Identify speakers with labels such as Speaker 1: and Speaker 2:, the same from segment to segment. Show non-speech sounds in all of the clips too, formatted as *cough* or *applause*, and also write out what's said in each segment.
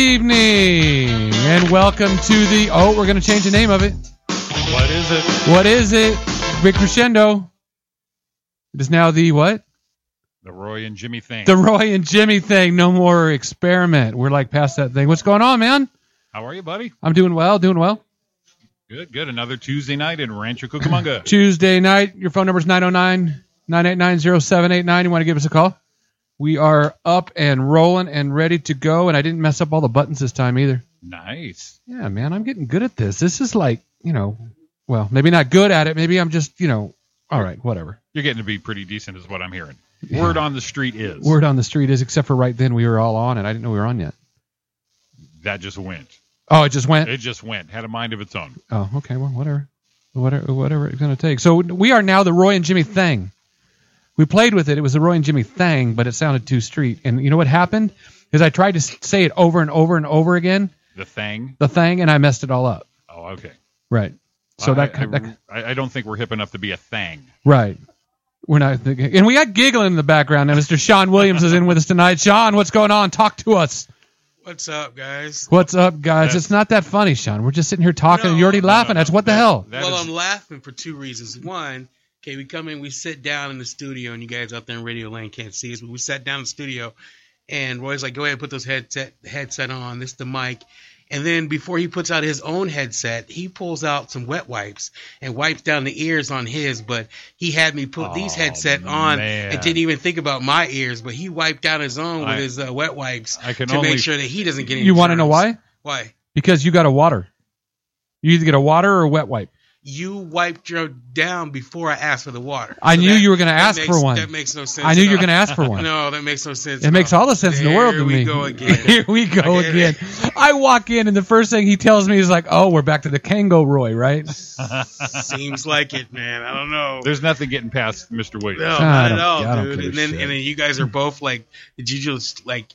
Speaker 1: evening and welcome to the. Oh, we're going to change the name of it.
Speaker 2: What is it?
Speaker 1: What is it? Big Crescendo. It is now the what?
Speaker 2: The Roy and Jimmy thing.
Speaker 1: The Roy and Jimmy thing. No more experiment. We're like past that thing. What's going on, man?
Speaker 2: How are you, buddy?
Speaker 1: I'm doing well, doing well.
Speaker 2: Good, good. Another Tuesday night in Rancho
Speaker 1: *clears throat*
Speaker 2: Cucamonga.
Speaker 1: Tuesday night, your phone oh number is 909 989 0789. You want to give us a call? We are up and rolling and ready to go. And I didn't mess up all the buttons this time either.
Speaker 2: nice.
Speaker 1: Yeah, man, I'm getting good at this. This is like, you know, well, maybe not good at it. Maybe I'm just, you know, all right, whatever.
Speaker 2: You're getting to be pretty decent, is what I'm hearing. Word on the street is
Speaker 1: Word on the street is, except for right then, we were all on, and I didn't know we were on yet.
Speaker 2: that just went.
Speaker 1: Oh, it just went.
Speaker 2: It just went. Had a mind of its own.
Speaker 1: Oh, okay. Well, whatever, whatever, whatever it's gonna take. So we are now the Roy and Jimmy thing. We played with it. It was the Roy and Jimmy thing, but it sounded too street. And you know what happened? Is I tried to s- say it over and over and over again,
Speaker 2: The thing.
Speaker 1: the thing, and I messed it all up.
Speaker 2: Oh, okay.
Speaker 1: Right. So
Speaker 2: I-
Speaker 1: that,
Speaker 2: I,
Speaker 1: ki- that ki-
Speaker 2: I, I don't think we're hip enough to be a thing.
Speaker 1: right. We're not thinking, and we got giggling in the background. Now, Mr. Sean Williams is in with us tonight. Sean, what's going on? Talk to us.
Speaker 3: What's up, guys?
Speaker 1: What's up, guys?
Speaker 2: That's-
Speaker 1: It's not that funny, Sean. We're just sitting here talking,
Speaker 3: No,
Speaker 1: and you're already
Speaker 3: no,
Speaker 1: laughing.
Speaker 2: no,
Speaker 1: That's what the
Speaker 2: that-
Speaker 1: hell.
Speaker 2: that
Speaker 3: well,
Speaker 2: is-
Speaker 3: I'm laughing for two reasons. One, okay, we come in, we sit down in the studio, and you guys out there in Radio Land can't see us, but we sat down in the studio, and Roy's like, "Go ahead and put those headset headset on. This the mic." And then before he puts out his own headset, he pulls out some wet wipes and wipes down the ears on his. But he had me put these
Speaker 2: Oh,
Speaker 3: headset on
Speaker 2: man.
Speaker 3: and didn't even think about my ears. But he wiped down his own with
Speaker 2: I-
Speaker 3: his uh, wet wipes
Speaker 2: I can
Speaker 3: to
Speaker 2: only.
Speaker 3: make sure that he doesn't get any.
Speaker 1: You want to know
Speaker 3: germs.
Speaker 1: why?
Speaker 3: Why?
Speaker 1: Because you got a water. You either get a water or a wet wipe.
Speaker 3: you wiped your down before I asked for the water.
Speaker 1: I
Speaker 3: So
Speaker 1: knew
Speaker 3: that-
Speaker 1: you were going to
Speaker 3: that
Speaker 1: ask
Speaker 3: makes-
Speaker 1: for one.
Speaker 3: That makes no sense.
Speaker 1: I knew you were
Speaker 3: at
Speaker 1: going to ask for
Speaker 3: all.
Speaker 1: one.
Speaker 3: *laughs* No, that makes no sense.
Speaker 1: It
Speaker 3: at
Speaker 1: makes all the sense in the world to
Speaker 3: There we
Speaker 1: me. *laughs*
Speaker 3: go again.
Speaker 1: Here we go again. I walk in, and the first thing he tells me is like, "Oh, we're back to the Kango Roy,
Speaker 3: *laughs*
Speaker 1: right?"
Speaker 3: Seems like it, man. I don't know.
Speaker 2: *laughs* There's nothing getting past Mr. Williams.
Speaker 3: no,
Speaker 1: I
Speaker 3: not
Speaker 1: don't-
Speaker 3: at
Speaker 1: I
Speaker 3: all,
Speaker 1: don't
Speaker 3: dude.
Speaker 1: give a
Speaker 3: And then
Speaker 1: shit.
Speaker 3: and then you guys are both like, did you just like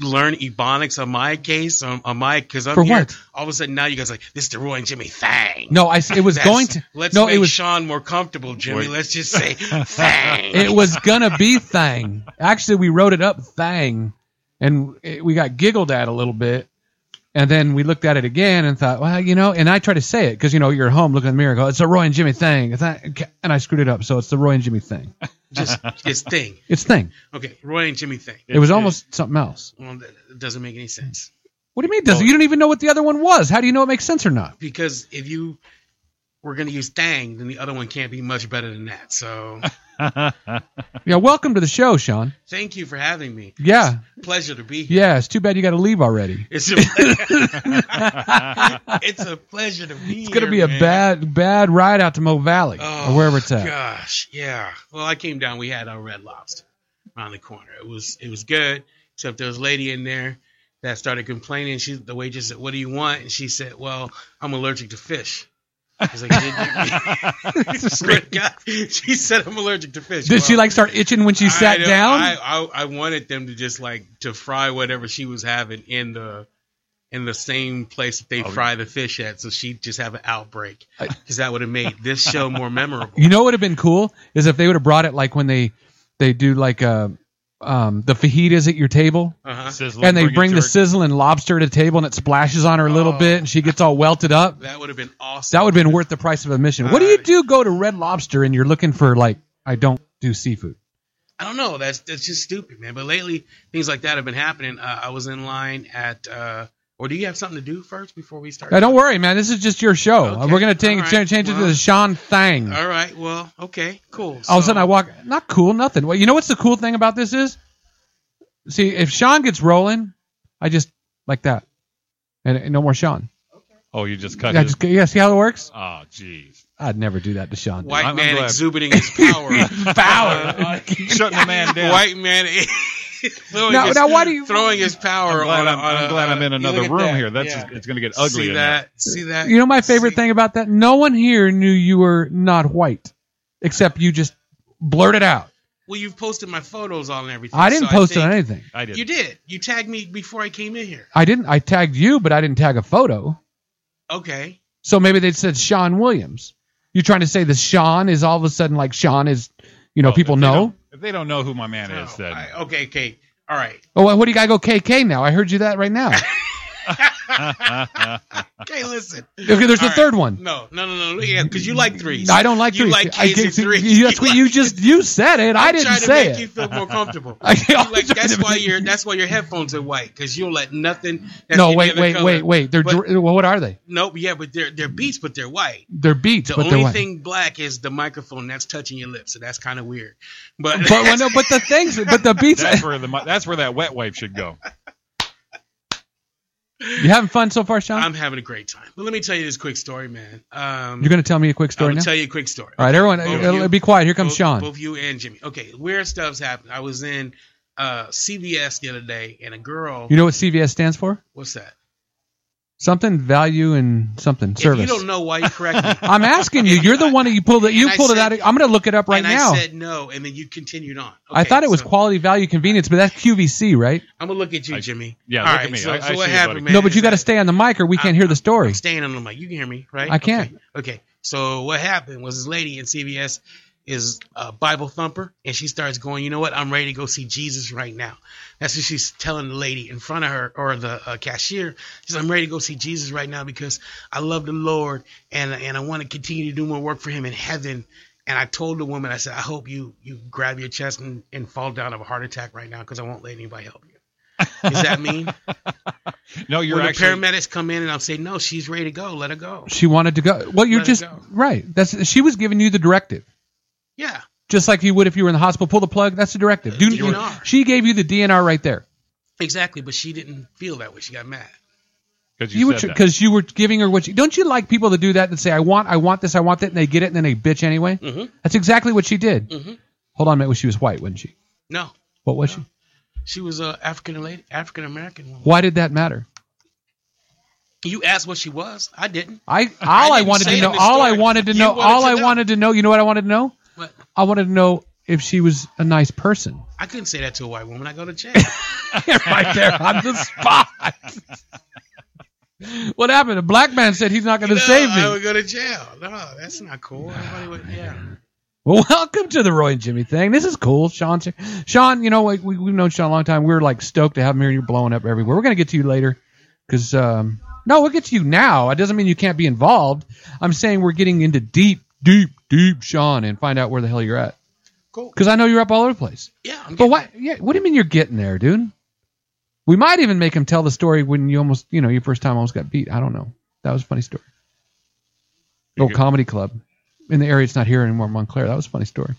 Speaker 3: learn ebonics on my case on, on my because I'm
Speaker 1: For
Speaker 3: here.
Speaker 1: what?
Speaker 3: All of a sudden now you guys are like this is the Roy and Jimmy thing.
Speaker 1: No, I. It was
Speaker 3: That's-
Speaker 1: going to.
Speaker 3: Let's
Speaker 1: no,
Speaker 3: make
Speaker 1: it was.
Speaker 3: Sean more comfortable, Jimmy.
Speaker 2: Wait.
Speaker 3: Let's
Speaker 1: *laughs*
Speaker 3: just say thang.
Speaker 1: It was gonna
Speaker 3: *laughs*
Speaker 1: be thang. Actually, we wrote it up thang, and it, we got giggled at a little bit, and then we looked at it again and thought, well, you know. And I try to say it because you know you're at home looking in the mirror, and go, it's a Roy and Jimmy thing, it's not, and I screwed it up, so it's the Roy and Jimmy thing.
Speaker 3: just it's thing.
Speaker 1: It's
Speaker 3: *laughs*
Speaker 1: thing.
Speaker 3: Okay, Roy and Jimmy thing.
Speaker 1: It, was
Speaker 2: *laughs*
Speaker 1: almost something else.
Speaker 3: Well, that that doesn't make any sense
Speaker 1: What do you mean? it Doesn't
Speaker 2: Well-
Speaker 1: you don't even know what the other one was? How do you know it makes sense or
Speaker 3: *laughs*
Speaker 1: not?
Speaker 3: because if you were going to use "thang," then the other one can't be much better than
Speaker 1: *laughs*
Speaker 3: that. So,
Speaker 1: Yeah, welcome to the show, Sean.
Speaker 3: thank you for having me.
Speaker 1: Yeah,
Speaker 3: Pleasure to be here.
Speaker 1: yeah. It's too bad you got to leave already.
Speaker 3: *laughs* It's a, it's a pleasure to be. Oh,
Speaker 1: It's gonna be a bad, bad ride out to Mo Valley or wherever it's at.
Speaker 3: Gosh, yeah. Well, I came down. We had our Red Lobster around the corner. It was it was good, except there was a lady in there that started complaining. She the waitress said, "What do you want?" And she said, "Well, I'm allergic to fish." I was like, "Did you- *laughs* Swear to God, uh, she said I'm allergic to fish.
Speaker 1: *laughs* Did she
Speaker 3: Well,
Speaker 1: like start itching when she
Speaker 3: I
Speaker 1: sat
Speaker 3: don't-
Speaker 1: down?
Speaker 3: I, I I wanted them to just like to fry whatever she was having in the in the same place that they
Speaker 2: Oh.
Speaker 3: fry the fish at, so she'd just have an outbreak because that would have made
Speaker 1: *laughs*
Speaker 3: this show more memorable.
Speaker 1: you know what would have been cool is if they would have brought it like when they they do like uh, um, the fajitas at your table.
Speaker 3: Uh-huh.
Speaker 2: Sizzling,
Speaker 1: And they
Speaker 2: it
Speaker 1: bring
Speaker 2: to
Speaker 1: the
Speaker 2: her.
Speaker 1: sizzling lobster to the table, and it splashes on her a little
Speaker 3: Oh.
Speaker 1: bit, and she gets all welted up.
Speaker 3: That would have been awesome.
Speaker 1: That would have been worth the price of admission. What do you
Speaker 3: Uh,
Speaker 1: do? Go to Red Lobster, and you're looking for like I don't do seafood.
Speaker 3: I don't know. That's that's just stupid, man. But lately, things like that have been happening. Uh, I was in line at. Uh, or do you have something to do first before we start?
Speaker 1: Now, don't worry, man. This is just your show.
Speaker 3: Okay.
Speaker 1: We're gonna take,
Speaker 3: All right.
Speaker 1: change, change it to the
Speaker 3: Well-
Speaker 1: Sean Thang.
Speaker 3: All right. Well, okay, cool.
Speaker 1: All of a
Speaker 3: So-
Speaker 1: sudden, I walk. Not cool. Nothing. Well, you know what's the cool thing about this is, see, if Sean gets rolling, I just like that, and, and no more Sean.
Speaker 2: Oh, you just cut.
Speaker 1: Yeah,
Speaker 2: his-
Speaker 1: just, yeah, see how it works?
Speaker 2: Oh, jeez.
Speaker 1: I'd never do that to Sean.
Speaker 3: White
Speaker 2: I'm- I'm
Speaker 3: man
Speaker 2: glad.
Speaker 3: exhibiting his
Speaker 1: *laughs*
Speaker 3: power.
Speaker 1: Power.
Speaker 2: Uh, Shutting the man down.
Speaker 3: White man *laughs* throwing,
Speaker 1: Now-
Speaker 3: his,
Speaker 1: now why do you-
Speaker 3: throwing his power
Speaker 2: I'm glad,
Speaker 3: on a-
Speaker 2: I'm,
Speaker 3: on a- uh,
Speaker 2: I'm glad I'm in
Speaker 3: you
Speaker 2: another
Speaker 3: look at
Speaker 2: room
Speaker 3: that.
Speaker 2: here. That's
Speaker 3: Yeah.
Speaker 2: it's going to get ugly.
Speaker 3: See
Speaker 2: in there.
Speaker 3: that? See that?
Speaker 1: you know my favorite
Speaker 3: See-
Speaker 1: thing about that? No one here knew you were not white, except you just blurted out.
Speaker 3: Well, you've posted my photos on everything.
Speaker 1: I didn't
Speaker 3: so
Speaker 1: post on
Speaker 3: think-
Speaker 1: anything.
Speaker 2: I did.
Speaker 3: You did. You tagged me before I came in here.
Speaker 1: I didn't. I tagged you, but I didn't tag a photo.
Speaker 3: Okay.
Speaker 1: So maybe they said Sean Williams. You're trying to say that Sean is all of a sudden like Sean is, you know,
Speaker 2: Well,
Speaker 1: people
Speaker 2: if they
Speaker 1: know.
Speaker 2: don't- If they don't know who my man
Speaker 3: Oh,
Speaker 2: is, then
Speaker 3: I- okay. Okay. All right. *laughs*
Speaker 1: Oh, what do you gotta go KK now? I heard you that right now.
Speaker 2: *laughs*
Speaker 3: Okay, listen.
Speaker 1: Okay, there's
Speaker 3: All
Speaker 1: the
Speaker 3: right.
Speaker 1: third one.
Speaker 3: No, no, no, no. Yeah, because you like threes.
Speaker 1: I don't like
Speaker 3: You
Speaker 1: threes.
Speaker 3: like
Speaker 1: I
Speaker 3: kids
Speaker 1: can't-
Speaker 3: and threes.
Speaker 1: you-
Speaker 3: *laughs*
Speaker 1: That's
Speaker 3: You
Speaker 1: what you just you said it. I
Speaker 3: I'm
Speaker 1: didn't
Speaker 3: trying to
Speaker 1: say
Speaker 3: make
Speaker 1: it.
Speaker 3: you feel more comfortable.
Speaker 1: *laughs* I-
Speaker 3: You
Speaker 1: I'm
Speaker 3: like,
Speaker 1: trying
Speaker 3: that's
Speaker 1: to
Speaker 3: why
Speaker 1: be-
Speaker 3: your that's why your headphones are white because you'll let nothing. That's
Speaker 1: no,
Speaker 3: any
Speaker 1: wait,
Speaker 3: other
Speaker 1: wait,
Speaker 3: color-
Speaker 1: wait, wait. They're
Speaker 3: But-
Speaker 1: dr- well, what are they?
Speaker 3: Nope. Yeah, but they're they're beats, but they're white.
Speaker 1: They're beats,
Speaker 3: The
Speaker 1: but they're
Speaker 3: only
Speaker 1: white.
Speaker 3: thing black is the microphone that's touching your lips, so that's kind of weird. But,
Speaker 1: but
Speaker 3: *laughs*
Speaker 1: well, no, but the things, but the beats.
Speaker 2: That's where the mi- that's where that wet wipe should go.
Speaker 1: *laughs* you having fun so far, Sean?
Speaker 3: I'm having a great time. But let me tell you this quick story, man. Um,
Speaker 1: You're going to tell me a quick story
Speaker 3: I'm
Speaker 1: now.
Speaker 3: gonna tell you a quick story.
Speaker 1: All right, everyone,
Speaker 3: Both
Speaker 1: it'll-
Speaker 3: you-
Speaker 1: it'll be quiet. Here comes
Speaker 3: both,
Speaker 1: Sean.
Speaker 3: Both you and Jimmy. Okay, weird stuff's happened. I was in uh, CVS the other day, and a girl.
Speaker 1: You know what CVS stands for?
Speaker 3: what's that?
Speaker 1: Something value and something service.
Speaker 3: If you don't know why you correct me.
Speaker 1: I'm asking
Speaker 3: *laughs*
Speaker 1: you. You're the one that you pulled it. You
Speaker 3: And I
Speaker 1: pulled it out.
Speaker 3: said-
Speaker 1: of- I'm going to look it up *laughs* right
Speaker 3: and
Speaker 1: now.
Speaker 3: I said no, and then you continued on.
Speaker 1: I thought it was
Speaker 3: so
Speaker 1: quality, value, convenience, but that's QVC, right?
Speaker 3: I'm gonna look at you,
Speaker 2: I-
Speaker 3: Jimmy.
Speaker 2: yeah,
Speaker 3: All
Speaker 2: look at
Speaker 3: right,
Speaker 2: me.
Speaker 3: So,
Speaker 2: I-
Speaker 3: so
Speaker 2: I
Speaker 3: what
Speaker 2: see you,
Speaker 3: happened,
Speaker 2: buddy.
Speaker 3: man?
Speaker 1: no, but you
Speaker 3: is
Speaker 1: got to
Speaker 3: that-
Speaker 1: stay on the mic or we can't hear the story.
Speaker 3: I'm staying on the mic. You can hear me, right?
Speaker 1: I can't.
Speaker 3: Okay. okay. So what happened was this lady in CVS is a Bible thumper, and she starts going, you know what? I'm ready to go see Jesus right now. That's what she's telling the lady in front of her or the uh, cashier. She says, I'm ready to go see Jesus right now because I love the Lord and and I want to continue to do more work for Him in heaven. And I told the woman, I said, I hope you you grab your chest and, and fall down of a heart attack right now because I won't let anybody help you. Does that mean?
Speaker 2: No, you're
Speaker 3: when
Speaker 2: actually
Speaker 3: the paramedics come in and I'll say, no, she's ready to go. Let her go.
Speaker 1: She wanted to go. Well, you're
Speaker 3: Let it
Speaker 1: just
Speaker 3: go.
Speaker 1: right. That's she was giving you the directive,
Speaker 3: Yeah.
Speaker 1: just like you would if you were in the hospital. Pull the plug. That's the directive. Do,
Speaker 3: DNR.
Speaker 1: She gave you the DNR right there.
Speaker 3: Exactly, but she didn't feel that way. She got mad.
Speaker 2: because you,
Speaker 1: You
Speaker 2: said that.
Speaker 1: because you were giving her what you don't you like people that do that and say I want I want this I want that and they get it and then they bitch anyway.
Speaker 3: Mhm.
Speaker 1: That's exactly what she did.
Speaker 3: Mhm.
Speaker 1: Hold on, a minute. she was white, wasn't she?
Speaker 3: No,
Speaker 1: What was she?
Speaker 3: she was a African lady, African American woman.
Speaker 1: Why did that matter?
Speaker 3: You asked what she was. I didn't.
Speaker 1: I all I,
Speaker 3: didn't
Speaker 1: wanted
Speaker 3: say
Speaker 1: to
Speaker 3: it
Speaker 1: know
Speaker 3: in the
Speaker 1: all I
Speaker 3: story.
Speaker 1: wanted to
Speaker 3: You
Speaker 1: know
Speaker 3: wanted
Speaker 1: all
Speaker 3: to
Speaker 1: I
Speaker 3: know.
Speaker 1: wanted to know. You know what I wanted to know?
Speaker 3: But
Speaker 1: I wanted to know if she was a nice person.
Speaker 3: I couldn't say that to a white woman. I go
Speaker 1: *laughs*
Speaker 3: to jail.
Speaker 1: right there on the spot. what happened? A black man said he's not going to
Speaker 3: No,
Speaker 1: save
Speaker 3: I
Speaker 1: me.
Speaker 3: would go to jail. No, that's not cool. Everybody would, yeah.
Speaker 1: Well, welcome to the Roy and Jimmy thing. This is cool, Sean. Sean, you know like, we, we've known Sean a long time. We're like stoked to have him here. and You're blowing up everywhere. We're going to get to you later, because um, no, we'll get to you now. It doesn't mean you can't be involved. I'm saying we're getting into deep, deep, deep, Sean, and find out where the hell you're at.
Speaker 3: Cool.
Speaker 1: Because I know you're up all over the place.
Speaker 3: Yeah. I'm
Speaker 1: But
Speaker 3: getting-
Speaker 1: what? Yeah. What do you mean you're getting there, dude? We might even make him tell the story when you almost, you know, your first time almost got beat. I don't know. That was a funny story.
Speaker 2: You
Speaker 1: Old
Speaker 2: good?
Speaker 1: comedy club in the area. It's not here anymore, Montclair. That was a funny story.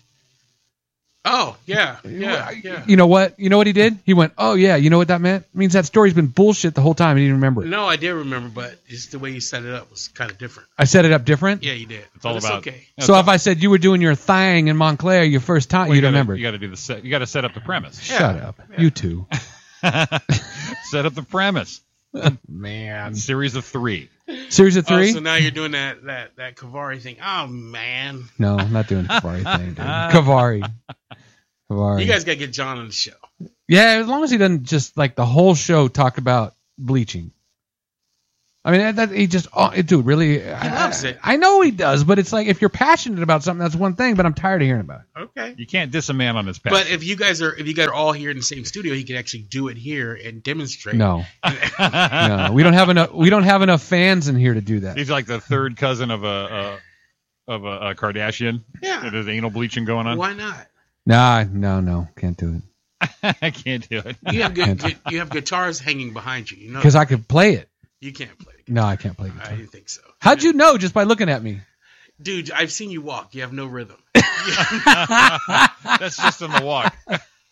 Speaker 3: Oh, yeah. Yeah. Yeah.
Speaker 1: You know what? You know what he did? He went, "Oh yeah." You know what that meant? It means that story's been bullshit the whole time. He didn't remember it.
Speaker 3: No, I did remember, but it's the way you set it up was kind of different.
Speaker 1: I set it up different.
Speaker 3: Yeah, you did.
Speaker 2: It's all
Speaker 3: But
Speaker 2: about.
Speaker 3: okay.
Speaker 2: Yeah,
Speaker 1: so uh,
Speaker 2: it's
Speaker 1: if I said you were doing your thing in Montclair your first time,
Speaker 2: Well,
Speaker 1: you'd
Speaker 2: gotta-
Speaker 1: remember.
Speaker 2: You got to do the set. You got to set up
Speaker 1: *laughs*
Speaker 2: the premise.
Speaker 1: Shut
Speaker 3: Yeah.
Speaker 1: up,
Speaker 3: Yeah.
Speaker 1: you
Speaker 3: *laughs*
Speaker 1: two.
Speaker 2: set up the premise.
Speaker 1: Man,
Speaker 2: Series of three.
Speaker 1: series of
Speaker 3: Oh,
Speaker 1: three.
Speaker 3: so now you're doing that that that Kavari thing. Oh man,
Speaker 1: No, I'm not doing the Kavari thing,
Speaker 3: *laughs*
Speaker 1: dude. Kavari. Kavari.
Speaker 3: you guys gotta get John on the show.
Speaker 1: yeah, as long as he doesn't just like the whole show talk about bleaching. I mean, that, that he just, oh, it, dude, really. He
Speaker 3: loves it.
Speaker 1: I know he does, but it's like if you're passionate about something, that's one thing. But I'm tired of hearing about it.
Speaker 3: Okay.
Speaker 2: You can't diss a man on his past.
Speaker 3: But if you guys are if you guys are all here in the same studio, he could actually do it here and demonstrate.
Speaker 1: No,
Speaker 2: *laughs*
Speaker 1: no, we don't have enough. We don't have enough fans in here to do that.
Speaker 2: He's like the third cousin of a, a of a, a Kardashian.
Speaker 3: Yeah.
Speaker 2: There's anal bleaching going on.
Speaker 3: Why not?
Speaker 1: Nah, no, no, can't do it
Speaker 2: *laughs* I can't do it.
Speaker 3: You have
Speaker 1: *laughs*
Speaker 3: good, gu- you have guitars hanging behind you. You know
Speaker 1: because I could play it.
Speaker 3: you can't play. the
Speaker 1: No, I can't play
Speaker 3: guitar. I
Speaker 1: guitar.
Speaker 3: didn't think so.
Speaker 1: How'd you know just by looking at
Speaker 3: *laughs*
Speaker 1: me?
Speaker 3: dude? I've seen you walk. You have no rhythm.
Speaker 2: That's just in the *laughs* walk.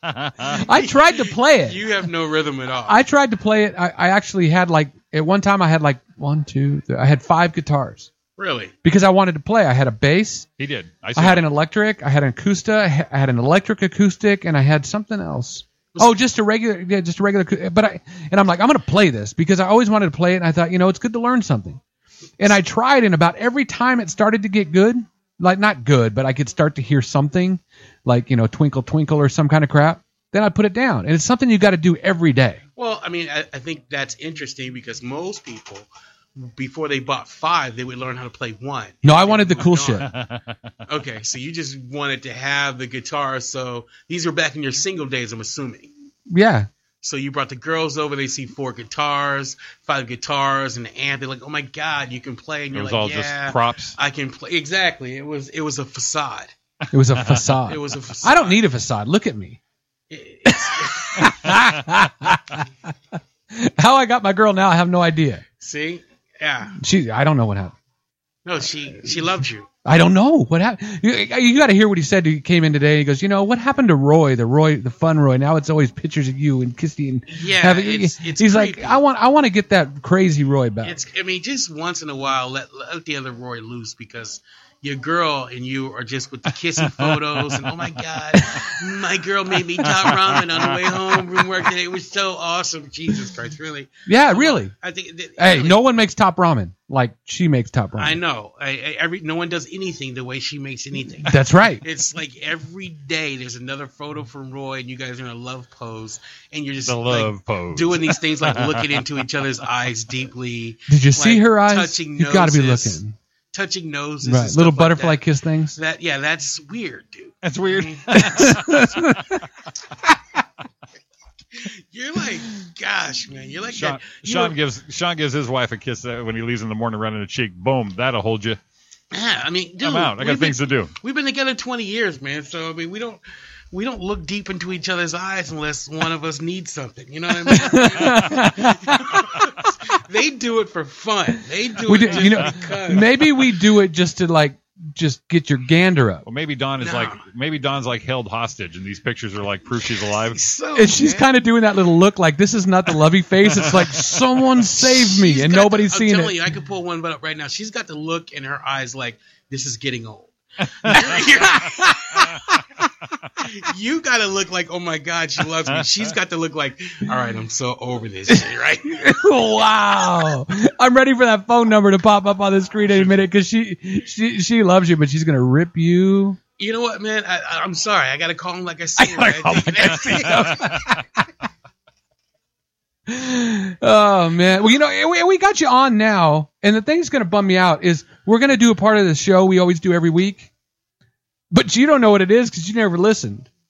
Speaker 1: I tried to play it.
Speaker 3: You have no rhythm at all.
Speaker 1: I tried to play it. I, I actually had like at one time I had like one, two, three, I had five guitars
Speaker 3: really?
Speaker 1: because I wanted to play. I had a bass,
Speaker 2: He did. I,
Speaker 1: I
Speaker 2: saw
Speaker 1: had
Speaker 2: him.
Speaker 1: an electric, I had an acoustic, I ha- I had an electric acoustic, and I had something else.
Speaker 3: Was-
Speaker 1: Oh, just a regular, yeah, just a regular. acou- But I and I'm like, I'm gonna play this because I always wanted to play it, and I thought, you know, it's good to learn something. And I tried, and about every time it started to get good, like not good, but I could start to hear something, like you know, twinkle twinkle or some kind of crap. Then I put it down, and it's something you got to do every day.
Speaker 3: Well, I mean, I, I think that's interesting because most people, before they bought five, they would learn how to play
Speaker 1: *laughs*
Speaker 3: one.
Speaker 1: No, I wanted the
Speaker 3: *laughs*
Speaker 1: cool
Speaker 3: Moved
Speaker 1: shit.
Speaker 3: on.
Speaker 2: *laughs*
Speaker 3: Okay, so you just wanted to have the guitar. So these were back in your single days, I'm assuming.
Speaker 1: Yeah.
Speaker 3: So you brought the girls over. They see four guitars, five guitars, and an amp. They're like, "Oh my god, you can play!" And
Speaker 2: It
Speaker 3: you're
Speaker 2: was
Speaker 3: like,
Speaker 2: all
Speaker 3: "Yeah,
Speaker 2: just props.
Speaker 3: I can play." Exactly. It was it was a facade.
Speaker 1: It was a facade.
Speaker 3: *laughs* It was a
Speaker 1: *laughs*
Speaker 3: facade.
Speaker 1: I don't need a facade. Look at me.
Speaker 3: It- it's-
Speaker 1: *laughs* How I got my girl now, I have no idea.
Speaker 3: see, yeah.
Speaker 1: She, I don't know what happened.
Speaker 3: No, she she loved you.
Speaker 1: I don't know what happened. You, you got to hear what he said. He came in today. He goes, you know, what happened to Roy, the Roy, the fun Roy? Now it's always pictures of you and Kissy and
Speaker 3: Yeah,
Speaker 1: having.
Speaker 3: it's, it's
Speaker 1: he's
Speaker 3: creepy.
Speaker 1: like, I want, I want to get that crazy Roy back.
Speaker 3: It's I mean, just once in a while, let let the other Roy loose because your girl and you are just with
Speaker 1: *laughs*
Speaker 3: the kissing photos and oh my god, my girl made me top ramen on the way home from work today. It was so awesome. Jesus Christ, really?
Speaker 1: yeah, Oh, really.
Speaker 3: I think. that-
Speaker 1: Hey,
Speaker 3: really,
Speaker 1: no one makes top ramen like she makes top ramen.
Speaker 3: I know. I, I, every no one does anything the way she makes anything.
Speaker 1: That's
Speaker 3: *laughs*
Speaker 1: right.
Speaker 3: It's like every day there's another photo from Roy, and you guys are in a love pose, and you're just
Speaker 2: The
Speaker 3: like,
Speaker 2: love pose.
Speaker 3: doing these
Speaker 2: *laughs*
Speaker 3: things like looking into each other's eyes deeply,
Speaker 1: Did you see
Speaker 3: like,
Speaker 1: her eyes?
Speaker 3: touching
Speaker 1: You got to be
Speaker 3: noses,
Speaker 1: looking.
Speaker 3: touching noses, and
Speaker 1: Right,
Speaker 3: stuff
Speaker 1: little
Speaker 3: like
Speaker 1: butterfly
Speaker 3: that.
Speaker 1: kiss
Speaker 3: *laughs*
Speaker 1: things. *laughs*
Speaker 3: That yeah, that's weird, dude.
Speaker 2: That's weird.
Speaker 3: *laughs* You're like, gosh, man, you're like
Speaker 2: Sean,
Speaker 3: that. you
Speaker 2: Sean
Speaker 3: were-
Speaker 2: gives Sean gives his wife a kiss uh, when he leaves in the morning, around in the cheek. Boom, that'll hold you.
Speaker 3: Yeah, I mean, dude,
Speaker 2: I'm out. I got
Speaker 3: we've, been,
Speaker 2: things to do.
Speaker 3: we've been together 20 years, man. So I mean, we don't we don't look deep into each other's eyes unless one of us needs something. You know
Speaker 1: *laughs*
Speaker 3: what I mean? they do it for fun. They do
Speaker 1: We
Speaker 3: it
Speaker 1: do-
Speaker 3: just
Speaker 1: you know,
Speaker 3: because.
Speaker 1: Maybe we do it just to like just get your gander up.
Speaker 2: Well, maybe Don is
Speaker 3: No.
Speaker 2: like maybe Don's like held hostage, and these pictures are like proof she's alive.
Speaker 3: So,
Speaker 1: And she's
Speaker 3: Oh, man.
Speaker 1: kind of doing that little look like this is not the lovey face. It's like
Speaker 3: *laughs*
Speaker 1: someone save me,
Speaker 3: She's
Speaker 1: and
Speaker 3: got
Speaker 1: nobody's
Speaker 3: the, I'm
Speaker 1: seen it.
Speaker 3: telling You, I could pull one up right now. She's got the look in her eyes like this is
Speaker 1: *laughs*
Speaker 3: getting old. *laughs* you got to look like oh my god, she loves me. She's got to look like all right, I'm so over this
Speaker 1: *laughs*
Speaker 3: shit, right?
Speaker 1: *laughs* wow, I'm ready for that phone number to pop up on the screen any minute because she she she loves you, but she's gonna rip you. *sighs*
Speaker 3: you know what, man? I, I, I'm sorry. I got to call him like I see him.
Speaker 1: gotta call him like I see Oh man, well you know we, we got you on now, and the thing's gonna bum me out is we're gonna do a part of the show we always do every week, but you don't know what it is because you never listened.
Speaker 2: *laughs*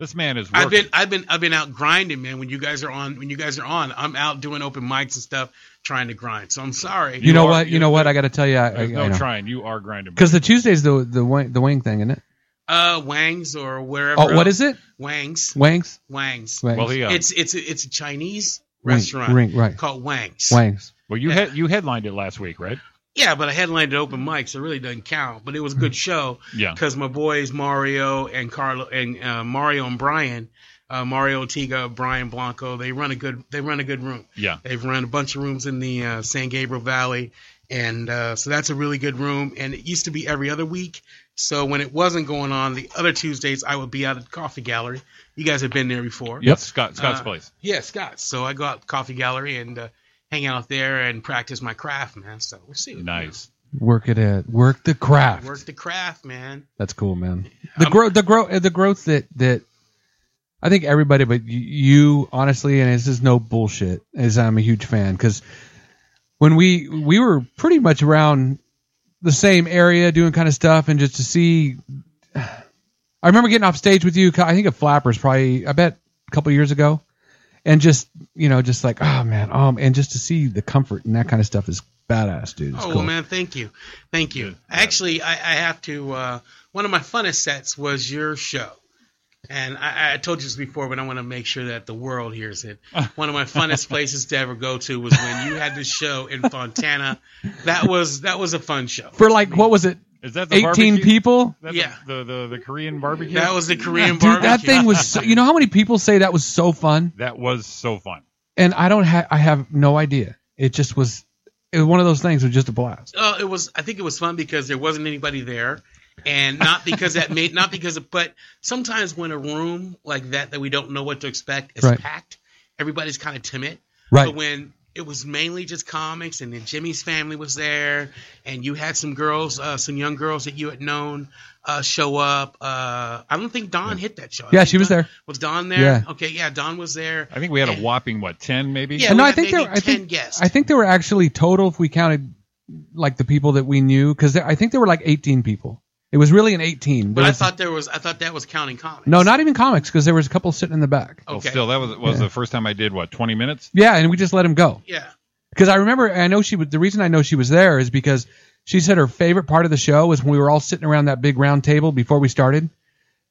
Speaker 2: This man is. Working.
Speaker 3: *laughs* I've been I've been I've been out grinding, man. When you guys are on, when you guys are on, I'm out doing open mics and stuff, trying to grind. So I'm sorry.
Speaker 1: You, know
Speaker 2: are-
Speaker 1: what? You
Speaker 2: you-
Speaker 1: know what? I gotta tell you, I, I,
Speaker 2: There's
Speaker 1: I
Speaker 2: no
Speaker 1: know.
Speaker 2: trying. You are grinding.
Speaker 1: Because the Tuesday's the the wang, the wang thing, isn't it?
Speaker 3: uh, Wangs or wherever.
Speaker 1: Oh, what
Speaker 3: else.
Speaker 1: is it?
Speaker 3: Wangs?
Speaker 1: Wangs.
Speaker 3: Wangs.
Speaker 1: Wangs.
Speaker 2: Well, he, uh,
Speaker 3: It's it's a, it's a Chinese
Speaker 1: Wang-
Speaker 3: restaurant
Speaker 1: Ring, right.
Speaker 3: called Wang's.
Speaker 1: Wangs.
Speaker 2: well, you
Speaker 3: yeah.
Speaker 2: head you headlined it last week, right?
Speaker 3: Yeah, but I headlined at open mic, so it really doesn't count. But it was a
Speaker 1: Mm-hmm.
Speaker 3: good show
Speaker 2: Yeah.
Speaker 3: because my boys Mario and Carlo and uh, Mario and Brian, uh, Mario Tiga, Brian Blanco, they run a good they run a good room.
Speaker 2: Yeah.
Speaker 3: They've run a bunch of rooms in the uh, San Gabriel Valley, and uh, so that's a really good room. And it used to be every other week. So when it wasn't going on, the other Tuesdays I would be out at the coffee gallery. You guys have been there before.
Speaker 1: Yep.
Speaker 2: Scott Scott's
Speaker 3: Uh,
Speaker 2: place.
Speaker 3: Yeah, Scott. So I go out to the coffee gallery and uh, hang out there and practice my craft, man. So we'll see.
Speaker 2: Nice.
Speaker 1: Work it at work the craft.
Speaker 3: Work the craft, man.
Speaker 1: That's cool, man. The
Speaker 3: I'm-
Speaker 1: grow the grow the growth that that I think everybody, but y- you, honestly, and this is no bullshit, is I'm a huge fan because when we we were pretty much around the same area doing kind of stuff, and just to see, I remember getting off stage with you. I think at Flappers, probably I bet a couple years ago, and just you know, just like oh man, um, and just to see the comfort and that kind of stuff is badass, dude. It's
Speaker 3: oh,
Speaker 1: cool.
Speaker 3: well, man, thank you. Thank you.
Speaker 2: Yeah.
Speaker 3: Actually, I, I have to. Uh, one of my funnest sets was your show. And I, I told you this before, but I want to make sure that the world
Speaker 1: *laughs*
Speaker 3: hears it. One of my funnest places to ever go to was when you had this show in Fontana. That was that was a fun show.
Speaker 1: For like what was it,
Speaker 2: Is that the
Speaker 1: eighteen
Speaker 2: barbecue?
Speaker 1: people?
Speaker 2: That's
Speaker 3: Yeah.
Speaker 2: The, the the the Korean barbecue.
Speaker 3: That
Speaker 1: *laughs*
Speaker 3: was the Korean
Speaker 1: Dude,
Speaker 3: barbecue.
Speaker 1: that thing was. So, you know how many people say that was so fun,
Speaker 2: That was so fun.
Speaker 1: and I don't have. I have no idea. It just was. It was one of those things. Was just a blast.
Speaker 3: Oh, it was. I think it was fun because there wasn't anybody there, and not because that made not because of. But sometimes when a room like that that we don't know what to expect is
Speaker 1: Right.
Speaker 3: packed, everybody's kind of timid. But
Speaker 1: Right.
Speaker 3: when it was mainly just comics, and then Jimmy's family was there, and you had some girls, uh, some young girls that you had known uh, show up. Uh, I don't think Don hit that show. I
Speaker 1: Yeah,
Speaker 3: think
Speaker 1: she was
Speaker 3: Don-
Speaker 1: there.
Speaker 3: Was Don there?
Speaker 1: Yeah.
Speaker 3: Okay, yeah, Don was there.
Speaker 2: I think we had a whopping what ten maybe.
Speaker 3: Yeah,
Speaker 1: And
Speaker 3: we
Speaker 1: I
Speaker 3: had
Speaker 1: think there-
Speaker 3: maybe
Speaker 1: I think-
Speaker 3: ten guests.
Speaker 1: I think there were actually total, if we counted, like the people that we knew, because I think there were like eighteen people. It was really an 18. There
Speaker 3: But I
Speaker 1: was-
Speaker 3: thought there was. I thought that was counting comics.
Speaker 1: no, not even comics because there was a couple sitting in the back.
Speaker 2: Well,
Speaker 3: okay.
Speaker 2: still, that was was
Speaker 1: Yeah.
Speaker 2: the first time I did what twenty minutes.
Speaker 1: Yeah, and we just let him go.
Speaker 3: Yeah.
Speaker 1: because I remember I know she was the reason I know she was there is because she said her favorite part of the show was when we were all sitting around that big round table before we started,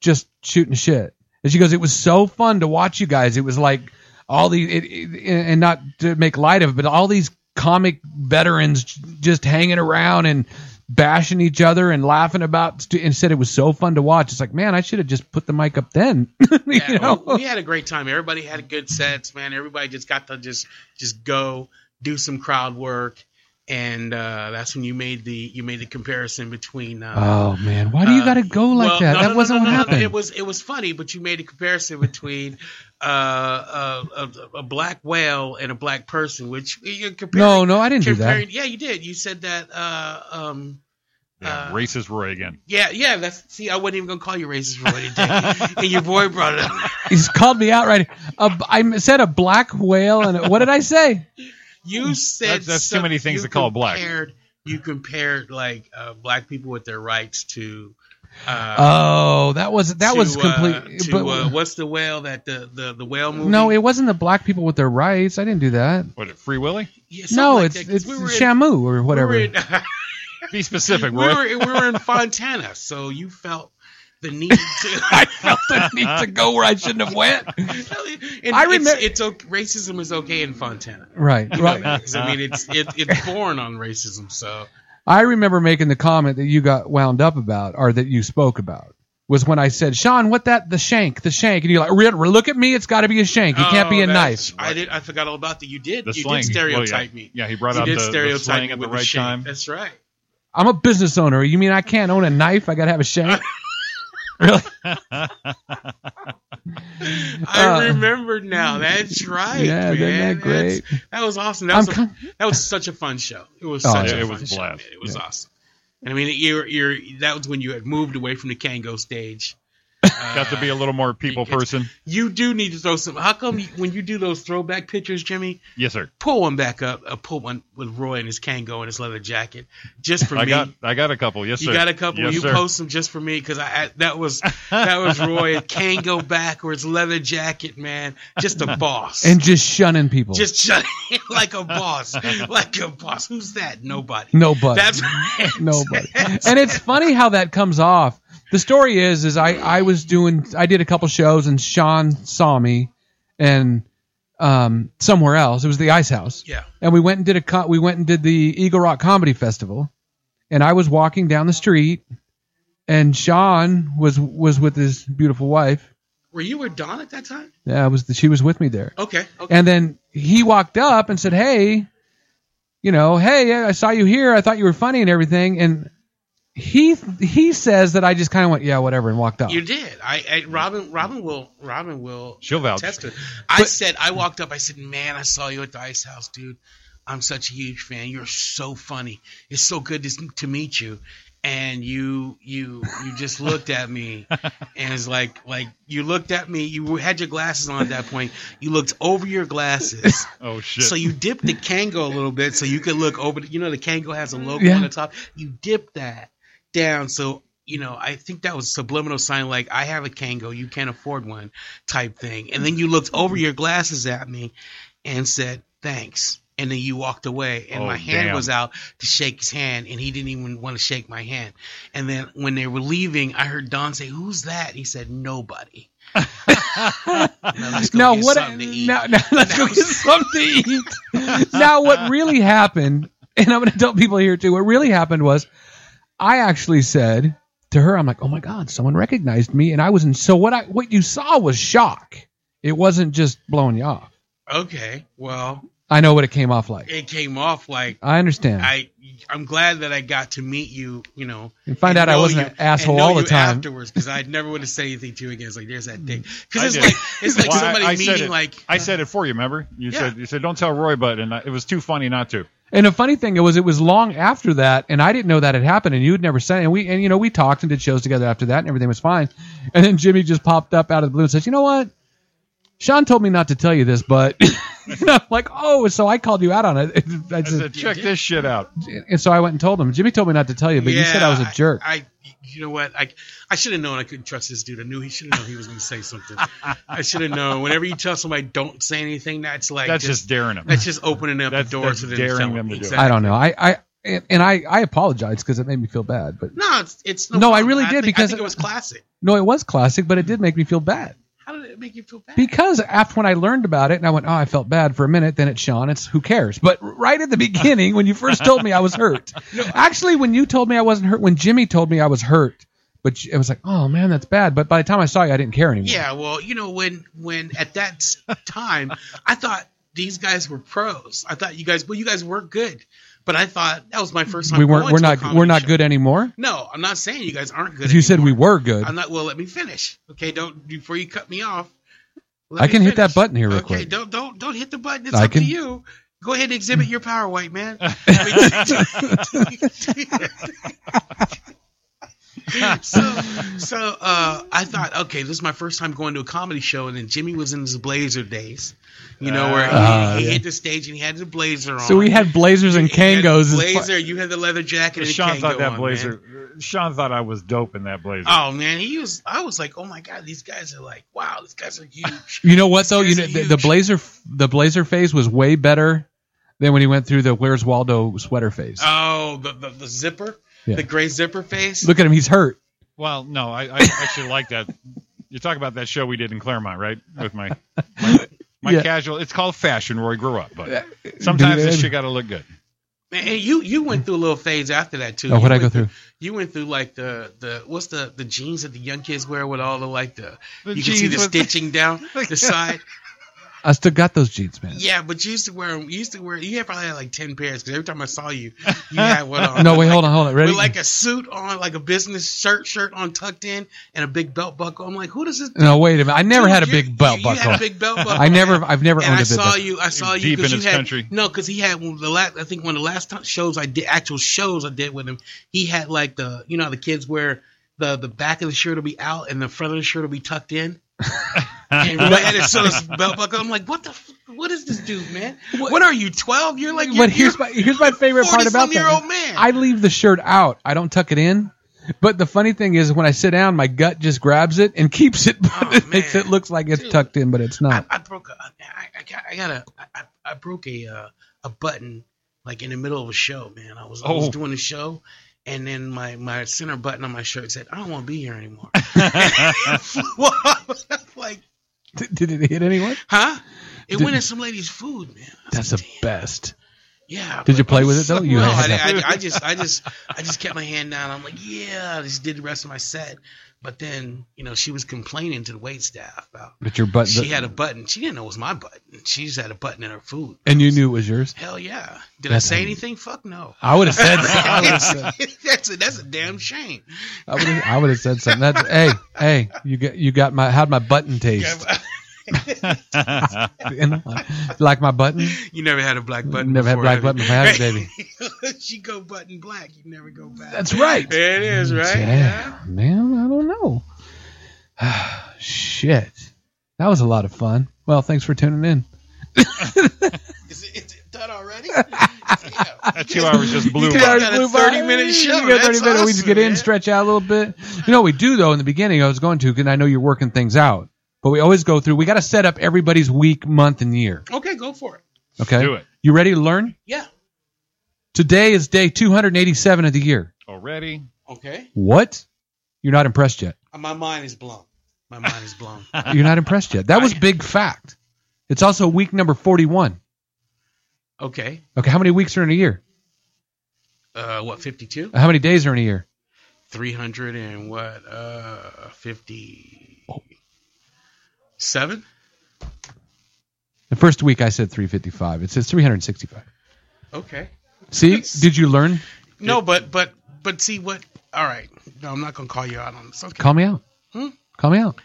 Speaker 1: just shooting shit. And she goes, "It was so fun to watch you guys. It was like all the it, it, and not to make light of, it, but all these comic veterans j- just hanging around and bashing each other and laughing about st- and said it was so fun to watch. It's like, man, I should have just put the mic up then. *laughs* *laughs* you
Speaker 3: Yeah,
Speaker 1: know?
Speaker 3: we, we had a great time. Everybody had good sets, man. Everybody just got to just just go do some crowd work, and uh, that's when you made the you made the comparison between. Uh,
Speaker 1: Oh man, why do you
Speaker 3: Uh,
Speaker 1: got to go like
Speaker 3: well,
Speaker 1: that?
Speaker 3: no,
Speaker 1: that
Speaker 3: no, no,
Speaker 1: wasn't
Speaker 3: no,
Speaker 1: what
Speaker 3: no, no.
Speaker 1: happened.
Speaker 3: It was it was funny, but you made a comparison between uh, a, a, a black whale and a black person, which you're comparing.
Speaker 1: no, no, I didn't do that.
Speaker 3: comparing, Yeah, you did. You said that. Uh, um,
Speaker 2: Yeah,
Speaker 3: Uh,
Speaker 2: racist Roy again.
Speaker 3: yeah, yeah. That's see, I wasn't even gonna call you racist for what you
Speaker 1: *laughs*
Speaker 3: did, and your boy brought it up.
Speaker 1: He's called me out right. A, I said a black whale, and what did I
Speaker 3: *laughs*
Speaker 1: say?
Speaker 3: You said
Speaker 2: That's- that's too
Speaker 3: some-
Speaker 2: many things to
Speaker 3: you
Speaker 2: call black.
Speaker 3: Compared, you compared like uh, black people with their rights to. Uh,
Speaker 1: Oh, that was that
Speaker 3: to,
Speaker 1: was
Speaker 3: uh,
Speaker 1: complete.
Speaker 3: to,
Speaker 1: but-
Speaker 3: uh, what's the whale that the the, the whale movie?
Speaker 1: no, it wasn't the black people with their rights. I didn't do that.
Speaker 2: What it, Free Willy?
Speaker 3: Yeah, something
Speaker 1: No,
Speaker 3: like
Speaker 1: it's
Speaker 3: that, 'cause
Speaker 1: it's
Speaker 3: we were in-
Speaker 1: Shamu or whatever.
Speaker 2: *laughs*
Speaker 3: We were,
Speaker 1: *laughs*
Speaker 3: in, *laughs*
Speaker 2: Be specific,
Speaker 3: we,
Speaker 2: Roy.
Speaker 3: were, we were in Fontana, so you felt the
Speaker 2: *laughs*
Speaker 3: need to.
Speaker 1: I felt the need to go where I shouldn't have went.
Speaker 3: *laughs* and
Speaker 1: I
Speaker 3: I remember
Speaker 1: remem-
Speaker 3: it's, okay, racism is okay in Fontana.
Speaker 1: Right,
Speaker 3: You know
Speaker 1: right.
Speaker 3: *laughs* that, 'cause I mean, it's it,
Speaker 2: *laughs*
Speaker 3: it's born on racism. So
Speaker 1: I remember making the comment that you got wound up about, or that you spoke about, was when I said, "Sean, what that the shank, the shank," and you're like, "Re- re- "Look at me, it's got to be a shank. It can't
Speaker 3: Oh,
Speaker 1: be a
Speaker 3: that's-
Speaker 1: knife."
Speaker 3: I did. I forgot all about that. You did.
Speaker 2: the
Speaker 3: you
Speaker 2: slang.
Speaker 3: did stereotype
Speaker 2: Well, yeah.
Speaker 3: me.
Speaker 2: Yeah, he brought
Speaker 3: you
Speaker 2: out
Speaker 3: did
Speaker 2: the, the
Speaker 3: stereotype
Speaker 2: slang
Speaker 3: me
Speaker 2: at the
Speaker 3: with
Speaker 2: right
Speaker 3: shank.
Speaker 2: time.
Speaker 3: That's right.
Speaker 1: *laughs* I'm a business owner. You mean I can't own a knife? I got to have a shank.
Speaker 3: *laughs*
Speaker 1: really?
Speaker 3: I
Speaker 1: Uh,
Speaker 3: remember now. That's right.
Speaker 1: yeah,
Speaker 3: man.
Speaker 1: isn't that
Speaker 3: That's-
Speaker 1: great?
Speaker 3: that was awesome. That
Speaker 1: I'm
Speaker 3: was, a,
Speaker 1: con-
Speaker 3: that was such a fun show. It was
Speaker 1: Oh,
Speaker 3: such
Speaker 1: yeah.
Speaker 3: a
Speaker 2: It
Speaker 3: fun
Speaker 2: was
Speaker 3: show.
Speaker 2: blast.
Speaker 3: man. It was
Speaker 1: Yeah.
Speaker 3: awesome. And I mean, you're you're that was when you had moved away from the Kango stage.
Speaker 2: *laughs*
Speaker 3: Uh,
Speaker 2: Got to be a little more people
Speaker 3: it's-
Speaker 2: person.
Speaker 3: You do need to throw some. How come you, when you do those throwback pictures, Jimmy?
Speaker 2: Yes, sir.
Speaker 3: Pull one back up. Uh, pull one with Roy and his Kango and his leather jacket, just for
Speaker 2: I
Speaker 3: me.
Speaker 2: got I got a couple. Yes,
Speaker 3: You
Speaker 2: sir.
Speaker 3: got a couple.
Speaker 2: Yes,
Speaker 3: you
Speaker 2: sir.
Speaker 3: post them just for me because I, I that was that was Roy Kango backwards leather jacket man, just a boss,
Speaker 1: and just shunning people.
Speaker 3: just shut *laughs* like a boss, like a boss. Who's that? Nobody.
Speaker 1: nobody.
Speaker 3: That's
Speaker 1: *laughs*
Speaker 3: *laughs*
Speaker 1: nobody. and it's funny how that comes off. The story is is I I was doing I did a couple shows and Sean saw me and um somewhere else. It was the Ice House.
Speaker 3: yeah.
Speaker 1: And we went and did a co- we went and did the Eagle Rock Comedy Festival. And I was walking down the street and Sean was was with his beautiful wife.
Speaker 3: Were you or Don at that time?
Speaker 1: Yeah, it was the, she was with me there.
Speaker 3: Okay. Okay.
Speaker 1: And then he walked up and said, "Hey, you know, hey, I saw you here. I thought you were funny and everything." And he he says that I just kind of went, "Yeah, whatever," and walked off.
Speaker 3: you did. I, I Robin Robin will Robin will
Speaker 2: She'll vouch.
Speaker 3: test it. I
Speaker 1: But-
Speaker 3: said I walked up. I said, "Man, I saw you at the Ice House, dude. I'm such a huge fan. You're so funny. It's so good to, to meet you." And you you you just looked
Speaker 1: *laughs*
Speaker 3: at me and it's like like you looked at me. You had your glasses on at that point. You looked over your glasses.
Speaker 2: Oh shit.
Speaker 3: So you dip the Kango a little bit so you could look over. The, you know, the Kango has a logo
Speaker 1: Yeah.
Speaker 3: on the top. You dip that down so. You know, I think that was subliminal sign like I have a Kango, you can't afford one type thing. And then you looked over your glasses at me and said, Thanks. And then you walked away and
Speaker 2: Oh,
Speaker 3: my hand
Speaker 2: damn.
Speaker 3: was out to shake his hand and he didn't even want to shake my hand. And then when they were leaving, I heard Don say, Who's that? He
Speaker 1: *laughs*
Speaker 3: said, Nobody. Now let's go
Speaker 1: now
Speaker 3: get
Speaker 1: what?
Speaker 3: something to eat.
Speaker 1: Now, *laughs* now let's go get something to eat. now what really happened, and I'm going to tell people here too. What really happened was, I actually said to her, "I'm like, oh my god, someone recognized me," and I was in. So what I what you saw was shock. It wasn't just blowing you off.
Speaker 3: Okay. Well,
Speaker 1: I know what it came off like.
Speaker 3: it came off like
Speaker 1: I understand.
Speaker 3: I I'm glad that I got to meet you, you know,
Speaker 1: and find out
Speaker 3: and
Speaker 1: I
Speaker 3: know
Speaker 1: wasn't
Speaker 3: you-
Speaker 1: an asshole
Speaker 3: and know
Speaker 1: all the
Speaker 3: you
Speaker 1: time. Mm-hmm.
Speaker 3: afterwards because I never would have said anything to you again. It's like there's that dick
Speaker 2: I
Speaker 3: because
Speaker 2: did.
Speaker 3: it's like it's like
Speaker 2: Well, I-
Speaker 3: somebody
Speaker 2: I said
Speaker 3: meeting
Speaker 2: it.
Speaker 3: like
Speaker 2: I said it for you. Remember? You
Speaker 3: Yeah.
Speaker 2: said you said don't tell Roy, but and I, it was too funny not to.
Speaker 1: and the funny thing was, it was long after that, and I didn't know that had happened, and you had never said. it. And we and you know we talked and did shows together after that, and everything was fine. And then Jimmy just popped up out of the blue and says, "You know what? Sean told me not to tell you this, but *laughs* And I'm like, oh, so I called you out on it. *laughs* I
Speaker 2: I
Speaker 1: just-
Speaker 2: said, check this shit out.
Speaker 1: and so I went and told him. Jimmy told me not to tell you, but you said I was a jerk.
Speaker 3: I, you know what? I, I should have known I couldn't trust this dude. I knew he should have known he was going to say something. I should have known. Whenever you tell somebody don't say anything, that's like
Speaker 2: That's just daring him.
Speaker 3: that's just opening up
Speaker 2: That's-
Speaker 3: the door
Speaker 2: that's
Speaker 3: to them
Speaker 2: daring
Speaker 3: telling
Speaker 2: them to do it.
Speaker 1: I don't know. I, I and and I, I apologize because it made me feel bad. But
Speaker 3: No, it's, it's no.
Speaker 1: No, I
Speaker 3: problem.
Speaker 1: really did
Speaker 3: think-
Speaker 1: because
Speaker 3: I think
Speaker 1: it-
Speaker 3: it was classic.
Speaker 1: no, it was classic, but it did make me feel bad
Speaker 3: How did it make you feel bad?
Speaker 1: because after when I learned about it and I went, oh, I felt bad for a minute. Then it's Sean. It's who cares? But right at the beginning, when you first told me I was hurt,
Speaker 3: *laughs*
Speaker 1: actually, when you told me I wasn't hurt, when Jimmy told me I was hurt, but it was like, oh man, that's bad. But by the time I saw you, I didn't care anymore.
Speaker 3: Yeah, well, you know, when when at that s- time, I thought these guys were pros. I thought you guys, well, you guys were good, but I thought that was my first time.
Speaker 1: we weren't.
Speaker 3: going
Speaker 1: We're
Speaker 3: to a
Speaker 1: not.
Speaker 3: comedy
Speaker 1: We're not
Speaker 3: show.
Speaker 1: good anymore.
Speaker 3: No, I'm not saying you guys aren't good.
Speaker 1: You said we
Speaker 3: anymore.
Speaker 1: were good.
Speaker 3: I'm not. Well, let me finish. Okay, don't before you cut me off. let
Speaker 1: I
Speaker 3: me
Speaker 1: can hit that
Speaker 3: finish.
Speaker 1: button here real
Speaker 3: okay,
Speaker 1: quick.
Speaker 3: don't don't don't hit the button. It's
Speaker 1: I
Speaker 3: up
Speaker 1: can-
Speaker 3: to you. Go ahead and exhibit your power, white man.
Speaker 2: *laughs*
Speaker 3: *laughs* so so uh, I thought, okay, this is my first time going to a comedy show, and then Jimmy was in his blazer days, you know, where he,
Speaker 1: Ah,
Speaker 3: he
Speaker 1: yeah.
Speaker 3: hit the stage and he had the blazer on.
Speaker 1: So we had blazers and
Speaker 3: He had the
Speaker 1: kangos. as
Speaker 3: Blazer, you had the leather jacket. And
Speaker 2: Sean
Speaker 3: Kango
Speaker 2: thought
Speaker 3: on,
Speaker 2: that
Speaker 3: man.
Speaker 2: blazer. Sean thought I was dope in that blazer.
Speaker 1: Uh,
Speaker 3: Oh man, he was. I was like, oh my god, these guys are like, wow, these guys
Speaker 1: *laughs*
Speaker 3: are huge.
Speaker 1: You know what though? You
Speaker 3: He's
Speaker 1: know, the, the
Speaker 3: huge.
Speaker 1: blazer, the blazer phase was way better than when he went through the "Where's Waldo" sweater phase.
Speaker 3: oh, the the, the zipper,
Speaker 1: Yeah.
Speaker 3: the gray zipper face.
Speaker 1: Look at him; he's hurt.
Speaker 2: Well, no, I, I actually like that. You're talking about that show we did in Claremont, right? With my my, my
Speaker 1: Yeah.
Speaker 2: casual. It's called fashion where I grew up, but sometimes this shit got to look good.
Speaker 3: man, and you you went through a little phase after that too.
Speaker 1: Oh,
Speaker 3: You
Speaker 1: what'd I
Speaker 3: went
Speaker 1: go through?
Speaker 3: You went through like the the what's the the jeans that the young kids wear with all the like the,
Speaker 2: The
Speaker 3: you can see
Speaker 2: jeans
Speaker 3: the
Speaker 2: with- *laughs*
Speaker 3: stitching down the side.
Speaker 1: I still got those jeans, man.
Speaker 3: Yeah, but you used to wear 'em- You used to wear. You had probably had like ten pairs because every time I saw you, you had one on. *laughs*
Speaker 1: No, wait, hold on, hold on. Ready?
Speaker 3: With like a suit on, like a business shirt, shirt on tucked in, and a big belt buckle. I'm like, who does this?
Speaker 1: no, wait a minute. I never had a
Speaker 3: You-
Speaker 1: big belt
Speaker 3: you, You
Speaker 1: buckle.
Speaker 3: had a big belt buckle.
Speaker 1: I never, I've never
Speaker 3: And
Speaker 1: owned a
Speaker 3: I
Speaker 1: big
Speaker 3: saw
Speaker 1: buckle.
Speaker 3: you. I saw you
Speaker 2: Deep in
Speaker 3: 'cause you
Speaker 2: his
Speaker 3: had,
Speaker 2: country.
Speaker 3: No, because he had one of the last. I think one of the last time shows I did, actual shows I did with him. He had like the, you know, how the kids wear the the back of the shirt will be out and the front of the shirt will be tucked in.
Speaker 2: *laughs*
Speaker 3: and really had his son's belt buckle. I'm like, what the, f- what is this dude, man? What, are you, 12? You're like, you're,
Speaker 1: But here's my here's my favorite part about
Speaker 3: year
Speaker 1: that.
Speaker 3: old man.
Speaker 1: I leave the shirt out. I don't tuck it in. But the funny thing is, when I sit down, my gut just grabs it and *laughs* keeps it. But
Speaker 3: Oh,
Speaker 1: it makes
Speaker 3: man.
Speaker 1: it looks like it's
Speaker 3: Dude.
Speaker 1: tucked in, but it's not.
Speaker 3: I, I broke a, I, I got, I got a, I, I broke a, uh, a button like in the middle of a show, man. I was, I was
Speaker 2: Oh.
Speaker 3: doing a show, and then my, my center button on my shirt said, "I don't want to be
Speaker 1: *laughs*
Speaker 3: here anymore." *laughs* well, I was *laughs* like,
Speaker 1: *laughs* Did, did it hit anyone?
Speaker 3: huh? It
Speaker 1: Did-
Speaker 3: went in some lady's food, man. I was
Speaker 1: That's
Speaker 3: like,
Speaker 1: the best.
Speaker 3: yeah.
Speaker 1: Did you
Speaker 3: but-
Speaker 1: play with it though?
Speaker 3: *laughs*
Speaker 1: You
Speaker 3: no,
Speaker 1: had that-
Speaker 3: I, I, I just, I just, I just kept my hand down. I'm like, yeah, I just did the rest of my set. But then, you know, she was complaining to the wait staff about
Speaker 1: But your butt.
Speaker 3: she had a button. She didn't know it was my button. She just had a button in her food.
Speaker 1: and you knew it was yours.
Speaker 3: Hell yeah. Did
Speaker 1: That's
Speaker 3: I say
Speaker 1: un-
Speaker 3: anything?
Speaker 1: *laughs*
Speaker 3: Fuck no. *laughs*
Speaker 1: I would have said. I would have said.
Speaker 3: that's a that's a damn shame.
Speaker 1: I would have. I would have said something. That's, hey, hey, you got you got my how'd my button taste? You know, like my button.
Speaker 3: *laughs* You never had a black button.
Speaker 1: Never had
Speaker 3: before,
Speaker 1: black button. If I had it,
Speaker 3: *laughs*
Speaker 1: baby.
Speaker 3: baby. she go button black. You never go back.
Speaker 1: That's right. Mm,
Speaker 3: There it is, right?
Speaker 1: Yeah, man. I don't know. *sighs* Shit, that was a lot of fun. Well, thanks for tuning in.
Speaker 3: Is it, is it
Speaker 1: *laughs*
Speaker 3: done already? Damn.
Speaker 2: that two hours just blew.
Speaker 3: You
Speaker 2: by.
Speaker 3: guys got a
Speaker 1: Blew by.
Speaker 3: 30-minute show.
Speaker 1: You got
Speaker 3: That's
Speaker 1: We just
Speaker 3: awesome,
Speaker 1: get in,
Speaker 3: man.
Speaker 1: stretch out a little bit. You know, what we do though. In the beginning, I was going to, because I know you're working things out. But we always go through. We got to set up everybody's week, month, and year.
Speaker 3: Okay, go for it.
Speaker 1: Okay.
Speaker 2: Do it
Speaker 1: You ready to learn?
Speaker 3: Yeah.
Speaker 1: Today is day 287 of the year.
Speaker 2: already.
Speaker 3: Okay. Uh,
Speaker 1: What? You're not impressed yet.
Speaker 3: My mind is blown. My mind
Speaker 1: *laughs*
Speaker 3: is blown.
Speaker 1: You're not impressed yet. That was big fact. It's also week number 41.
Speaker 3: Okay.
Speaker 1: Okay, how many weeks are in a year?
Speaker 3: Uh, what, 52?
Speaker 1: How many days are in a year?
Speaker 3: 300 and what, uh, 57?
Speaker 1: The first week I said 355. It says 365.
Speaker 3: Okay.
Speaker 1: See,
Speaker 3: Yes.
Speaker 1: did you learn?
Speaker 3: No, but but but see what? All right. No, I'm not gonna call you out on this. Okay.
Speaker 1: Call me out.
Speaker 3: Hmm?
Speaker 1: Call me out.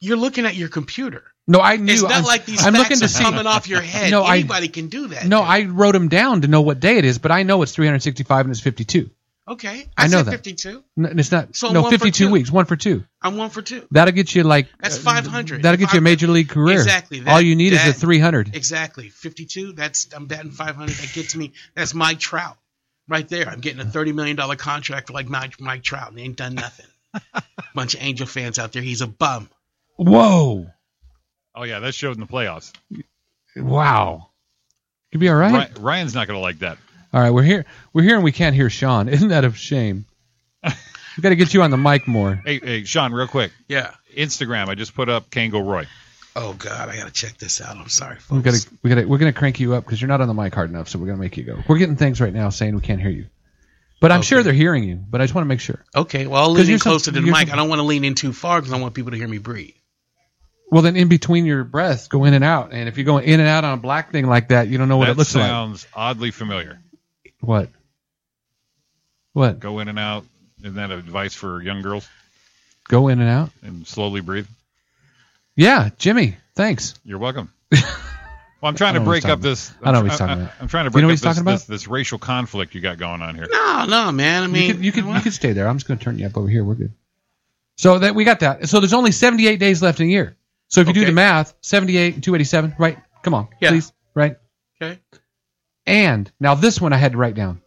Speaker 3: You're looking at your computer.
Speaker 1: No, I knew.
Speaker 3: It's not
Speaker 1: I'm,
Speaker 3: like these
Speaker 1: I'm
Speaker 3: facts
Speaker 1: looking to
Speaker 3: are
Speaker 1: see.
Speaker 3: coming off
Speaker 1: *laughs*
Speaker 3: your head.
Speaker 1: No, I-
Speaker 3: Anybody can do that.
Speaker 1: No,
Speaker 3: dude.
Speaker 1: I wrote them down to know what day it is, but I know it's 365 and it's 52.
Speaker 3: Okay,
Speaker 1: I know
Speaker 3: said
Speaker 1: that.
Speaker 3: 52.
Speaker 1: N- and it's not.
Speaker 3: So
Speaker 1: no,
Speaker 3: one for
Speaker 1: 52
Speaker 3: two.
Speaker 1: weeks, one for two.
Speaker 3: I'm one for two.
Speaker 1: That'll get you like.
Speaker 3: That's
Speaker 1: uh,
Speaker 3: 500.
Speaker 1: That'll get you a major league career.
Speaker 3: Exactly, that-
Speaker 1: All you need is
Speaker 3: that-
Speaker 1: a 300.
Speaker 3: Exactly. 52. That's I'm batting 500. That gets me. That's Mike Trout right there. I'm getting a 30 million dollar contract for like Mike, Mike Trout and he ain't
Speaker 1: *laughs*
Speaker 3: done nothing. Bunch of Angel fans out there. He's a bum.
Speaker 1: Whoa.
Speaker 2: Oh yeah, that showed in the playoffs.
Speaker 1: Wow. You'll be all right.
Speaker 2: Ry- Ryan's not gonna like that.
Speaker 1: All right, we're here. We're here, and we can't hear Sean. *laughs* Isn't that a shame? we got to get you on the mic more.
Speaker 2: Hey, hey, Sean, real quick.
Speaker 3: Yeah.
Speaker 2: Instagram. I just put up Kango Roy.
Speaker 3: Oh God, I gotta check this out. I'm sorry, folks.
Speaker 1: We got to. We got to. We're going to crank you up because you're not on the mic hard enough. So we're going to make you go. We're getting things right now saying we can't hear you, but I'm sure
Speaker 3: Okay.
Speaker 1: they're hearing you. But I just want to make sure.
Speaker 3: Okay, well I'll
Speaker 1: 'Cause
Speaker 3: lean
Speaker 1: you're
Speaker 3: in
Speaker 1: some-
Speaker 3: closer to the
Speaker 1: you're
Speaker 3: mic.
Speaker 1: some-
Speaker 3: I don't want to lean in too far because I want people to hear me breathe.
Speaker 1: Well, then in between your breaths, go in and out. And if you're going in and out on a black thing like that, you don't know Oh, what
Speaker 2: that
Speaker 1: it looks
Speaker 2: sounds oddly familiar.
Speaker 1: like. What? What?
Speaker 2: Go in and out. Isn't that advice for young girls?
Speaker 1: Go in and out.
Speaker 2: And slowly breathe.
Speaker 1: Yeah, Jimmy. Thanks. *laughs*
Speaker 2: You're welcome. Well, I'm trying
Speaker 1: I
Speaker 2: to
Speaker 1: know what he's
Speaker 2: break up
Speaker 1: talking
Speaker 2: this.
Speaker 1: I know what
Speaker 2: I'm-
Speaker 1: he's talking
Speaker 2: I- I-
Speaker 1: about.
Speaker 2: I'm trying to
Speaker 1: Do you
Speaker 2: break
Speaker 1: know what
Speaker 2: up
Speaker 1: he's
Speaker 2: this,
Speaker 1: talking about?
Speaker 2: this this racial conflict you got going
Speaker 1: *laughs*
Speaker 2: on here.
Speaker 3: No, no, man. I mean,
Speaker 1: you could you could,
Speaker 3: know
Speaker 1: you could stay there. I'm just going to turn you up over here. We're good. So that we got that. So there's only 78 days left in a year. So if you do
Speaker 3: Okay.
Speaker 1: the math, 78 and 287, right? Come on,
Speaker 3: Yeah.
Speaker 1: please, right?
Speaker 3: Okay.
Speaker 1: And now this one I had to write down.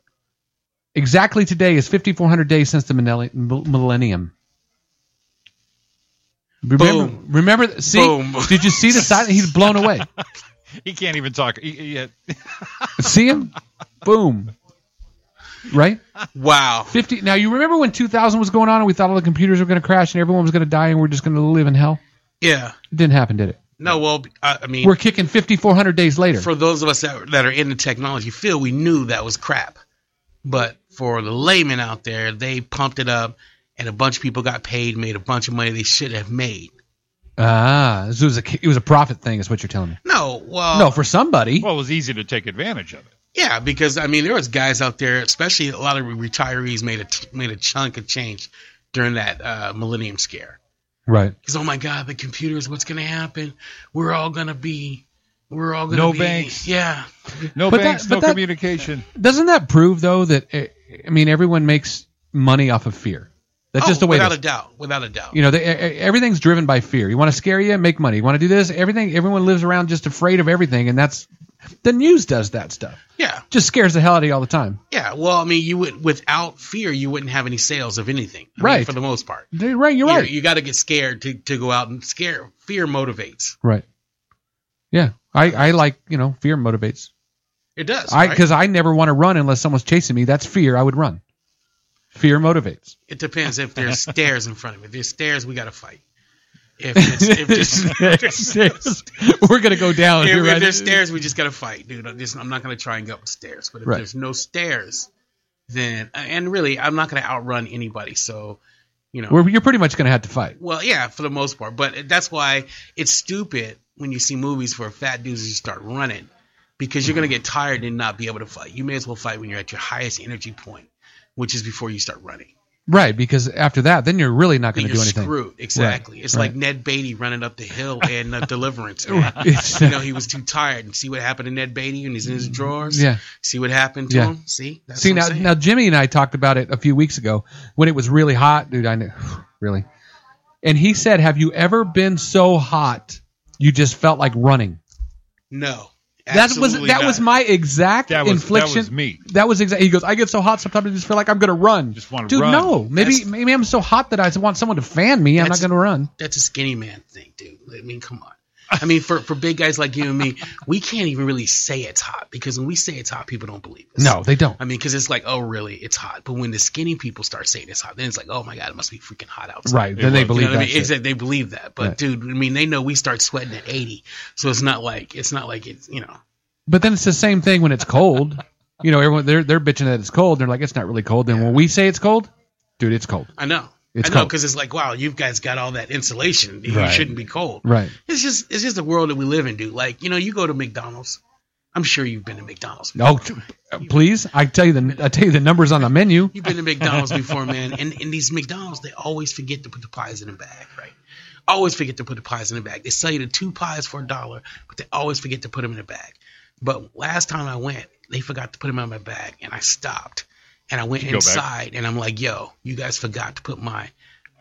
Speaker 1: Exactly today is 5,400 days since the millenni- mil- millennium. Remember,
Speaker 3: Boom.
Speaker 1: remember, th- see,
Speaker 3: Boom.
Speaker 1: did you see the sign? He's blown away.
Speaker 2: He can't even talk. He- he- he-
Speaker 1: see him? Boom. Right?
Speaker 3: Wow.
Speaker 1: 50 now you remember when 2000 was going on and we thought all the computers were going to crash and everyone was going to die and we're just going to live in hell
Speaker 3: Yeah.
Speaker 1: it didn't happen did it
Speaker 3: No, well, I, I mean,
Speaker 1: we're kicking 5400 days later
Speaker 3: for those of us that, that are in the technology field, we knew that was crap. But for the layman out there, they pumped it up, and a bunch of people got paid, made a bunch of money they should have made.
Speaker 1: ah this was a ki- it was a profit thing is what you're telling me
Speaker 3: No, well,
Speaker 1: no for somebody
Speaker 2: well, it was easy to take advantage of it.
Speaker 3: yeah, because I mean, there was guys out there, especially a lot of retirees, made a t- made a chunk of change during that uh, millennium scare.
Speaker 1: right
Speaker 3: Because oh my god, the computers, what's gonna happen? We're all gonna be, we're all gonna
Speaker 2: No
Speaker 3: be,
Speaker 2: banks.
Speaker 3: yeah,
Speaker 2: No
Speaker 1: But that-
Speaker 2: banks,
Speaker 1: but
Speaker 2: no
Speaker 1: that-
Speaker 2: communication.
Speaker 1: doesn't that prove though that eh, i mean everyone makes money off of fear that's
Speaker 3: Oh,
Speaker 1: just the way
Speaker 3: without
Speaker 1: that-
Speaker 3: a doubt, without a doubt.
Speaker 1: you know, they, eh, eh, everything's driven by fear. You want to scare you, make money. You want to do this, everything. Everyone lives around just afraid of everything, and that's the news does that stuff.
Speaker 3: yeah.
Speaker 1: Just scares the hell out of you all the time.
Speaker 3: Yeah, well, I mean, you would without fear, you wouldn't have any sales of anything, I mean,
Speaker 1: Right.
Speaker 3: for the most part.
Speaker 1: You're right. You're
Speaker 3: You-
Speaker 1: right.
Speaker 3: You, got to get scared to, to go out and scare. Fear motivates.
Speaker 1: Right. Yeah, I, I like you know fear motivates.
Speaker 3: It does.
Speaker 1: I
Speaker 3: right?
Speaker 1: because I never want to run unless someone's chasing me. That's fear. I would run. Fear motivates.
Speaker 3: it depends if
Speaker 1: *laughs*
Speaker 3: there's stairs in front of me. If there's stairs, we got to fight. If, *laughs* it's, if
Speaker 1: *laughs*
Speaker 3: there's, if there's,
Speaker 1: We're gonna go down. Oh, You're right.
Speaker 3: stairs, we just got to fight, dude. I'm, just, I'm not going to try and go up the stairs. But if
Speaker 1: Right.
Speaker 3: there's no stairs, then uh, and really, I'm not going to outrun anybody. So, you know,
Speaker 1: We're, you're pretty much gonna have to fight.
Speaker 3: Well, yeah, for the most part. But that's why it's stupid when you see movies where fat dudes just start running because you're going to get tired and not be able to fight. You may as well fight when you're at your highest energy point, which is before you start running.
Speaker 1: Right, because after that, then you're really not
Speaker 3: Then
Speaker 1: gonna
Speaker 3: you're
Speaker 1: do anything.
Speaker 3: screwed. Exactly. It's like
Speaker 1: right.
Speaker 3: Ned Beatty running up the hill
Speaker 1: *laughs*
Speaker 3: in uh, Deliverance. man.
Speaker 1: *laughs* It's-
Speaker 3: *laughs* You know, he was too tired. And see what happened to Ned Beatty and he's in his drawers?
Speaker 1: Mm-hmm. yeah.
Speaker 3: See what happened to
Speaker 1: Yeah.
Speaker 3: him? See? That's
Speaker 1: *laughs* See
Speaker 3: what I'm
Speaker 1: now,
Speaker 3: saying.
Speaker 1: now Jimmy and I talked about it a few weeks ago when it was really hot, dude. I knew, *sighs* really. And he said, "Have you ever been so hot you just felt like running?"
Speaker 3: No.
Speaker 1: That was
Speaker 3: Absolutely
Speaker 1: that was
Speaker 3: not.
Speaker 1: my exact
Speaker 2: That was
Speaker 1: infliction.
Speaker 2: that was me.
Speaker 1: That was exactly. He goes, I get so hot sometimes I just feel like I'm gonna run.
Speaker 2: Just wanna
Speaker 1: Dude,
Speaker 2: run.
Speaker 1: no, maybe
Speaker 3: That's-
Speaker 1: maybe I'm so hot that I just want someone to fan me. I'm not
Speaker 3: That's-
Speaker 1: gonna run.
Speaker 3: that's a skinny man thing, dude. I mean, come on. I mean, for, for big guys like you and me, we can't even really say it's hot because when we say it's hot, people don't believe us.
Speaker 1: No, they don't.
Speaker 3: I mean, because it's like, oh, really, it's hot. But when the skinny people start saying it's hot, then it's like, oh my god, it must be freaking hot outside.
Speaker 1: Right? Then
Speaker 2: It
Speaker 1: they
Speaker 2: was.
Speaker 1: believe
Speaker 3: you know what
Speaker 1: that.
Speaker 3: I mean? It's
Speaker 1: shit.
Speaker 3: that they believe that, but
Speaker 1: Right.
Speaker 3: dude, I mean, they know we start sweating at eighty, so it's not like it's not like it's you know.
Speaker 1: But then it's the same thing when it's cold. you know, everyone they're they're bitching that it's cold. They're like, it's not really cold. Then when we say it's cold, dude, it's cold.
Speaker 3: I know,
Speaker 1: It's
Speaker 3: I know,
Speaker 1: cold.
Speaker 3: because it's like, wow, you guys got all that insulation. You
Speaker 1: Right.
Speaker 3: shouldn't be cold.
Speaker 1: Right.
Speaker 3: It's just it's just the world that we live in, dude. Like you know, you go to McDonald's. I'm sure you've been to McDonald's.
Speaker 1: No, t- uh, please. I tell you the I tell you the numbers on the menu.
Speaker 3: You've been to McDonald's before, man, and in these McDonald's, they always forget to put the pies in the bag, right? Always forget to put the pies in the bag. They sell you the two pies for a dollar, but they always forget to put them in the bag. But last time I went, they forgot to put them in my bag, and I stopped. And I went
Speaker 2: You go back.
Speaker 3: inside and I'm like, yo, you guys forgot to put my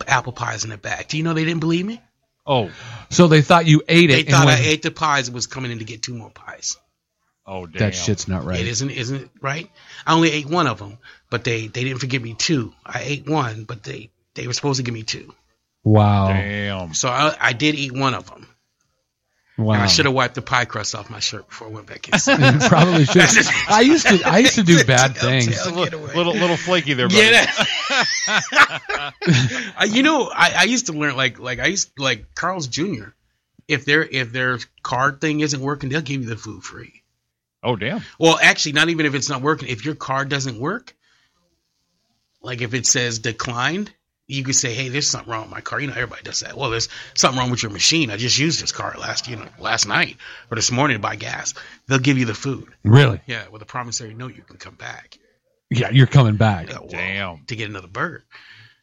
Speaker 3: apple pies in the bag. Do you know they didn't believe me?
Speaker 2: Oh,
Speaker 1: So they thought you ate
Speaker 3: They
Speaker 1: it. and
Speaker 3: thought I
Speaker 1: went,
Speaker 3: ate the pies and was coming in to get two more pies.
Speaker 2: oh, damn.
Speaker 1: That shit's not right.
Speaker 3: It isn't isn't it right? I only ate one of them, but they they didn't forgive me two. I ate one, but they they were supposed to give me two.
Speaker 1: Wow.
Speaker 2: Damn.
Speaker 3: So I I did eat one of them.
Speaker 1: Wow.
Speaker 3: And I should have wiped the pie crust off my shirt before I went back inside.
Speaker 1: You *laughs* probably should. I used to. I used to do bad
Speaker 3: Tell-
Speaker 1: things.
Speaker 3: tell- get away.
Speaker 2: Little little flaky there, buddy.
Speaker 3: Yeah. that- I- you know, I, I used to learn like like I used like Carl's Jr. If their if their card thing isn't working, they'll give you the food free.
Speaker 2: Oh, damn.
Speaker 3: Well, actually, not even if it's not working. If your card doesn't work, like if it says declined, you could say, "Hey, there's something wrong with my card." You know, everybody does that. Well, there's something wrong with your machine. I just used this card last you know last night or this morning to buy gas. They'll give you the food.
Speaker 1: Really?
Speaker 3: Yeah, with a promissory note, you can come back.
Speaker 1: Yeah, you're coming back.
Speaker 3: Yeah, well,
Speaker 2: Damn.
Speaker 3: To get another burger,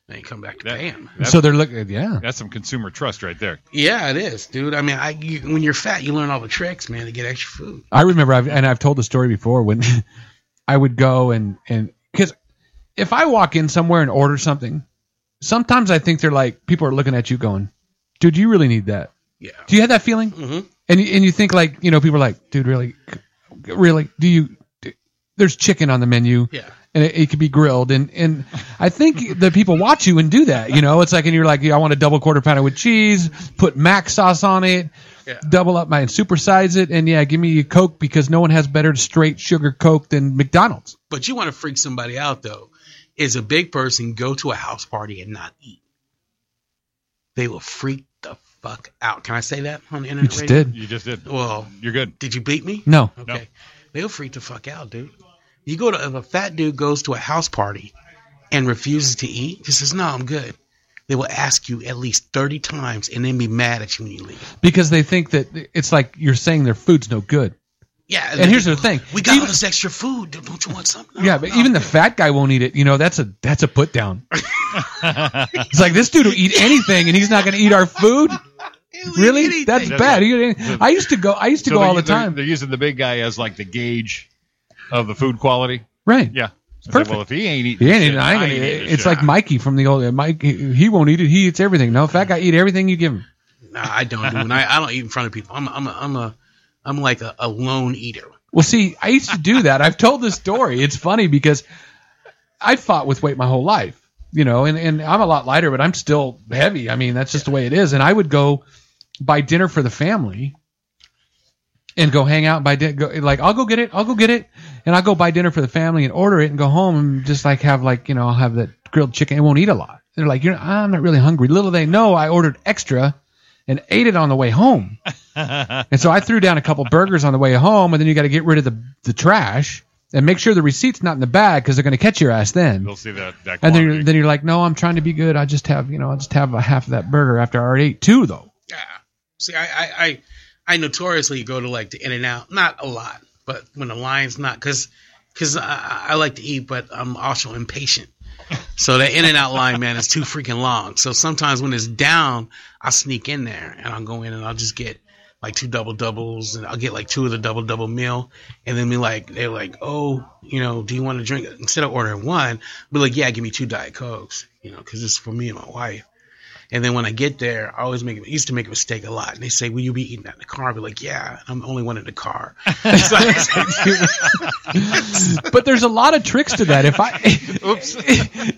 Speaker 3: and come back to
Speaker 2: That-
Speaker 3: pay him.
Speaker 2: That's,
Speaker 1: So they're looking. Yeah.
Speaker 2: that's some consumer trust right there.
Speaker 3: Yeah, it is, dude. I mean, I you, when you're fat, you learn all the tricks, man, to get extra food.
Speaker 1: I remember, I've, and I've told the story before when *laughs* I would go and and because if I walk in somewhere and order something, sometimes I think they're like people are looking at you going, "Dude, you really need that."
Speaker 3: Yeah.
Speaker 1: Do you have that feeling?
Speaker 3: hmm
Speaker 1: And you, and you think like you know people are like, "Dude, really, really? Do you?" do- There's chicken on the menu,
Speaker 3: Yeah.
Speaker 1: and it, it could be grilled, and and I think the people watch you and do that. You know, it's like, and you're like, yeah, I want a double quarter pounder with cheese, put mac sauce on it,
Speaker 3: Yeah.
Speaker 1: double up my and supersize it and yeah give me a coke because no one has better straight sugar coke than mcdonald's
Speaker 3: But you want to freak somebody out though. Is a big person go to a house party and not eat? They will freak the fuck out. Can I say that on the internet?
Speaker 1: you just
Speaker 3: radio?
Speaker 1: did
Speaker 2: You just did.
Speaker 3: Well,
Speaker 2: You're good.
Speaker 3: did you beat me?
Speaker 1: no
Speaker 3: Okay. They'll freak the fuck out, dude. You go to if a fat dude goes to a house party and refuses to eat, he says, No, I'm good. They will ask you at least thirty times and then be mad at you when you leave.
Speaker 1: because they think that it's like you're saying their food's no good
Speaker 3: Yeah.
Speaker 1: and here's the thing
Speaker 3: we got all
Speaker 1: even,
Speaker 3: this extra food. dude. Don't you want something?
Speaker 1: yeah but even the fat guy won't eat it you know that's a that's a put down it's like this dude will eat anything and he's not going to eat our food really that's
Speaker 2: That's
Speaker 1: bad
Speaker 2: right.
Speaker 1: He- i used to go i used to go
Speaker 2: they're-
Speaker 1: all the
Speaker 2: they're-
Speaker 1: time
Speaker 2: They're using the big guy as like the gauge of the food quality.
Speaker 1: right
Speaker 2: Yeah. It's
Speaker 1: perfect.
Speaker 2: well, if he ain't eating,
Speaker 1: He ain't
Speaker 2: shit,
Speaker 1: eating. I ain't gonna
Speaker 2: ain't
Speaker 1: eat
Speaker 2: eating
Speaker 1: it. It's
Speaker 2: shit. *laughs*
Speaker 1: like Mikey from the old uh, Mike. He he won't eat it. He eats everything. No, fat guy eat everything you give him.
Speaker 3: Nah, I don't. Dude. I, I don't eat in front of people. I'm a, I'm a, I'm a I'm like a, a lone eater.
Speaker 1: Well, see, I used to do that. I've told this story. It's funny because I fought with weight my whole life, you know, and, and I'm a lot lighter, but I'm still heavy. I mean, that's just the way it is. And I would go buy dinner for the family and go hang out and buy dinner. Like, I'll go get it. I'll go get it. And I'll go buy dinner for the family and order it and go home and just like have like, you know, I'll have that grilled chicken. It won't eat a lot. They're like, you're, I'm not really hungry. Little they know I ordered extra and ate it on the way home. And so I threw down a couple burgers on the way home, and then you got to get rid of the, the trash and make sure the receipt's not in the bag because they're going to catch your ass then.
Speaker 2: They'll see that. that
Speaker 1: And then
Speaker 2: quantity.
Speaker 1: you're, then you're like, no, I'm trying to be good. I just have, you know, I just have a half of that burger after I already ate two, though.
Speaker 3: Yeah. See, I I I, I notoriously go to like the In and Out. Not a lot, but when the line's not, because because I, I like to eat, but I'm also impatient. So that In and Out line, man, is too freaking long. So sometimes when it's down, I sneak in there and I'll go in and I'll just get like two double doubles and I'll get like two of the double double meal and then be like they're like, Oh, you know, do you want to drink instead of ordering one, be like, Yeah, give me two Diet Cokes, you know, because it's for me and my wife. And then when I get there, I always make I used to make a mistake a lot. And they say, "Will you be eating that in the car?" I'd be like, "Yeah, I'm the only one in
Speaker 1: *laughs*
Speaker 3: the car." It's like-
Speaker 1: but there's a lot of tricks to that. If
Speaker 2: *laughs*
Speaker 1: I, oops,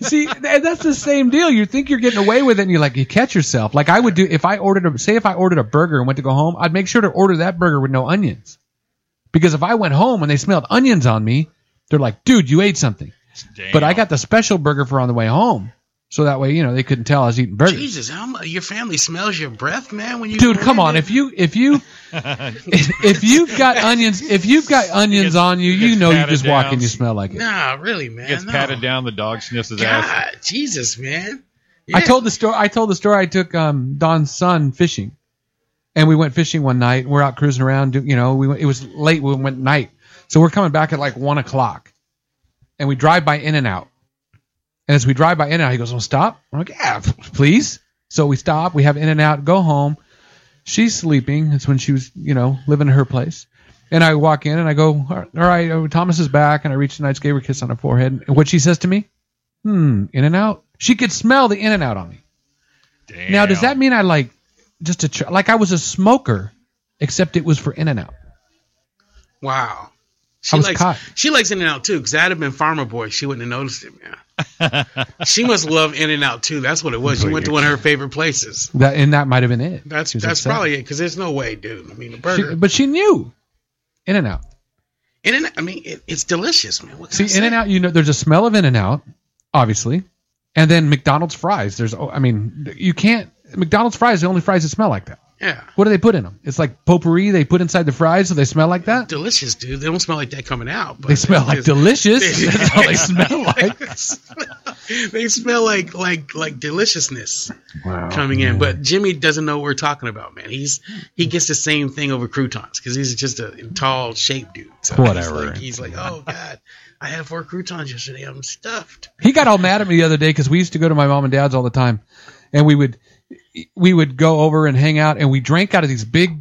Speaker 1: *laughs* see, and that's the same deal. You think you're getting away with it, and you're like, you catch yourself. Like I would do if I ordered, a, say, if I ordered a burger and went to go home, I'd make sure to order that burger with no onions, because if I went home and they smelled onions on me, they're like, dude, you ate something.
Speaker 2: Damn.
Speaker 1: But I
Speaker 2: *laughs*
Speaker 1: got the special burger for on the way home, so that way you know they couldn't tell I was eating burgers.
Speaker 3: Jesus, how mu your family smells your breath, man. When you
Speaker 1: Dude, come on!
Speaker 3: landed?
Speaker 1: If you if you *laughs* if you've got onions if you've got onions
Speaker 2: gets-
Speaker 1: on you,
Speaker 2: he
Speaker 1: you
Speaker 2: gets
Speaker 1: know you
Speaker 2: patted
Speaker 1: just walk
Speaker 2: down.
Speaker 1: and you smell like it.
Speaker 3: nah, really, man,
Speaker 2: gets
Speaker 3: no.
Speaker 2: patted down. The dog sniffs his ass.
Speaker 3: God, Jesus, man.
Speaker 1: I
Speaker 3: Yeah.
Speaker 1: told the story. I told the story. I took um, Don's son fishing, and we went fishing one night. We're out cruising around. do- You know, we went, it was late. We went night, so we're coming back at like one o'clock, and we drive by In and Out. And as we drive by In and Out, he goes, "Well, stop." I'm like, "Yeah, p- please." So we stop. We have In and Out. Go home. She's sleeping. That's when she was, you know, living at her place. And I walk in and I go, all right, oh, Thomas is back. And I reached the night, gave her a kiss on her forehead. And what she says to me, hmm, in and out. She could smell the in and out on me. *laughs*
Speaker 2: Damn.
Speaker 1: Now, does that mean I like just a tr- like I was a smoker, except it was for in and out?
Speaker 3: Wow.
Speaker 1: I
Speaker 3: She
Speaker 1: was
Speaker 3: likes
Speaker 1: caught.
Speaker 3: she likes In and Out too, because I'd have been Farmer Boy. She wouldn't have noticed it, man.
Speaker 2: *laughs*
Speaker 3: she must love In and Out too. That's what it was. She went to one of her favorite places.
Speaker 1: That and that might have been it.
Speaker 3: That's
Speaker 1: She was
Speaker 3: that's
Speaker 1: upset.
Speaker 3: probably it, because there's no way, dude. I mean, the
Speaker 1: She,
Speaker 3: burger.
Speaker 1: but she knew. In and out.
Speaker 3: In and I mean, it, it's delicious, man. What can I
Speaker 1: See,
Speaker 3: say?
Speaker 1: In and Out. You know, there's a smell of In and Out, obviously, and then McDonald's fries. There's, oh, I mean, you can't. McDonald's fries are the only fries that smell like that.
Speaker 3: Yeah,
Speaker 1: What do they put in them? It's like potpourri they put inside the fries, so they smell like that.
Speaker 3: delicious, dude. They don't smell like that coming out. But
Speaker 1: They smell like
Speaker 3: it's-
Speaker 1: delicious. That's all they smell like.
Speaker 3: *laughs* they smell like like like deliciousness
Speaker 1: Wow.
Speaker 3: coming in. But Jimmy doesn't know what we're talking about, man. He's he gets the same thing over croutons because he's just a tall, shaped dude. So
Speaker 1: Whatever.
Speaker 3: He's like, he's like, oh god, I had four croutons yesterday. I'm stuffed.
Speaker 1: He got all mad at me the other day because we used to go to my mom and dad's all the time, and we would we would go over and hang out, and we drank out of these big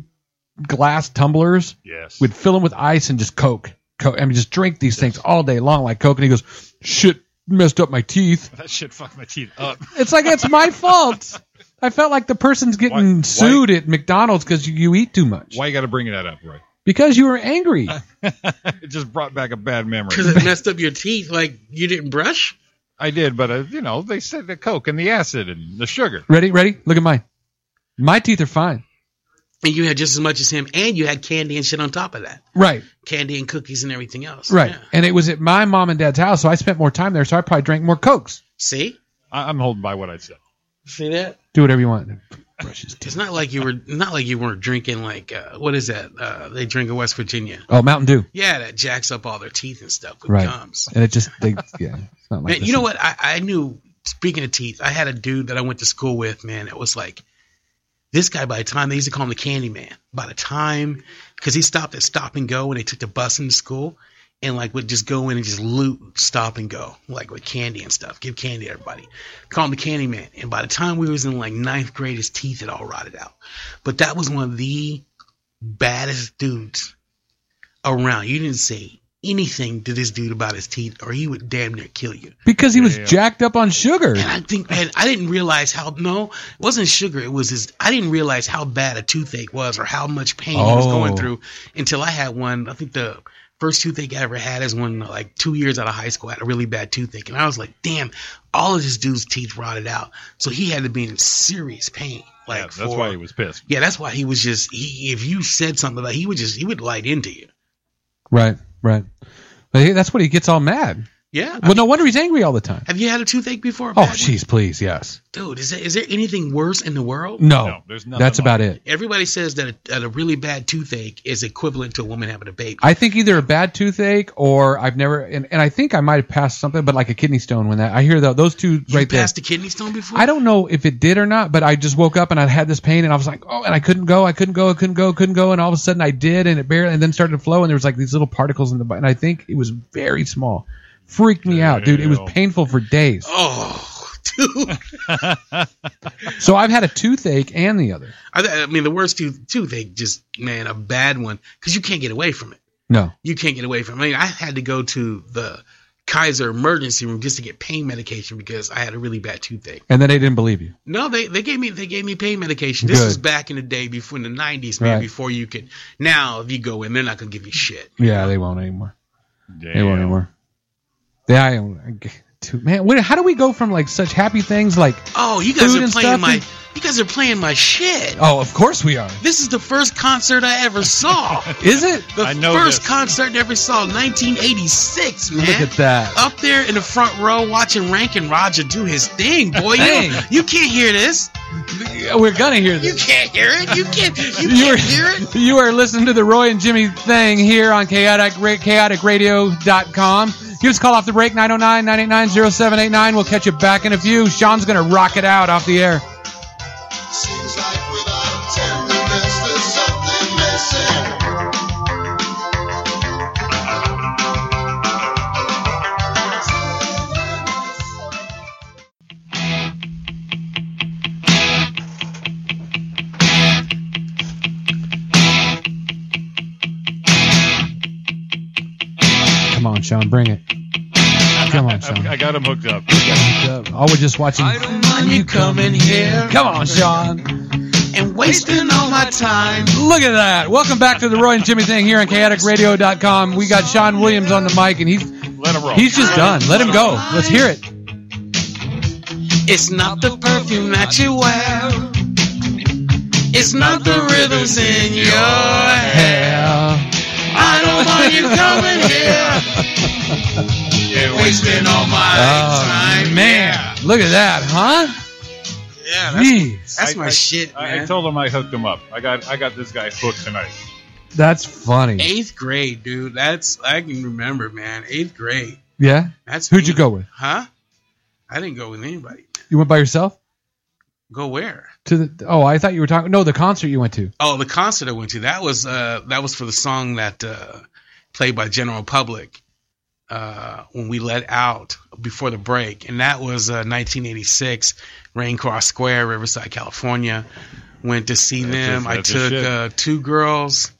Speaker 1: glass tumblers.
Speaker 2: yes.
Speaker 1: We'd fill them with ice and just Coke. Coke. I mean, just drink these things all day long like Coke. And he goes, "Shit, messed up my teeth."
Speaker 2: that shit fucked my teeth up.
Speaker 1: It's like it's my fault. I felt like the person's getting
Speaker 2: Why- why-
Speaker 1: sued at McDonald's because you, you eat too much.
Speaker 2: Why you got to bring that up, Roy? *laughs*
Speaker 1: Because you were angry.
Speaker 2: It just brought back a bad memory.
Speaker 3: Because it messed up your teeth. Like you didn't brush.
Speaker 2: I did, but uh, you know, they said the coke and the acid and the sugar.
Speaker 1: Ready? Ready? Look at mine. My teeth are fine.
Speaker 3: And you had just as much as him, and you had candy and shit on top of that,
Speaker 1: Right.
Speaker 3: candy and cookies and everything else.
Speaker 1: Right.
Speaker 3: Yeah.
Speaker 1: And it was at my mom and dad's house, so I spent more time there, so I probably drank more Cokes.
Speaker 3: See,
Speaker 2: I- I'm holding by what I said.
Speaker 3: see that?
Speaker 1: Do whatever you want. Brush his
Speaker 3: It's
Speaker 1: teeth.
Speaker 3: not like you were not like you weren't drinking like uh, what is that uh, they drink in West Virginia?
Speaker 1: Oh, Mountain Dew.
Speaker 3: Yeah, that jacks up all their teeth and stuff with
Speaker 1: Right.
Speaker 3: gums.
Speaker 1: And it just, they, yeah. It's not like
Speaker 3: Man, you know what? I, I knew. Speaking of teeth, I had a dude that I went to school with. Man, it was like this guy. By the time they used to call him the Candy Man. By the time, because he stopped at Stop and Go when they took the bus into school, and like would just go in and just loot Stop and Go like with candy and stuff. Give candy to everybody. Call him the Candy Man. And by the time we was in like ninth grade, his teeth had all rotted out. But that was one of the baddest dudes around. You didn't say anything to this dude about his teeth, or he would damn near kill you.
Speaker 1: Because he was
Speaker 2: Yeah.
Speaker 1: jacked up on sugar.
Speaker 3: And I think, man, I didn't realize how no, it wasn't sugar. It was his. I didn't realize how bad a toothache was or how much pain he was
Speaker 1: Oh.
Speaker 3: going through until I had one. I think the first toothache I ever had is when like two years out of high school, I had a really bad toothache, and I was like, damn, all of this dude's teeth rotted out, so he had to be in serious pain. Like
Speaker 2: Yeah, that's
Speaker 3: for-
Speaker 2: why he was pissed.
Speaker 3: Yeah, that's why he was just. He, if you said something, like he would just he would light into you.
Speaker 1: Right, right. But he, that's what he gets all mad.
Speaker 3: Yeah.
Speaker 1: Well, no wonder he's angry all the time.
Speaker 3: Have you had a toothache before? a
Speaker 1: Oh,
Speaker 3: bad one?
Speaker 1: jeez, please, yes.
Speaker 3: dude, is there, is there anything worse in the world?
Speaker 1: No,
Speaker 2: No, there's nothing
Speaker 1: Oh, that's
Speaker 2: like
Speaker 1: about
Speaker 2: it.
Speaker 1: it.
Speaker 3: Everybody says that a, that a really bad toothache is equivalent to a woman having a baby.
Speaker 1: I think either a bad toothache or I've never, and, and I think I might have passed something, but like a kidney stone when that, I hear tho- those two
Speaker 3: you
Speaker 1: right there.
Speaker 3: passed a kidney stone before?
Speaker 1: I don't know if it did or not, but I just woke up and I had this pain and I was like, oh, and I couldn't go, I couldn't go, I couldn't go, I couldn't go, and all of a sudden I did, and it barely, and then started to flow, and there was like these little particles in the, bu- and I think it was very small, freaked me out, dude. It was
Speaker 2: Ew.
Speaker 1: painful for days.
Speaker 3: Oh, *laughs* dude.
Speaker 1: So I've had a toothache and the other.
Speaker 3: I, th- I mean, the worst tooth- toothache, just, man, a bad one, because you can't get away from it.
Speaker 1: No,
Speaker 3: You can't get away from it. I mean, I had to go to the Kaiser emergency room just to get pain medication because I had a really bad toothache.
Speaker 1: and then they didn't believe you.
Speaker 3: No, they, they gave me they gave me pain medication. This
Speaker 1: Good.
Speaker 3: was back in the day before in the nineties, man,
Speaker 1: Right.
Speaker 3: before you could now if you go in, they're not gonna give you shit.
Speaker 1: Yeah, they won't anymore.
Speaker 2: Damn.
Speaker 1: They won't anymore. Yeah, I am. Man, where, how do we go from like such happy things like?
Speaker 3: Oh, you guys
Speaker 1: Food
Speaker 3: are
Speaker 1: and
Speaker 3: playing
Speaker 1: stuff
Speaker 3: my
Speaker 1: and-
Speaker 3: you guys are playing my shit.
Speaker 1: Oh, of course we are.
Speaker 3: This is the first concert I ever
Speaker 1: *laughs*
Speaker 3: saw.
Speaker 1: Is it?
Speaker 3: The
Speaker 2: I know
Speaker 3: first
Speaker 2: this.
Speaker 3: concert I ever saw, 1986, man.
Speaker 1: Look at that.
Speaker 3: Up there in the front row watching Rankin Roger do his thing, boy. You,
Speaker 1: Dang.
Speaker 3: don't- you can't hear this.
Speaker 1: We're gonna hear
Speaker 3: You
Speaker 1: this.
Speaker 3: can't hear it. You can't.
Speaker 1: *laughs*
Speaker 3: You
Speaker 1: You are-
Speaker 3: can't hear it.
Speaker 1: You are listening to the Roy and Jimmy thing here on chaotic ra- chaoticradio.com. Give us a call off the break 909-989-0789. We'll catch you back in a few. Sean's gonna rock it out off the air.
Speaker 4: Seems like without tenderness there's something missing.
Speaker 1: Sean. Bring it. Come on, Sean.
Speaker 2: I, I got him hooked up.
Speaker 1: I was just watching.
Speaker 4: I don't mind you coming here
Speaker 1: Come on, Sean.
Speaker 4: and wasting all my time.
Speaker 1: Look at that. Welcome back to the Roy and Jimmy thing here on chaoticradio.com. We got Sean Williams on the mic, and he's
Speaker 2: Let him roll.
Speaker 1: he's just done. Let him go. Let's hear it.
Speaker 4: It's not the perfume that you wear. It's not the rhythms in your hair.
Speaker 1: Hell.
Speaker 4: I don't want you coming here and wasting all my
Speaker 1: Oh,
Speaker 4: time.
Speaker 1: man. Look at that, huh?
Speaker 3: Yeah, that's,
Speaker 1: Jeez.
Speaker 3: that's
Speaker 2: I-
Speaker 3: my
Speaker 2: I-
Speaker 3: shit,
Speaker 2: I, I
Speaker 3: man.
Speaker 2: told him I hooked him up. I got I got this guy hooked tonight.
Speaker 1: That's funny.
Speaker 3: Eighth grade, dude. That's I can remember, man. Eighth grade.
Speaker 1: Yeah?
Speaker 3: That's
Speaker 1: Who'd you
Speaker 3: me.
Speaker 1: go with?
Speaker 3: Huh? I didn't go with anybody.
Speaker 1: You went by yourself?
Speaker 3: Go where?
Speaker 1: To the Oh, I thought you were talking No, the concert you went
Speaker 2: *laughs*
Speaker 1: to.
Speaker 3: Oh, the concert I went to. That was uh that was for the song that uh played by General Public uh when we let out before the break. And that was uh 1986 Rain Cross Square, Riverside, California. Went to see
Speaker 2: That's
Speaker 3: them.
Speaker 2: just-
Speaker 3: I
Speaker 2: that's just
Speaker 3: took
Speaker 2: shit.
Speaker 3: uh two girls.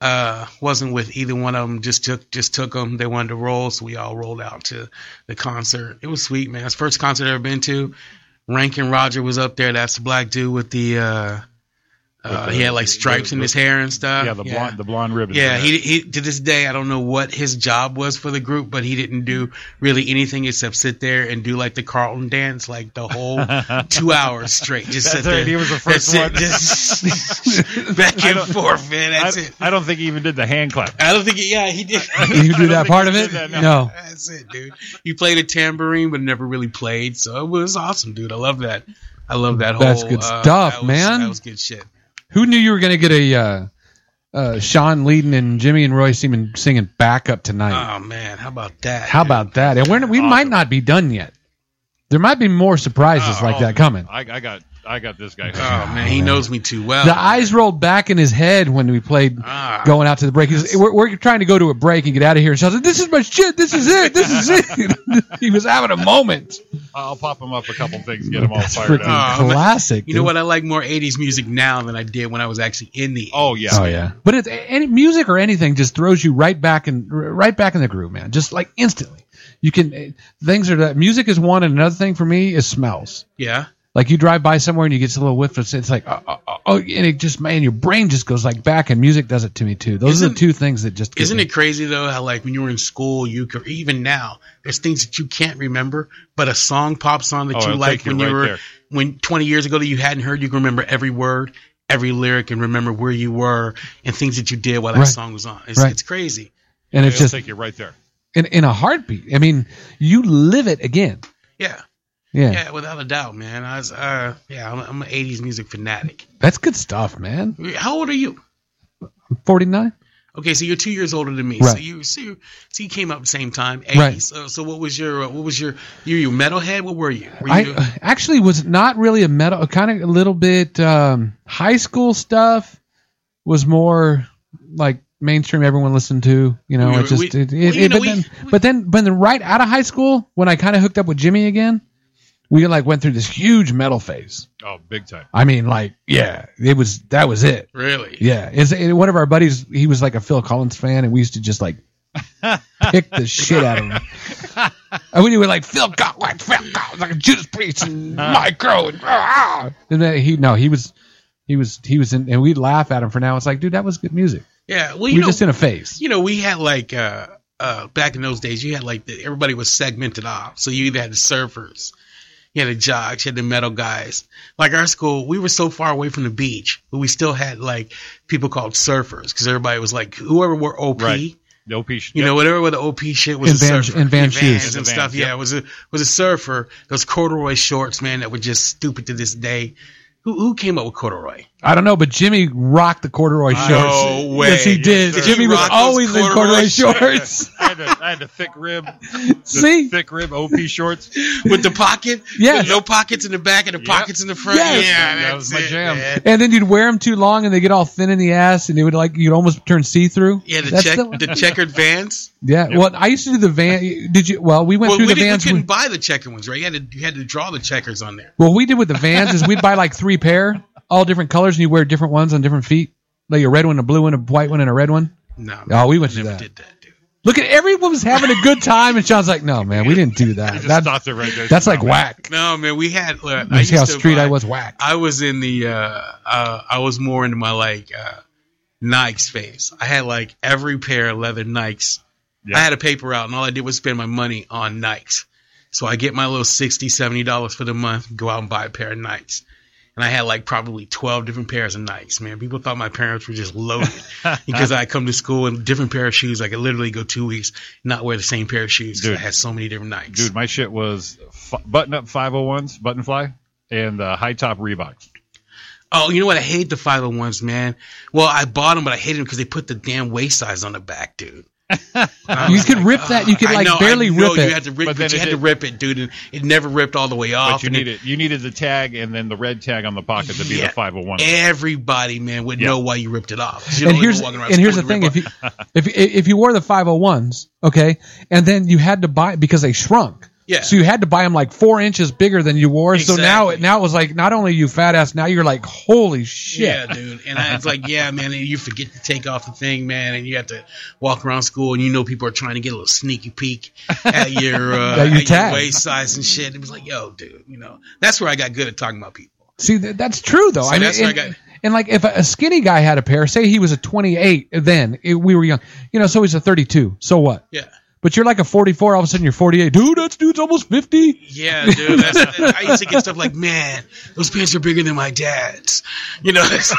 Speaker 3: Uh wasn't with either one of them. Just took just took them. They wanted to roll, so we all rolled out to the concert. It was sweet, man. It's the first concert I've ever been to. Rankin Roger was up there. That's the black dude with the uh, uh,
Speaker 2: the-
Speaker 3: he had like stripes
Speaker 2: the-
Speaker 3: in
Speaker 2: the-
Speaker 3: his hair and stuff.
Speaker 2: yeah, the blonde the blonde ribbon. *laughs*
Speaker 3: Yeah, he, he to this day I don't know what his job was for the group, but he didn't do really anything except sit there and do like the Carlton dance like
Speaker 2: *laughs*
Speaker 3: the whole two hours straight. Just
Speaker 2: That's
Speaker 3: sit
Speaker 2: right,
Speaker 3: there.
Speaker 2: he was the first
Speaker 3: That's it,
Speaker 2: one. *laughs*
Speaker 3: just *laughs* back
Speaker 2: I
Speaker 3: and
Speaker 2: don't-
Speaker 3: forth, man. That's
Speaker 2: I,
Speaker 3: it.
Speaker 2: I don't think he even did the hand clap.
Speaker 3: I don't think. He, yeah, he did.
Speaker 1: You do
Speaker 2: don't
Speaker 1: that
Speaker 2: think
Speaker 1: part
Speaker 2: you
Speaker 1: of
Speaker 2: did
Speaker 1: it?
Speaker 2: that, no.
Speaker 1: No.
Speaker 3: That's it, dude. He played a tambourine, but never really played. So it was awesome, dude. I love that. I love that whole.
Speaker 1: That's good
Speaker 3: uh,
Speaker 1: stuff,
Speaker 3: that was-
Speaker 1: man.
Speaker 3: That was good shit.
Speaker 1: Who knew you were going to get a uh, uh, Sean leading and Jimmy and Roy Seaman singing backup tonight?
Speaker 3: Oh man, how about that?
Speaker 1: How
Speaker 3: dude?
Speaker 1: about that? And we're, we might
Speaker 2: Awesome.
Speaker 1: not be done yet. There might be more surprises
Speaker 2: Oh,
Speaker 1: like that coming.
Speaker 2: I, I got I got this guy.
Speaker 3: Oh
Speaker 2: hooked up.
Speaker 3: man, he knows me too well.
Speaker 2: Oh.
Speaker 1: The eyes rolled back in his head when we played
Speaker 3: Ah.
Speaker 1: going out to the break. He was, we're, we're trying to go to a break and get out of here. And Sean's like, "This is my shit. This is it. This is it." *laughs* he was having a moment.
Speaker 2: I'll pop him up a couple things, get him all
Speaker 1: That's
Speaker 2: fired
Speaker 1: freaking
Speaker 2: up.
Speaker 3: Oh, man.
Speaker 1: classic.
Speaker 3: You know
Speaker 1: dude.
Speaker 3: what? I like more '80s music now than I did when I was actually in the.
Speaker 2: Oh yeah.
Speaker 1: Oh yeah. But it's any music or anything just throws you right back in right back in the groove, man. Just like instantly. You can eh, things are that music is one and another thing for me is smells.
Speaker 3: yeah.
Speaker 1: Like you drive by somewhere and you get a little whiff of it's like oh, oh, oh, oh, and it just man your brain just goes like back and music does it to me too. Those are
Speaker 3: Isn't-
Speaker 1: the two things that just get
Speaker 3: Isn't
Speaker 1: me.
Speaker 3: it crazy though how like when you were in school, you could even now there's things that you can't remember, but a song pops on
Speaker 2: Oh,
Speaker 3: that you
Speaker 2: it'll
Speaker 3: like
Speaker 2: take you
Speaker 3: when you
Speaker 2: right
Speaker 3: were
Speaker 2: there.
Speaker 3: when 20 years ago that you hadn't heard, you can remember every word, every lyric, and remember where you were and things that you did while that
Speaker 1: Right.
Speaker 3: song was on. It's,
Speaker 1: Right.
Speaker 3: it's crazy.
Speaker 1: and it's
Speaker 2: It'll
Speaker 1: just
Speaker 2: take you right there.
Speaker 1: in, in a heartbeat. I mean, you live it again.
Speaker 3: Yeah,
Speaker 1: Yeah.
Speaker 3: yeah, without a doubt, man. I was, uh, yeah, I'm, I'm an 80s music fanatic.
Speaker 1: That's good stuff, man.
Speaker 3: How old are you?
Speaker 1: 49?
Speaker 3: Okay, so you're two years older than me. So
Speaker 1: Right.
Speaker 3: you so you, so you came up at the same time. 80s.
Speaker 1: Right.
Speaker 3: So, so what was your uh, what was your you you metalhead? What were you? Were you
Speaker 1: I uh, actually was not really a metal, kind of a little bit um, high school stuff was more like mainstream everyone listened to, you know,
Speaker 3: We
Speaker 1: it
Speaker 3: were-
Speaker 1: just,
Speaker 3: we-
Speaker 1: it, it,
Speaker 3: well, you
Speaker 1: it-
Speaker 3: know,
Speaker 1: but,
Speaker 3: we-
Speaker 1: then, but then, but then right out of high school, when I kind of hooked up with Jimmy again, we like went through this huge metal phase.
Speaker 2: Oh, big time.
Speaker 1: I mean, like, yeah, it was, that was it.
Speaker 3: really?
Speaker 1: Yeah. It's, it, one of our buddies, he was like a Phil Collins fan and we used to just
Speaker 3: *laughs*
Speaker 1: like pick the shit out of him. And we were like Phil Collins, Phil Collins, like Judas Priest and Micro, and, ah. and then he no, he was, he was, he was in, and we'd laugh at him for now. It's like, dude, that was good music.
Speaker 3: Yeah. Well,
Speaker 1: We
Speaker 3: you
Speaker 1: were
Speaker 3: know,
Speaker 1: just in a phase.
Speaker 3: you know, we had like uh, uh, back in those days, you had like the, everybody was segmented off. So you either had the surfers, you had the jocks, you had the metal guys. Like our school, we were so far away from the beach, but we still had like people called surfers because everybody was like whoever were OP.
Speaker 2: Right. No peach.
Speaker 3: You know, whatever with the OP shit was
Speaker 1: In
Speaker 3: a
Speaker 1: van-
Speaker 3: surfer.
Speaker 1: in van
Speaker 3: Yeah, vans
Speaker 1: shoes.
Speaker 3: and
Speaker 2: In the
Speaker 3: stuff.
Speaker 2: vans,
Speaker 3: Yeah,
Speaker 2: yep.
Speaker 3: was a was a surfer. Those corduroy shorts, man, that were just stupid to this day. Who who came up
Speaker 2: *laughs*
Speaker 3: with corduroy?
Speaker 1: I don't know, but Jimmy rocked the corduroy shorts.
Speaker 3: way.
Speaker 1: Yes, he
Speaker 2: Yes,
Speaker 1: did.
Speaker 2: sir.
Speaker 1: Jimmy
Speaker 3: He
Speaker 1: was
Speaker 3: rocked those
Speaker 1: always in corduroy
Speaker 3: corduroy
Speaker 1: shorts.
Speaker 2: I had, a, I had a thick rib, the
Speaker 1: See?
Speaker 2: thick rib OP shorts.
Speaker 3: With the pocket?
Speaker 1: Yes.
Speaker 3: With no pockets in the back and the
Speaker 2: Yep.
Speaker 3: pockets in the front.
Speaker 1: Yes.
Speaker 3: Yeah,
Speaker 2: That
Speaker 3: that's
Speaker 2: was my
Speaker 3: it,
Speaker 2: jam.
Speaker 3: man.
Speaker 1: And then you'd wear them too long, and they get all thin in the ass, and it would like you'd almost turn see through.
Speaker 3: Yeah, the
Speaker 1: That's
Speaker 3: check
Speaker 1: the- *laughs*
Speaker 3: the, checkered vans.
Speaker 1: yeah. Well, I used to do the van. Did you? Well, we went
Speaker 3: Well, we,
Speaker 1: through the
Speaker 3: didn't,
Speaker 1: vans.
Speaker 3: we
Speaker 1: with-
Speaker 3: couldn't buy the checkered ones, right? You had to you had to draw the checkers on there.
Speaker 1: Well, we did with the vans is we'd buy like three pair, all different colors, and you wear different ones on different feet, like a red one, a blue one, a white one, and a red one.
Speaker 3: No,
Speaker 1: Oh, we
Speaker 3: I
Speaker 1: went to
Speaker 3: never
Speaker 1: that.
Speaker 3: did that, dude.
Speaker 1: Look at everyone was having a good time, and Sean's like, "No, man, we didn't do
Speaker 2: I
Speaker 1: that.
Speaker 2: just
Speaker 1: That's
Speaker 2: stopped it right there. Oh,
Speaker 1: that's
Speaker 2: No,
Speaker 1: like
Speaker 2: man.
Speaker 1: whack."
Speaker 3: No, man, we had. Look, I
Speaker 1: You see how
Speaker 3: used to
Speaker 1: street I
Speaker 3: buy-
Speaker 1: was whack.
Speaker 3: I was in the. Uh, uh, I was more into my like uh, Nikes phase. I had like every pair of leather Nikes.
Speaker 2: Yeah.
Speaker 3: I had a paper out, and all I did was spend my money on Nikes. So I get my little 60 dollars for the month, go out and buy a pair of Nikes. And I had like probably twelve different pairs of Nikes. Man, people thought my parents were
Speaker 2: *laughs*
Speaker 3: just loaded because I come to school in different pair of shoes. I could literally go two weeks not wear the same pair of shoes. 'cause
Speaker 2: Dude.
Speaker 3: I had so many different Nikes.
Speaker 2: Dude, my shit was f- button up 501s, button fly, and uh, high top Reebok.
Speaker 3: Oh, you know what? I hate the 501s, man. Well, I bought them, but I hated them because they put the damn waist size on the back, dude.
Speaker 1: You could rip that. You could like barely rip
Speaker 3: You
Speaker 1: it.
Speaker 3: had to rip,
Speaker 2: But
Speaker 3: but
Speaker 2: then
Speaker 3: you
Speaker 2: it
Speaker 3: had to
Speaker 2: didn't-
Speaker 3: rip it, dude. And it never ripped all the way off.
Speaker 2: But you
Speaker 3: and it-
Speaker 2: needed you needed the tag and then the red tag on the pocket to be
Speaker 3: Yeah.
Speaker 2: the 501.
Speaker 3: Everybody, man, would
Speaker 2: Yeah.
Speaker 3: know why you ripped it off. You
Speaker 1: and
Speaker 3: don't
Speaker 1: here's
Speaker 3: walk around
Speaker 1: and here's the
Speaker 3: school
Speaker 1: thing:
Speaker 3: with
Speaker 1: if
Speaker 3: a
Speaker 1: you if if you wore the 501s, okay, and then you had to buy because they shrunk.
Speaker 3: Yeah.
Speaker 1: So you had to buy them like four inches bigger than you wore. So now it
Speaker 3: Exactly.
Speaker 1: now it was like not only you fat ass, now you're like holy shit.
Speaker 3: Yeah, dude. And I, it's like, yeah, man, and you forget to take off the thing, man, and you have to walk around school, and you know people are trying to get a little
Speaker 1: *laughs*
Speaker 3: sneaky peek at your uh,
Speaker 1: At your
Speaker 3: at your
Speaker 1: tag.
Speaker 3: waist size and shit. It was like, yo, dude, you know, that's where I got good at talking about people.
Speaker 1: See, th- that's true though.
Speaker 3: So
Speaker 1: I mean,
Speaker 3: that's
Speaker 1: and,
Speaker 3: where I got-
Speaker 1: and, like if a a skinny guy had a pair, say he was a 28, then it, we were young, you know, so he's a 32. So what?
Speaker 3: Yeah.
Speaker 1: But you're like a 44, all of a sudden you're 48. Dude, that dude's almost 50.
Speaker 3: Yeah, dude. That's, I used to get stuff like, man, those pants are bigger than my dad's. You know, it's-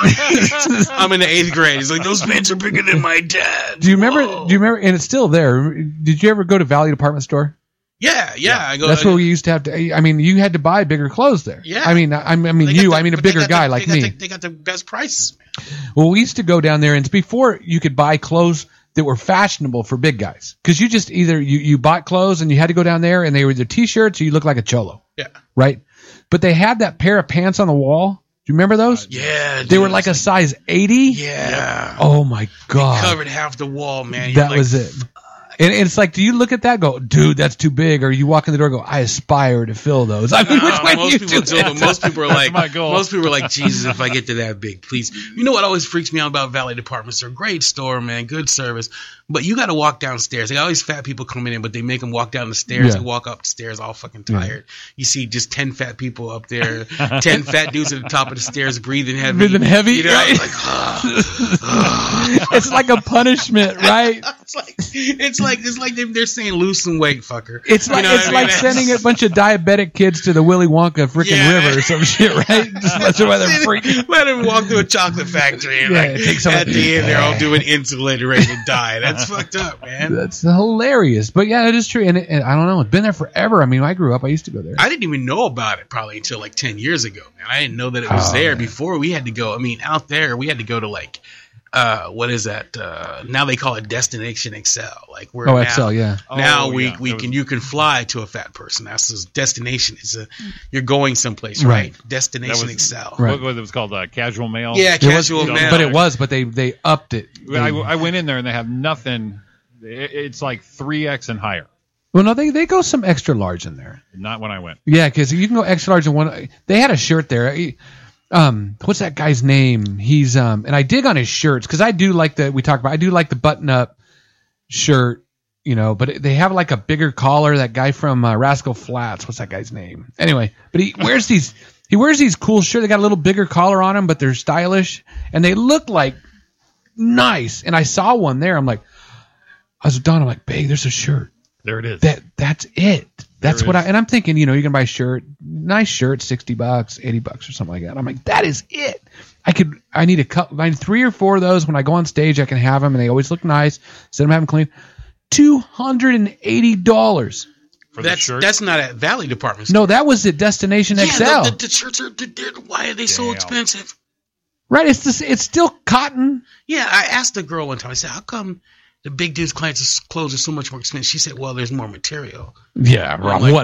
Speaker 3: *laughs* I'm in the eighth grade. It's like, those pants are bigger than my dad's.
Speaker 1: Do you remember?
Speaker 3: Whoa.
Speaker 1: Do you remember? And it's still there. Did you ever go to Value Department Store?
Speaker 3: Yeah, yeah. I go.
Speaker 1: That's where we used to have to. I mean, you had to buy bigger clothes there.
Speaker 3: Yeah.
Speaker 1: I mean, I, I mean
Speaker 3: they got
Speaker 1: you.
Speaker 3: the-
Speaker 1: I mean a
Speaker 3: but they
Speaker 1: bigger
Speaker 3: got the-
Speaker 1: guy
Speaker 3: they
Speaker 1: like
Speaker 3: got
Speaker 1: me.
Speaker 3: the- they got the best prices, man.
Speaker 1: Well, we used to go down there, and it's before you could buy clothes that were fashionable for big guys, because you just either you you bought clothes and you had to go down there, and they were either t-shirts or you looked like a cholo,
Speaker 3: Yeah.
Speaker 1: right? But they had that pair of pants on the wall. Do you remember those?
Speaker 3: Uh, Yeah.
Speaker 1: they were like a size eighty.
Speaker 3: Yeah.
Speaker 1: Oh my god,
Speaker 3: Covered half the wall, man. You're
Speaker 1: that
Speaker 3: like,
Speaker 1: was it. And and it's like, do you look at that and go, dude, that's too big? Or you walk in the door and go, I aspire to fill those. I mean, which
Speaker 3: "Oh,
Speaker 1: way do
Speaker 3: most
Speaker 1: you
Speaker 3: people
Speaker 1: do
Speaker 3: do, but
Speaker 1: that?
Speaker 3: most people are like,
Speaker 2: my goal.
Speaker 3: most people are like, Jesus, if I get to that big, please. You know what always freaks me out about valet departments? They're a great store, man, good service, but you got to walk downstairs. They got all these fat people coming in, but they make them walk down the stairs
Speaker 1: Yeah.
Speaker 3: and walk up the stairs all fucking tired. You see just ten fat people up there, *laughs* ten fat dudes at the top of the stairs breathing heavy,
Speaker 1: Breathing heavy,
Speaker 3: You know, I was
Speaker 1: right?
Speaker 3: like, "Ah."
Speaker 1: *laughs* it's like a punishment, right?
Speaker 3: *laughs* it's like it's like it's like they- they're saying lose some weight, fucker.
Speaker 1: It's like
Speaker 3: You know
Speaker 1: it's
Speaker 3: what I
Speaker 1: like
Speaker 3: mean?
Speaker 1: sending a bunch of diabetic kids to the Willy Wonka freaking
Speaker 3: Yeah.
Speaker 1: river or some *laughs* shit, right? Just let them
Speaker 3: *laughs*
Speaker 1: weather freak.
Speaker 3: Let him walk through a chocolate factory and
Speaker 1: Yeah,
Speaker 3: like,
Speaker 1: take some-
Speaker 3: at the end they're all doing insulin and ready to
Speaker 1: *laughs*
Speaker 3: die. That's fucked up, man.
Speaker 1: That's hilarious, but yeah, it is true. And, it, and I don't know, it's been there forever. I mean, when I grew up, I used to go there.
Speaker 3: I didn't even know about it probably until like ten years ago, man. I didn't know that it was
Speaker 1: Oh,
Speaker 3: there
Speaker 1: man.
Speaker 3: before we had to go. I mean, out there we had to go to like uh what is that? Uh now they call it destination Excel. Like we're
Speaker 1: oh,
Speaker 3: now,
Speaker 1: XL, yeah.
Speaker 3: now
Speaker 2: Oh,
Speaker 3: we
Speaker 2: yeah.
Speaker 3: we
Speaker 2: It was-
Speaker 3: can you can fly to a fat person. That's his destination. It's a you're going someplace,
Speaker 1: Right.
Speaker 3: right? Destination
Speaker 2: Mm. was-
Speaker 3: Excel.
Speaker 1: Right.
Speaker 2: What, what it was called uh, casual mail.
Speaker 3: Yeah,
Speaker 1: It was-
Speaker 3: casual mail.
Speaker 1: but it was, but they they upped it. They-
Speaker 2: I, I went in there and they have nothing. It, it's like 3x and higher.
Speaker 1: well, no, they they go some extra large in there.
Speaker 2: Not when I went.
Speaker 1: Yeah, because you can go extra large in one. They had a shirt there. He- Um, what's that guy's name? He's um, and I dig on his shirts because I do like the we talked about. I do like the button up shirt, you know. But they have like a bigger collar. That guy from uh, Rascal Flats. What's that guy's name? Anyway, but he wears these. He wears these cool shirts. They got a little bigger collar on them, but they're stylish and they look like nice. And I saw one there. I'm like, I was with Don. I'm like, babe, there's a shirt
Speaker 2: There it is.
Speaker 1: that that's it. That's
Speaker 2: There
Speaker 1: what I
Speaker 2: is-
Speaker 1: and I'm thinking, you know, you can buy a shirt, nice shirt, sixty bucks, eighty bucks or something like that. I'm like, that is it. I could I need a couple I need three or four of those when I go on stage, I can have them and they always look nice. Instead of having clean. Two hundred and eighty dollars.
Speaker 2: for the
Speaker 3: That's
Speaker 2: shirt.
Speaker 3: that's not at Valley Department. Store.
Speaker 1: No, that was at Destination XL.
Speaker 3: Yeah, the, the, the shirts are. The, they're- why are they so
Speaker 2: Damn.
Speaker 3: expensive?
Speaker 1: right? It's this it's still cotton.
Speaker 3: Yeah, I asked a girl one time. I said, "How come the big dude's clients' clothes are so much more expensive?" She said, "Well, there's more material."
Speaker 1: Yeah,
Speaker 3: I'm like, Well,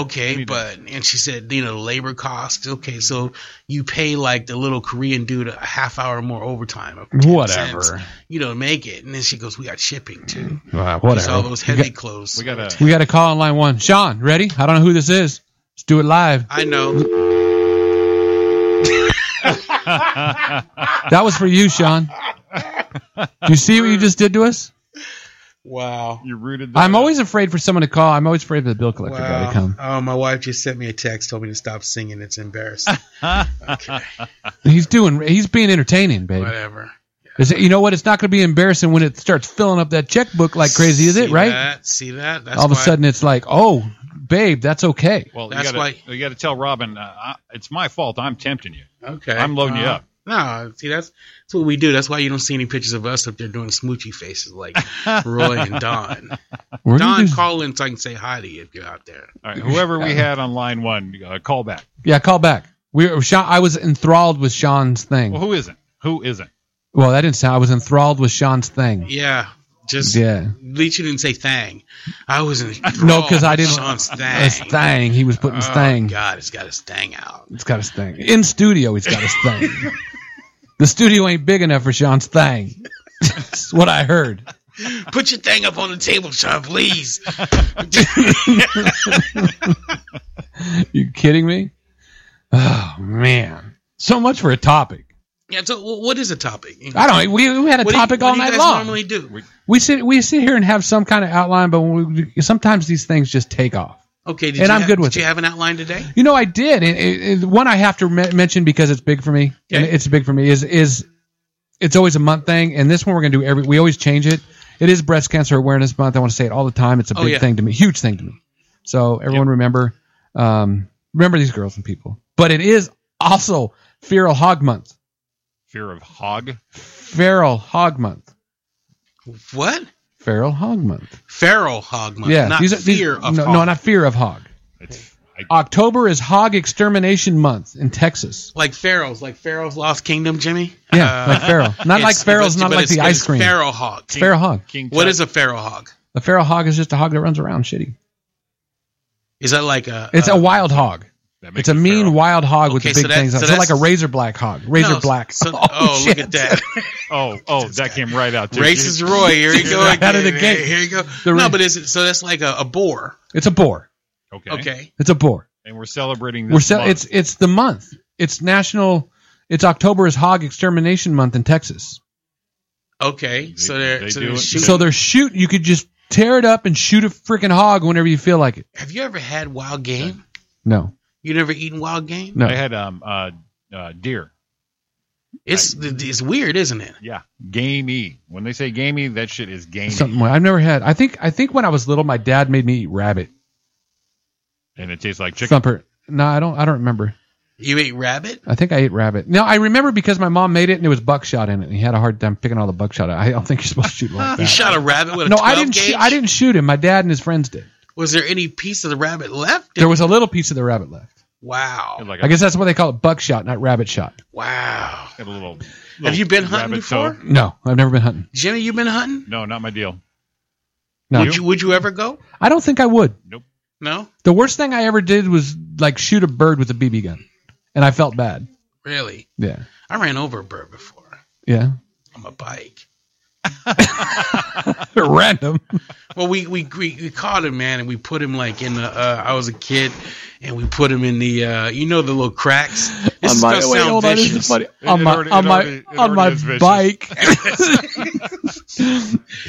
Speaker 2: Maybe
Speaker 3: okay, but and she said, "You know, the labor costs. Okay, so you pay like the little Korean dude a half hour more overtime. of 10
Speaker 1: Whatever.
Speaker 3: cents, You know, to make it." And then she goes, "We got shipping too.
Speaker 1: Well,
Speaker 3: So all
Speaker 1: whatever.
Speaker 3: those heavy clothes.
Speaker 2: we got a.
Speaker 1: We got a call on line one. Sean, ready? I don't know who this is. Let's do it live.
Speaker 3: I know.
Speaker 1: That was for you, Sean. Do you see what you just did to us?
Speaker 3: Wow.
Speaker 2: You rooted. that
Speaker 1: I'm
Speaker 2: out.
Speaker 1: always afraid for someone to call. I'm always afraid for the bill collector guy to
Speaker 3: Wow.
Speaker 1: come.
Speaker 3: Oh, my wife just sent me a text, told me to stop singing. It's embarrassing. Okay.
Speaker 1: He's doing. He's being entertaining, babe.
Speaker 3: *laughs* Whatever.
Speaker 1: Is it, you know what? It's not going to be embarrassing when it starts filling up that checkbook like crazy, is it?
Speaker 3: See
Speaker 1: Right?
Speaker 3: that? See that? That's
Speaker 1: All of a
Speaker 3: why-
Speaker 1: sudden, it's like, oh, babe, that's okay.
Speaker 2: Well,
Speaker 3: That's
Speaker 2: you gotta,
Speaker 3: why-
Speaker 2: you got to tell Robin, uh, I, it's my fault. I'm tempting you.
Speaker 3: Okay.
Speaker 2: I'm loading you
Speaker 3: Uh, *laughs*
Speaker 2: up.
Speaker 3: No, see that's that's what we do. That's why you don't see any pictures of us up there doing smoochy faces like
Speaker 1: *laughs*
Speaker 3: Roy and Don.
Speaker 1: We're gonna
Speaker 3: Don,
Speaker 1: do-
Speaker 3: call in so I can say hi to you if you're out there.
Speaker 2: *laughs* All right, whoever we had on line one, uh, call back.
Speaker 1: yeah, call back. We, Sean, I was enthralled with Sean's thing.
Speaker 2: Well,
Speaker 1: Well,
Speaker 2: who isn't? Who isn't?
Speaker 1: that didn't sound. I was enthralled with Sean's thing.
Speaker 3: Yeah, just
Speaker 1: Yeah,
Speaker 3: at least you didn't say thang. I was in
Speaker 1: *laughs* No, 'cause I didn't-
Speaker 3: Sean's thang.
Speaker 1: his thing. He was putting his
Speaker 3: Oh,
Speaker 1: thing.
Speaker 3: God, it's got his thang out.
Speaker 1: It's got his thing in studio. He's got his thing. the studio ain't big enough for Sean's thing. That's what I heard.
Speaker 3: Put your thing up on the table,
Speaker 1: *laughs*
Speaker 3: Sean, please.
Speaker 1: You kidding me? Oh man, so much for a topic.
Speaker 3: yeah. So, wh- what is the topic?
Speaker 1: I don't. We, we had a
Speaker 3: What do you-
Speaker 1: topic all
Speaker 3: what do you
Speaker 1: night
Speaker 3: guys
Speaker 1: long.
Speaker 3: Normally do.
Speaker 1: we sit we sit here and have some kind of outline, but when we, sometimes these things just take off.
Speaker 3: Okay, did
Speaker 1: And
Speaker 3: you
Speaker 1: I'm
Speaker 3: have,
Speaker 1: good with
Speaker 3: did
Speaker 1: it.
Speaker 3: you have an outline today?
Speaker 1: You know, I did. And it, it, one I have to me- mention because it's big for me, and
Speaker 3: Okay.
Speaker 1: it's big for me is is it's always a month thing, and this one we're gonna do every. We always change it. It is Breast Cancer Awareness Month. I want to say it all the time. It's a
Speaker 3: Oh,
Speaker 1: big
Speaker 3: yeah.
Speaker 1: thing to me, huge thing to me. So everyone remember, um, remember these girls and people. But it is also Feral Hog Month.
Speaker 2: Fear of hog.
Speaker 1: Feral Hog Month.
Speaker 3: What?
Speaker 1: Feral Hog Month.
Speaker 3: Feral hog month.
Speaker 1: Yeah,
Speaker 3: not
Speaker 1: these are- these-
Speaker 3: fear of
Speaker 1: no,
Speaker 3: hog.
Speaker 1: no, not fear of hog.
Speaker 2: It's,
Speaker 1: October is Hog Extermination Month in Texas.
Speaker 3: like pharaohs, like pharaoh's lost kingdom, Jimmy. Uh,
Speaker 1: Yeah, like
Speaker 3: *laughs*
Speaker 1: feral. Not like feral's,
Speaker 3: pharaohs,
Speaker 1: not like the ice cream.
Speaker 3: Feral hog.
Speaker 1: It's feral hog.
Speaker 2: King
Speaker 3: What is a feral hog?
Speaker 1: The feral hog is just a hog that runs around shitty.
Speaker 3: Is that like a? uh,
Speaker 1: It's
Speaker 3: a,
Speaker 1: a wild hog.
Speaker 2: That makes
Speaker 1: It's a
Speaker 2: you
Speaker 1: mean
Speaker 2: feral.
Speaker 1: wild hog with
Speaker 3: Okay,
Speaker 1: the big
Speaker 3: so that-
Speaker 1: things.
Speaker 3: so
Speaker 1: on. So,
Speaker 3: that's-
Speaker 1: like a razor black hog. Razor
Speaker 3: no,
Speaker 1: black. *laughs*
Speaker 3: so-
Speaker 1: oh,
Speaker 3: oh,
Speaker 1: shit.
Speaker 3: look at that. *laughs*
Speaker 2: Oh, oh, that came right out. too.
Speaker 3: Racist Roy.
Speaker 1: *laughs*
Speaker 3: Here you go.
Speaker 1: Right out of the
Speaker 3: again.
Speaker 1: gate.
Speaker 3: Here you go.
Speaker 1: The
Speaker 3: no,
Speaker 1: ra-
Speaker 3: but is it so? That's like a, a boar.
Speaker 1: It's a boar.
Speaker 2: Okay.
Speaker 3: Okay.
Speaker 1: It's a boar.
Speaker 2: And we're celebrating this.
Speaker 1: We're se-
Speaker 2: month.
Speaker 1: it's it's the month. It's national. It's October is Hog Extermination Month in Texas.
Speaker 3: Okay. so they're
Speaker 2: they
Speaker 3: so
Speaker 2: do
Speaker 3: they're
Speaker 2: it.
Speaker 3: shooting.
Speaker 1: So they're shoot. You could just tear it up and shoot a freaking hog whenever you feel like it.
Speaker 3: Have you ever had wild game?
Speaker 1: No,
Speaker 3: You never eaten wild game?
Speaker 1: no.
Speaker 2: I had um uh, uh deer.
Speaker 3: It's it's weird, isn't it?
Speaker 2: Yeah, gamey. When they say gamey, that shit is gamey,
Speaker 1: Something I've never had. I think I think when I was little, my dad made me eat rabbit.
Speaker 2: and it tastes like chicken.
Speaker 1: Thumper. No, I don't. I don't remember.
Speaker 3: You ate rabbit.
Speaker 1: I think I ate rabbit. No, I remember because my mom made it and there was buckshot in it. And he had a hard time picking all the buckshot. out. I don't think you're supposed to shoot like
Speaker 3: *laughs* You
Speaker 1: that.
Speaker 3: shot a rabbit with a
Speaker 1: No,
Speaker 3: 12
Speaker 1: I didn't.
Speaker 3: Gauge?
Speaker 1: Sh- I didn't shoot him. My dad and his friends did.
Speaker 3: Was there any piece of the rabbit left?
Speaker 1: There was a little piece of the rabbit left.
Speaker 3: wow.
Speaker 2: Like a,
Speaker 1: I guess that's what they call it, buckshot, not rabbit shot.
Speaker 3: Wow.
Speaker 2: a little,
Speaker 3: Have
Speaker 2: little
Speaker 3: you been hunting
Speaker 2: rabbit toe.
Speaker 3: before?
Speaker 1: No, I've never been hunting.
Speaker 3: Jimmy, you been hunting?
Speaker 2: No, not my deal.
Speaker 1: No,
Speaker 3: Would you would you ever go?
Speaker 1: I don't think I would.
Speaker 3: No?
Speaker 1: The worst thing I ever did was like shoot a bird with a BB gun, and I felt bad.
Speaker 3: Really?
Speaker 1: Yeah,
Speaker 3: I ran over a bird before
Speaker 1: yeah, *laughs*
Speaker 3: on my bike.
Speaker 1: random.
Speaker 3: Well, we, we we we caught him, man, and we put him like in the. Uh, I was a kid, and we put him in the. Uh, you know the little cracks. This is gonna
Speaker 1: wait,
Speaker 3: sound
Speaker 1: hold on, this is
Speaker 3: vicious.
Speaker 1: funny.
Speaker 2: It-
Speaker 1: on
Speaker 2: it
Speaker 1: my
Speaker 2: already-
Speaker 1: on
Speaker 2: it
Speaker 1: my
Speaker 2: already- it
Speaker 1: on my
Speaker 2: already is vicious.
Speaker 1: bike. *laughs*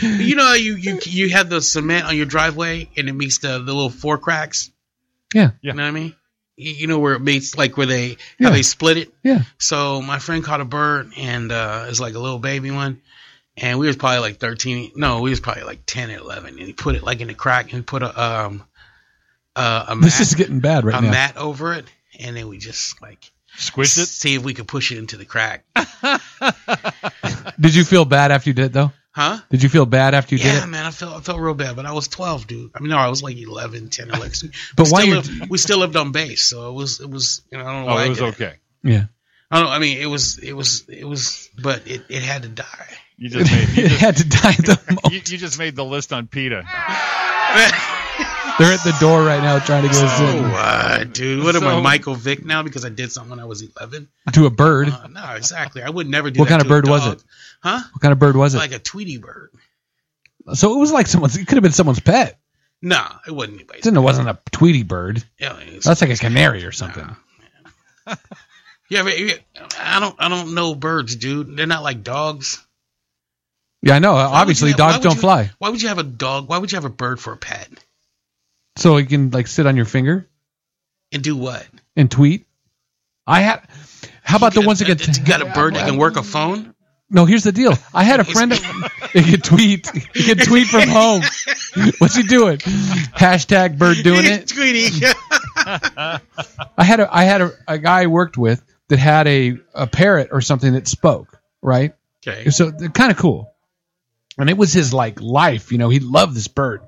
Speaker 3: You know how you you you have the cement on your driveway, and it meets the the little four cracks.
Speaker 1: Yeah.
Speaker 2: Yeah.
Speaker 3: You know what I mean? You, you know where it meets, like where they
Speaker 1: Yeah.
Speaker 3: how they split it.
Speaker 1: yeah,
Speaker 3: So my friend caught a bird, and uh, it's like a little baby one. And we was probably like thirteen. No, we was probably like ten or eleven. And he put it like in the crack, and he put a um uh, a
Speaker 1: this is
Speaker 3: mat,
Speaker 1: getting bad right
Speaker 3: a
Speaker 1: now.
Speaker 3: mat over it, and then we just like
Speaker 2: Squish it.
Speaker 3: see if we could push it into the crack,
Speaker 1: Did you feel bad after you did it though?
Speaker 3: huh?
Speaker 1: Did you feel bad after you
Speaker 3: yeah,
Speaker 1: did it?
Speaker 3: man, I felt I felt real bad, but I was twelve, dude. I mean, no, I was like 11, 10,
Speaker 1: *laughs*
Speaker 3: 11.
Speaker 1: But
Speaker 3: we
Speaker 1: why
Speaker 3: still
Speaker 1: you-
Speaker 3: lived, we still lived on base, so it was it was you know I don't know
Speaker 2: Oh,
Speaker 3: why I
Speaker 2: it was
Speaker 3: did it.
Speaker 2: okay.
Speaker 1: Yeah.
Speaker 3: I don't. know, I mean, it was it was it was, but it, it had to die.
Speaker 2: You just
Speaker 1: *laughs*
Speaker 2: made you
Speaker 1: it
Speaker 2: just,
Speaker 1: had to die at the
Speaker 3: *laughs*
Speaker 1: moment.
Speaker 2: you, you just made the list on PETA.
Speaker 1: They're at the door right now trying to get us
Speaker 3: Oh,
Speaker 1: in.
Speaker 3: uh, dude, what am I,
Speaker 2: So-
Speaker 3: Michael Vick now? Because I did something when I was eleven.
Speaker 1: To a bird.
Speaker 3: Uh, no, exactly. I would never do.
Speaker 1: What
Speaker 3: that
Speaker 1: kind of
Speaker 3: to a
Speaker 1: bird was
Speaker 3: dog.
Speaker 1: it?
Speaker 3: Huh?
Speaker 1: What kind of bird was it?
Speaker 3: Like a Tweety bird.
Speaker 1: so it was like someone's. It could have been someone's pet.
Speaker 3: No, it wasn't anybody's.
Speaker 1: It didn't. It wasn't a Tweety bird.
Speaker 3: Yeah, it was-
Speaker 1: That's like a canary or something.
Speaker 3: Nah, man. yeah, but you- I don't. I don't know birds, dude. They're not like dogs.
Speaker 1: Yeah, I know. Obviously,
Speaker 3: have- why
Speaker 1: dogs
Speaker 3: would
Speaker 1: don't
Speaker 3: you-
Speaker 1: fly,
Speaker 3: Why would you have a dog? Why would you have a bird for a pet?
Speaker 1: so you can like sit on your finger
Speaker 3: And do what?
Speaker 1: and tweet. I had. How about the ones that get?
Speaker 3: You
Speaker 1: *laughs*
Speaker 3: got a bird that can work a phone?
Speaker 1: No, here's the deal. I
Speaker 3: *laughs*
Speaker 1: had a friend. That, he could tweet. He could tweet from home. What's he doing? Hashtag bird
Speaker 3: *laughs*
Speaker 1: doing it. *laughs*
Speaker 3: Tweety.
Speaker 1: I had a I had a, a guy I worked with that had a a parrot or something that spoke. Right.
Speaker 3: okay.
Speaker 1: So kind of cool. And it was his like life, you know, he loved this bird.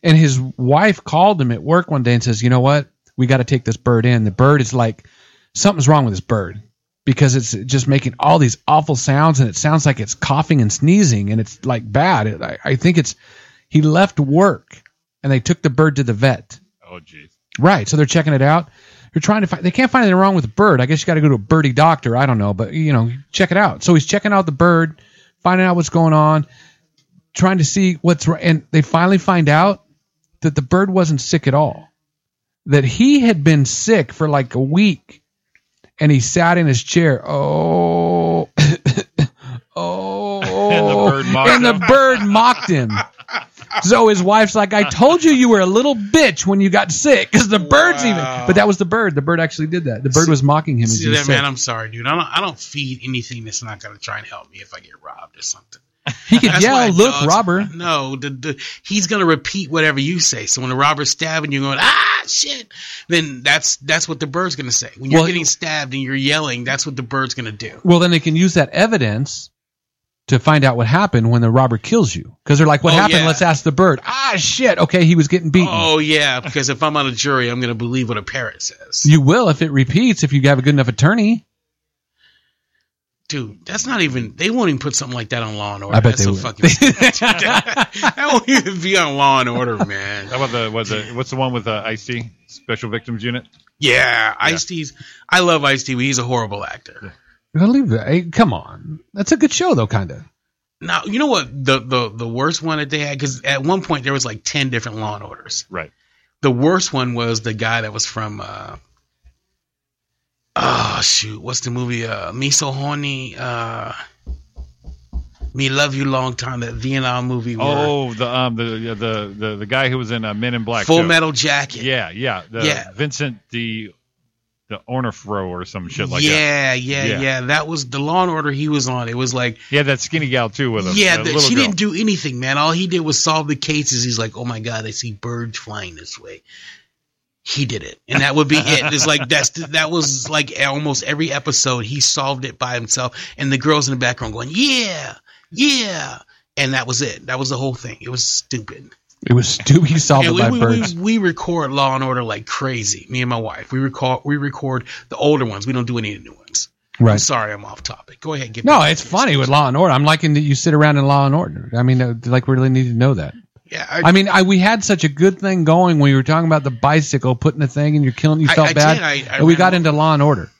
Speaker 1: And his wife called him at work one day and says, "You know what? We got to take this bird in. The bird is like something's wrong with this bird because it's just making all these awful sounds and it sounds like it's coughing and sneezing and it's like bad. It, I, I think it's he left work and they took the bird to the vet.
Speaker 2: Oh, geez.
Speaker 1: Right. So they're checking it out. They're trying to find. They can't find anything wrong with the bird. I guess you got to go to a birdie doctor. I don't know, but you know, check it out. So he's checking out the bird, finding out what's going on, trying to see what's wrong. And they finally find out that the bird wasn't sick at all. That he had been sick for like a week, and he sat in his chair. Oh, *coughs* oh.
Speaker 2: And the bird mocked
Speaker 1: And the
Speaker 2: him.
Speaker 1: bird mocked him. So his wife's like, I told you you were a little bitch when you got sick *laughs* because the bird's even.
Speaker 3: Wow.
Speaker 1: But that was the bird. The bird actually did that. The bird
Speaker 3: See-
Speaker 1: was mocking him. As
Speaker 3: See
Speaker 1: he was
Speaker 3: that man?
Speaker 1: sick.
Speaker 3: I'm sorry, dude. I don't. I don't feed anything that's not gonna try and help me if I get robbed or something.
Speaker 1: He could
Speaker 3: That's why
Speaker 1: yell, look,
Speaker 3: dogs-
Speaker 1: robber.
Speaker 3: No, the, the, he's gonna repeat whatever you say. So when the robber's stabbing you, going ah shit, then that's that's what the bird's gonna say. When you're
Speaker 1: Well,
Speaker 3: getting stabbed and you're yelling, that's what the bird's gonna do.
Speaker 1: Well, then they can use that evidence to find out what happened when the robber kills you. Because they're like, what
Speaker 3: Oh,
Speaker 1: happened?
Speaker 3: yeah.
Speaker 1: Let's ask the bird. Ah, shit. Okay, he was getting beaten.
Speaker 3: Oh yeah, because if I'm on a jury, I'm gonna believe what a parrot says.
Speaker 1: You will if it repeats, if you have a good enough attorney.
Speaker 3: Dude, that's not even. They won't even put something like that on Law and Order.
Speaker 1: I bet they
Speaker 3: that's so
Speaker 1: would. *laughs*
Speaker 3: fucking stupid. *laughs* that, won't even be on Law and Order, man.
Speaker 2: How about the what's the what's the one with the IC Special Victims Unit?
Speaker 3: Yeah, Ice T's. I love Ice T, but he's a horrible actor.
Speaker 1: I'll leave that. Hey, come on. That's a good show, though, kind of.
Speaker 3: Now you know what the the the worst one that they had because at one point there was like ten different Law and Orders.
Speaker 2: Right.
Speaker 3: The worst one was the guy that was from. uh Oh shoot! What's the movie? Uh, Me so horny. Uh, me love you long time. That Vietnam movie. where
Speaker 2: Oh, the um the yeah, the the, the guy who was in uh, Men in Black.
Speaker 3: Full
Speaker 2: too.
Speaker 3: Metal Jacket.
Speaker 2: Yeah, yeah, the,
Speaker 3: Yeah.
Speaker 2: Vincent the the Ornifro or some shit like that.
Speaker 3: yeah, yeah,
Speaker 2: Yeah.
Speaker 3: yeah, That was the Law and Order he was on. It was like,
Speaker 2: He had that skinny gal too with him.
Speaker 3: yeah,
Speaker 2: the
Speaker 3: the-
Speaker 2: little
Speaker 3: she
Speaker 2: girl.
Speaker 3: didn't do anything, man. All he did was solve the cases. He's like, oh my god, I see birds flying this way. He did it, and that would be it. It's like that's that was like almost every episode he solved it by himself, and the girls in the background going, yeah, yeah, and that was it. That was the whole thing. It was stupid.
Speaker 1: It was stupid. He solved
Speaker 3: And
Speaker 1: it
Speaker 3: we,
Speaker 1: by
Speaker 3: we,
Speaker 1: birds.
Speaker 3: we, we record Law and Order like crazy. Me and my wife, we record we record the older ones. We don't do any of the new ones. I'm
Speaker 1: right.
Speaker 3: sorry, I'm off topic. Go ahead, and get.
Speaker 1: No,
Speaker 3: back to
Speaker 1: it's
Speaker 3: your
Speaker 1: funny
Speaker 3: stuff.
Speaker 1: with Law and Order. I'm liking that you sit around in Law and Order. I mean, uh, like, we really need to know that.
Speaker 3: Yeah, I,
Speaker 1: I mean, I, we had such a good thing going when you were talking about the bicycle, putting the thing, and you're killing. You
Speaker 3: I-
Speaker 1: felt
Speaker 3: I did.
Speaker 1: bad,
Speaker 3: I- I
Speaker 1: and we
Speaker 3: ran
Speaker 1: got
Speaker 3: over-
Speaker 1: into Law and Order.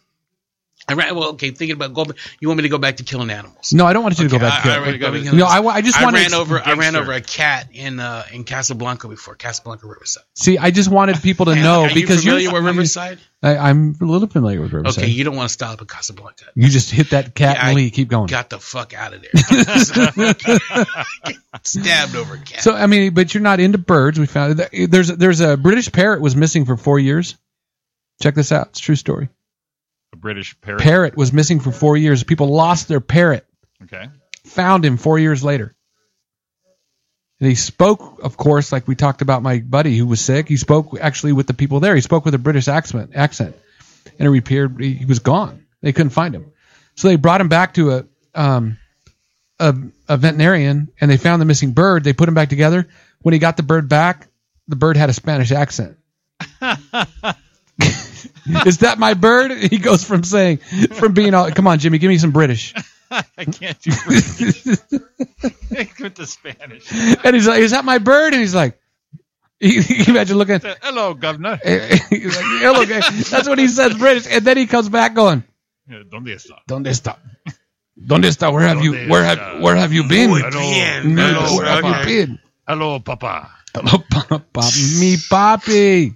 Speaker 3: I ran, well, okay. Thinking about going, you want me to go back to killing animals?
Speaker 1: No, I don't want you to go back.
Speaker 3: I,
Speaker 1: to
Speaker 3: I,
Speaker 1: it.
Speaker 3: already got me killing
Speaker 1: no, I,
Speaker 3: animals.
Speaker 1: wa- I just
Speaker 3: I
Speaker 1: want
Speaker 3: ran
Speaker 1: to
Speaker 3: over. I ran
Speaker 2: gangster.
Speaker 3: over a cat in uh, in Casablanca before Casablanca Riverside.
Speaker 1: see. I just wanted people to
Speaker 3: Man,
Speaker 1: know
Speaker 3: are
Speaker 1: because
Speaker 3: you
Speaker 1: you're-
Speaker 3: familiar with Riverside.
Speaker 1: I, I'm a little familiar with Riverside.
Speaker 3: Okay, you don't want to stop at Casablanca.
Speaker 1: you just hit that cat
Speaker 3: Yeah,
Speaker 1: and
Speaker 3: I
Speaker 1: Lee. Keep going.
Speaker 3: Got the fuck out of there. *laughs* Stabbed over a cat.
Speaker 1: *laughs* So I mean, but you're not into birds. We found there's there's a British parrot was missing for four years. Check this out. It's a true story.
Speaker 2: a British parrot.
Speaker 1: Parrot was missing for four years. People lost their parrot.
Speaker 2: okay. *laughs*
Speaker 1: found him four years later. And he spoke, of course, like we talked about my buddy who was sick. He spoke actually with the people there. He spoke with a British accent, accent, and it appeared he, he was gone. They couldn't find him, so they brought him back to a um, a, a veterinarian, and they found the missing bird. They put him back together. When he got the bird back, the bird had a Spanish accent. Is that my bird? He goes from saying, from being all, come on, Jimmy, give me some British.
Speaker 2: I can't do British. With the Spanish. *laughs*
Speaker 1: *laughs* And he's like, "Is that my bird?" And he's like, *laughs* he, he- "Imagine looking."
Speaker 2: Uh, Hello, governor.
Speaker 1: *laughs* He's like, "Hello, guy." *laughs* That's what he says British, and then he comes back going,
Speaker 2: Yeah, Donde Eh, está?
Speaker 1: "Donde está? Donde está? Where have you?
Speaker 2: Donde
Speaker 1: Where have?
Speaker 2: está?
Speaker 1: Where have you been?
Speaker 3: Muy
Speaker 1: Where
Speaker 3: bien.
Speaker 2: No,
Speaker 3: Hello,
Speaker 2: no,
Speaker 1: have
Speaker 3: okay.
Speaker 1: you *laughs* been? Oh,
Speaker 2: Hello, papa.
Speaker 1: Hello, pop, pop, me poppy,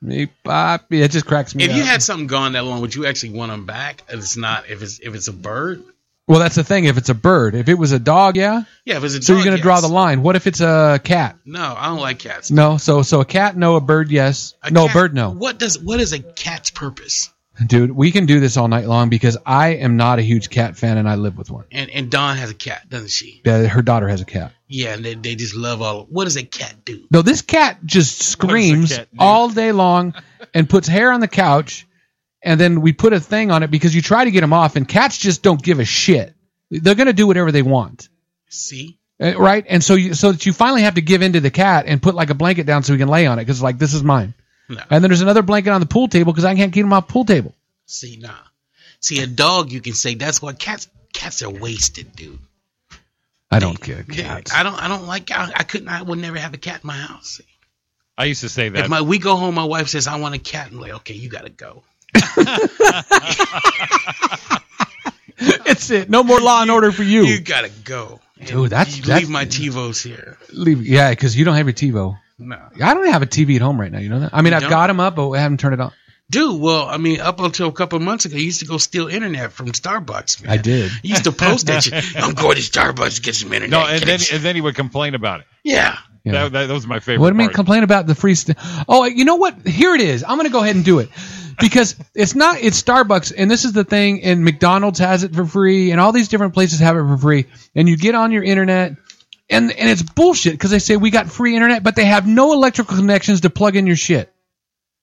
Speaker 1: me poppy." It just cracks me.
Speaker 3: If you
Speaker 1: up.
Speaker 3: had something gone that long, would you actually want them back? If it's not, if it's if it's a bird,
Speaker 1: Well, that's the thing. If it's a bird, if it was a dog, yeah.
Speaker 3: Yeah, if it's a
Speaker 1: So you're
Speaker 3: dog,
Speaker 1: going to draw
Speaker 3: yes.
Speaker 1: the line. What if it's a cat?
Speaker 3: No, I don't like cats.
Speaker 1: No. So so a cat, no. A bird, yes.
Speaker 3: A
Speaker 1: no, a
Speaker 3: cat-
Speaker 1: bird, no.
Speaker 3: What does what is a cat's purpose?
Speaker 1: Dude, we can do this all night long because I am not a huge cat fan and I live with one.
Speaker 3: And and Dawn has a cat, doesn't she?
Speaker 1: Yeah, her daughter has a cat.
Speaker 3: Yeah, and they, they just love all. What does a cat do?
Speaker 1: No, this cat just
Speaker 2: does a
Speaker 1: screams
Speaker 2: cat do?
Speaker 1: all day long and puts hair on the couch. And then we put a thing on it because you try to get them off, and cats just don't give a shit. They're going to do whatever they want.
Speaker 3: See,
Speaker 1: Uh, Right? And so you, so that you finally have to give in to the cat and put like a blanket down so he can lay on it because, like, this is mine.
Speaker 3: No.
Speaker 1: And then there's another blanket on the pool table because I can't keep him off the pool table.
Speaker 3: see, nah. See, a dog, you can say that's what cats. Cats are wasted, dude.
Speaker 1: I don't care.
Speaker 3: Yeah,
Speaker 1: *laughs* Cats.
Speaker 3: I don't. I don't like. I, I couldn't. I would never have a cat in my house.
Speaker 2: I used to say
Speaker 3: If
Speaker 2: that.
Speaker 3: my we go home, my wife says I want a cat. I'm like, okay, you gotta go.
Speaker 1: It's it. No more law and order for you.
Speaker 3: You gotta go. And
Speaker 1: Dude, that's-
Speaker 3: you
Speaker 1: that's- *laughs*
Speaker 3: leave my TiVos here.
Speaker 1: Leave, yeah, because you don't have your TiVo.
Speaker 3: No,
Speaker 1: I don't have a TV at home right now. You know that? I mean,
Speaker 3: You
Speaker 1: I've
Speaker 3: don't?
Speaker 1: got them up, but I haven't turned it on.
Speaker 3: dude. Well, I mean, up until a couple of months ago, you used to go steal internet from Starbucks. Man.
Speaker 1: I did.
Speaker 3: You used to
Speaker 1: *laughs*
Speaker 3: post that shit. I'm going to Starbucks to get some internet.
Speaker 2: no, and then
Speaker 3: connection."
Speaker 2: and then he would complain about it.
Speaker 3: yeah,
Speaker 1: Yeah.
Speaker 2: That, that, that was my favorite.
Speaker 1: What do you mean
Speaker 2: part.
Speaker 1: complain about the free st- Oh, you know what? Here it is. I'm going to go ahead and do it because it's not it's Starbucks and this is the thing and McDonald's has it for free and all these different places have it for free and you get on your internet and and it's bullshit because they say we got free internet but they have no electrical connections to plug in your shit.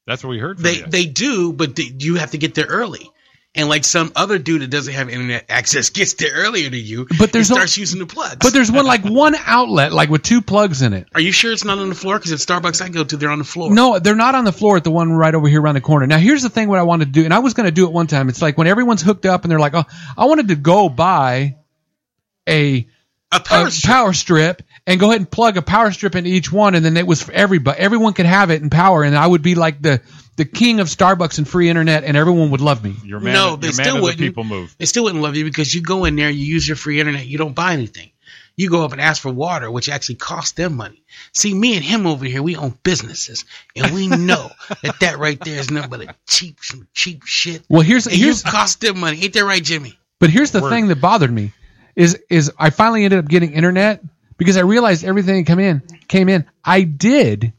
Speaker 2: That's what we
Speaker 1: Oh,
Speaker 2: heard. From
Speaker 3: they
Speaker 2: you.
Speaker 3: they do, but th- you have to get there early. And like some other dude that doesn't have internet access gets there earlier to you,
Speaker 1: But there's
Speaker 3: and
Speaker 1: no-
Speaker 3: starts using the plugs.
Speaker 1: But there's one like one outlet like with two plugs in it.
Speaker 3: are you sure it's not on the floor? Because at Starbucks I go to, they're on the floor.
Speaker 1: No, they're not on the floor at the one right over here around the corner. Now, here's the thing: what I wanted to do, and I was going to do it one time. It's like when everyone's hooked up, and they're like, "Oh, I wanted to go buy a,
Speaker 3: a
Speaker 1: a
Speaker 3: power strip.
Speaker 1: power strip and go ahead and plug a power strip into each one, and then it was for everybody. Everyone could have it in power, and I would be like the the king of Starbucks and free internet, and everyone would love me.
Speaker 2: You're man.
Speaker 3: No,
Speaker 2: of-
Speaker 3: they
Speaker 2: you're man
Speaker 3: still
Speaker 2: of the
Speaker 3: wouldn't.
Speaker 2: people move.
Speaker 3: They still wouldn't love you because you go in there, you use your free internet, you don't buy anything. You go up and ask for water, which actually costs them money. See, me and him over here, we own businesses, and
Speaker 1: *laughs*
Speaker 3: we know that that right there is nothing but a cheap, some cheap shit.
Speaker 1: Well, here's
Speaker 3: And you
Speaker 1: here's
Speaker 3: cost them money, ain't that right, Jimmy?
Speaker 1: But here's the
Speaker 2: Word.
Speaker 1: thing that bothered me is is I finally ended up getting internet because I realized everything that come in came in. I did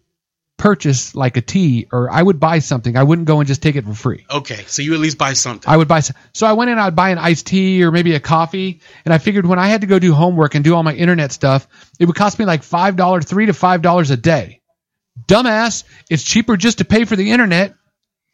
Speaker 1: purchase like a tea or I would buy something. I wouldn't go and just take it for free.
Speaker 3: Okay, so you at least buy something.
Speaker 1: I would buy s- so I went in. I'd buy an iced tea or maybe a coffee, and I figured when I had to go do homework and do all my internet stuff, it would cost me like five dollars, three to five dollars a day. Dumbass, it's cheaper just to pay for the internet,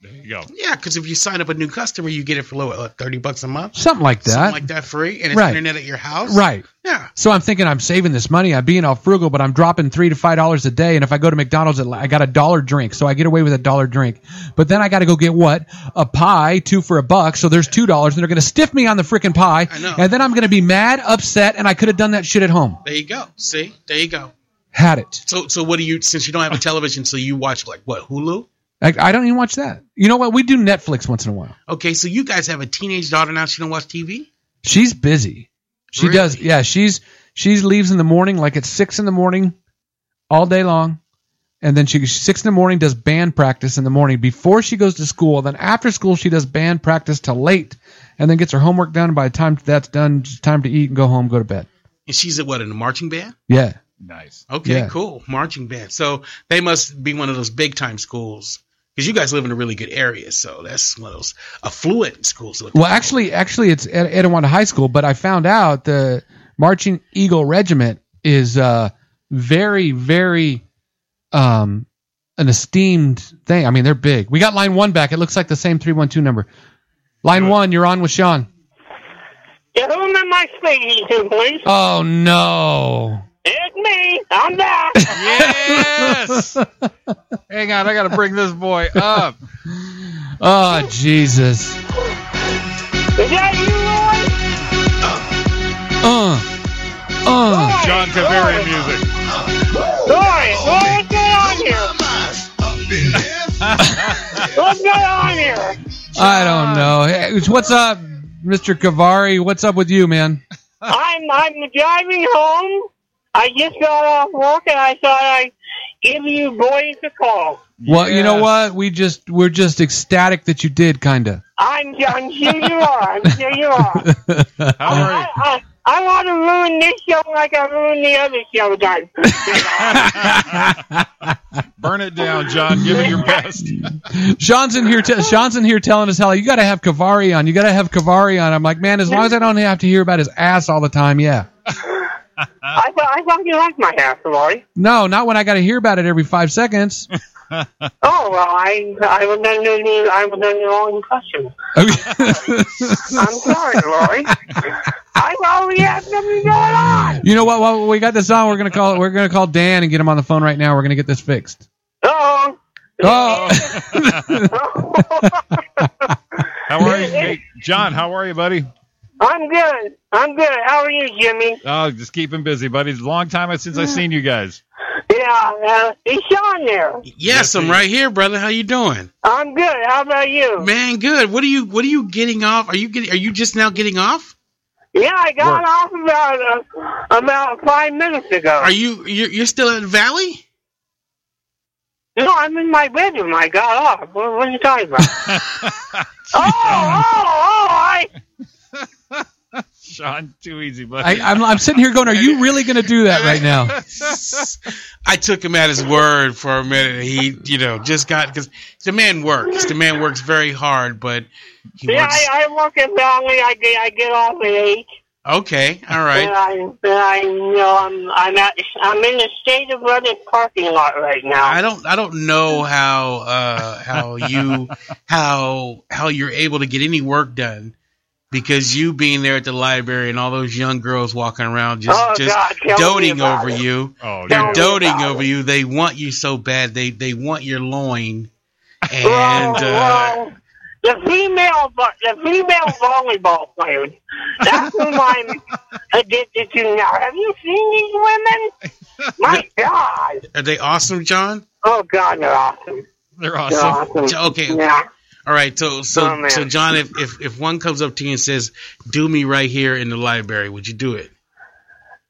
Speaker 2: There you go.
Speaker 3: yeah, because if you sign up a new customer, you get it for low, like thirty bucks a month,
Speaker 1: something like that.
Speaker 3: something like that, free, and it's
Speaker 1: Right.
Speaker 3: internet at your house.
Speaker 1: right.
Speaker 3: Yeah.
Speaker 1: So I'm thinking I'm saving this money. I'm being all frugal, but I'm dropping three to five dollars a day. And if I go to McDonald's, it- I got a dollar drink, so I get away with a dollar drink. But then I got to go get what a pie, two for a buck. So there's two dollars, and they're gonna stiff me on the freaking pie.
Speaker 3: I know.
Speaker 1: And then I'm gonna be mad, upset, and I could have done that shit at home.
Speaker 3: There you go. See, there you go.
Speaker 1: Had it.
Speaker 3: So, so what do you? Since you don't have a television, so you watch like what Hulu?
Speaker 1: I, I don't even watch that. You know what? We do Netflix once in a while.
Speaker 3: Okay, so you guys have a teenage daughter now. She don't watch TV.
Speaker 1: She's busy. She
Speaker 3: Really?
Speaker 1: does. Yeah, she's she leaves in the morning, like at six in the morning, all day long, and then she six in the morning does band practice in the morning before she goes to school. Then after school she does band practice till late, and then gets her homework done. And by the time that's done, it's time to eat and go home, go to bed.
Speaker 3: And she's at what in the marching band?
Speaker 1: Yeah,
Speaker 2: Nice.
Speaker 3: Okay,
Speaker 1: Yeah.
Speaker 3: cool, marching band. So they must be one of those big time schools because you guys live in a really good area. So that's one of those affluent schools. what they
Speaker 1: Well,
Speaker 3: call
Speaker 1: actually, actually, it's Ed- Edewanda High School, but I found out the Marching Eagle Regiment is uh, very, very um, an esteemed thing. I mean, they're big. We got line one back. It looks like the same three one two number. Line one, you're on with Sean.
Speaker 5: To whom am I speaking to, please?
Speaker 1: Oh no!
Speaker 5: It's me. I'm back.
Speaker 2: Yes. Hang on, I got to bring this boy uh, up.
Speaker 1: *laughs* Oh Jesus!
Speaker 5: Is that you, Roy?
Speaker 1: Uh, uh.
Speaker 5: Oh,
Speaker 2: John *laughs* Taveri music.
Speaker 5: Roy, Roy, what's going on here? What's going on here?
Speaker 1: I don't know. Hey, it's- what's up, Mister Cavari? What's up with you, man?
Speaker 5: I'm I'm driving home. I just got off work and I thought I'd give you boys a call.
Speaker 1: Well, you know
Speaker 2: Yes.
Speaker 1: what? We just we're just ecstatic that you did, kinda.
Speaker 5: I'm, I'm sure you are. I'm sure you are.
Speaker 2: How
Speaker 1: *laughs*
Speaker 5: I,
Speaker 2: are
Speaker 5: I, I want to ruin this show like I ruined the other show, guys.
Speaker 2: you? *laughs* Burn it down, John. Give it your best.
Speaker 1: Sean's in here. T- Sean's in here telling us how you got to have Kavari on. You got to have Kavari on. I'm like, man, as long as I don't have to hear about his ass all the time, yeah.
Speaker 5: I thought I thought you liked my house, Roy.
Speaker 1: No, not when I got to hear about it every five seconds. *laughs*
Speaker 5: Oh well, I I was under the I was under the wrong impression. I'm sorry, Roy. I already have something going on.
Speaker 1: you know what? While we got this on, we're gonna call. We're gonna call Dan and get him on the phone right now. We're gonna get this fixed.
Speaker 5: *laughs* Oh. *laughs*
Speaker 1: Oh,
Speaker 2: How are you, hey, John? How are you, buddy?
Speaker 5: I'm good. I'm good. How are you, Jimmy?
Speaker 2: Oh, just keeping busy, buddy. It's a long time since I've seen you guys. *laughs*
Speaker 5: Yeah, uh, is Sean there?
Speaker 2: Yes,
Speaker 3: Yes, I'm
Speaker 2: he-
Speaker 3: right here, brother. How you doing?
Speaker 5: I'm good. How about you?
Speaker 3: Man, good. What are you what are you getting off? Are you getting are you just now getting off?
Speaker 5: Yeah, I got
Speaker 2: Work.
Speaker 5: off about uh, about five minutes ago.
Speaker 3: Are you you're, you're still at Valley? *laughs*
Speaker 5: No, I'm in my bedroom. I got off. What, what are you
Speaker 3: *laughs*
Speaker 5: talking about? oh, oh, oh! I
Speaker 2: Sean, too easy,
Speaker 1: I,
Speaker 2: buddy.
Speaker 1: I'm, I'm sitting here going, "Are you really gonna do that right now?"
Speaker 3: I took him at his word for a minute. He, you know, just got cuz the man works. The man works very hard, but he
Speaker 5: yeah,
Speaker 3: works
Speaker 5: I, I work in Valley. I get I get off at eight,
Speaker 3: Okay, all right.
Speaker 5: and I and I you know I'm I'm at I'm in the state of Brothers parking lot right now.
Speaker 3: I don't I don't know how uh, how you how how you're able to get any work done because you being there at the library and all those young girls walking around just
Speaker 5: Oh,
Speaker 3: just
Speaker 5: God, tell me
Speaker 3: doting
Speaker 5: about
Speaker 3: over
Speaker 5: it.
Speaker 3: you.
Speaker 2: oh,
Speaker 5: Tell
Speaker 2: yeah.
Speaker 5: me
Speaker 3: Doting
Speaker 5: about
Speaker 3: over
Speaker 5: it.
Speaker 3: you. They want you so bad. They they want your
Speaker 5: *laughs*
Speaker 3: loin. And
Speaker 5: Well,
Speaker 3: uh,
Speaker 5: well, the female vo- the female volleyball players. That's who I'm addicted to now. Have you seen these women? My God!
Speaker 3: are they awesome, John?
Speaker 5: Oh God, they're awesome.
Speaker 2: they're
Speaker 5: They're
Speaker 2: awesome.
Speaker 5: awesome.
Speaker 3: Okay,
Speaker 5: Yeah.
Speaker 3: all right. So so
Speaker 5: Oh, man.
Speaker 3: so John, if, if if one comes up to you and says, "Do me right here in the library," would you do it?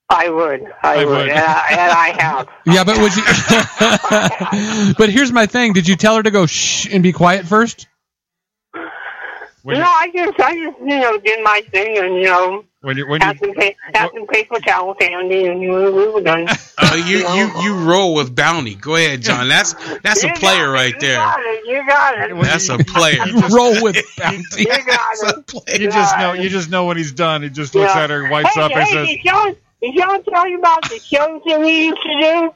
Speaker 5: I would. I,
Speaker 2: I
Speaker 5: would.
Speaker 2: would.
Speaker 5: And, I, and I have.
Speaker 1: Yeah, but would you? *laughs* but here's my thing: Did you tell her to go shh and be quiet first?
Speaker 2: When
Speaker 5: no,
Speaker 2: you
Speaker 5: I just, I just, you know, did my thing and, you know,
Speaker 2: when you when
Speaker 5: had
Speaker 2: you
Speaker 5: some, pa- had some paper towels handy and we we were done. *laughs*
Speaker 3: Uh, you, you you roll with bounty. Go ahead, John. That's that's a
Speaker 5: You
Speaker 3: player
Speaker 5: got it,
Speaker 3: right
Speaker 5: you
Speaker 3: there.
Speaker 5: Got it, you
Speaker 2: *laughs*
Speaker 5: got it.
Speaker 3: That's a player.
Speaker 1: Roll with.
Speaker 5: You got
Speaker 3: That's
Speaker 5: it.
Speaker 3: a player.
Speaker 2: you just know you just know when he's done. He just looks
Speaker 5: Yeah.
Speaker 2: at her, wipes
Speaker 5: hey,
Speaker 2: up,
Speaker 5: hey,
Speaker 2: and says,
Speaker 5: did y'all, did y'all tell you about the shows that we used to do?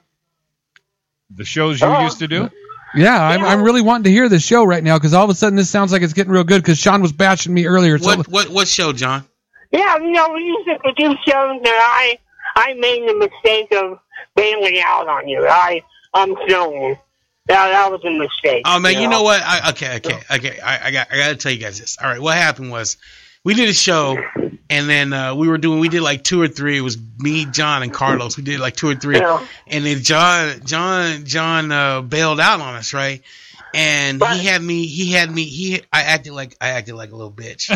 Speaker 2: "The shows you
Speaker 5: Oh.
Speaker 2: used to do."
Speaker 1: Yeah, I'm, I'm really wanting to hear this show right now because all of a sudden this sounds like it's getting real good because Sean was bashing me earlier. So
Speaker 3: What what what show, John?
Speaker 5: Yeah, you know, we used to produce shows that I, I made the mistake of bailing out on you. I, I'm stoned. That, that was a mistake.
Speaker 3: Oh man, you know
Speaker 5: what?
Speaker 3: what? I, okay, okay, okay. I, I got I gotta tell you guys this. All right, what happened was we did a show and then uh, we were doing we did like two or three. It was me, John, and Carlos. We did like two or three,
Speaker 5: Yeah.
Speaker 3: and then John John John uh, bailed out on us, right? And
Speaker 5: Right.
Speaker 3: he had me. He had me. He. I acted like I acted like a little bitch.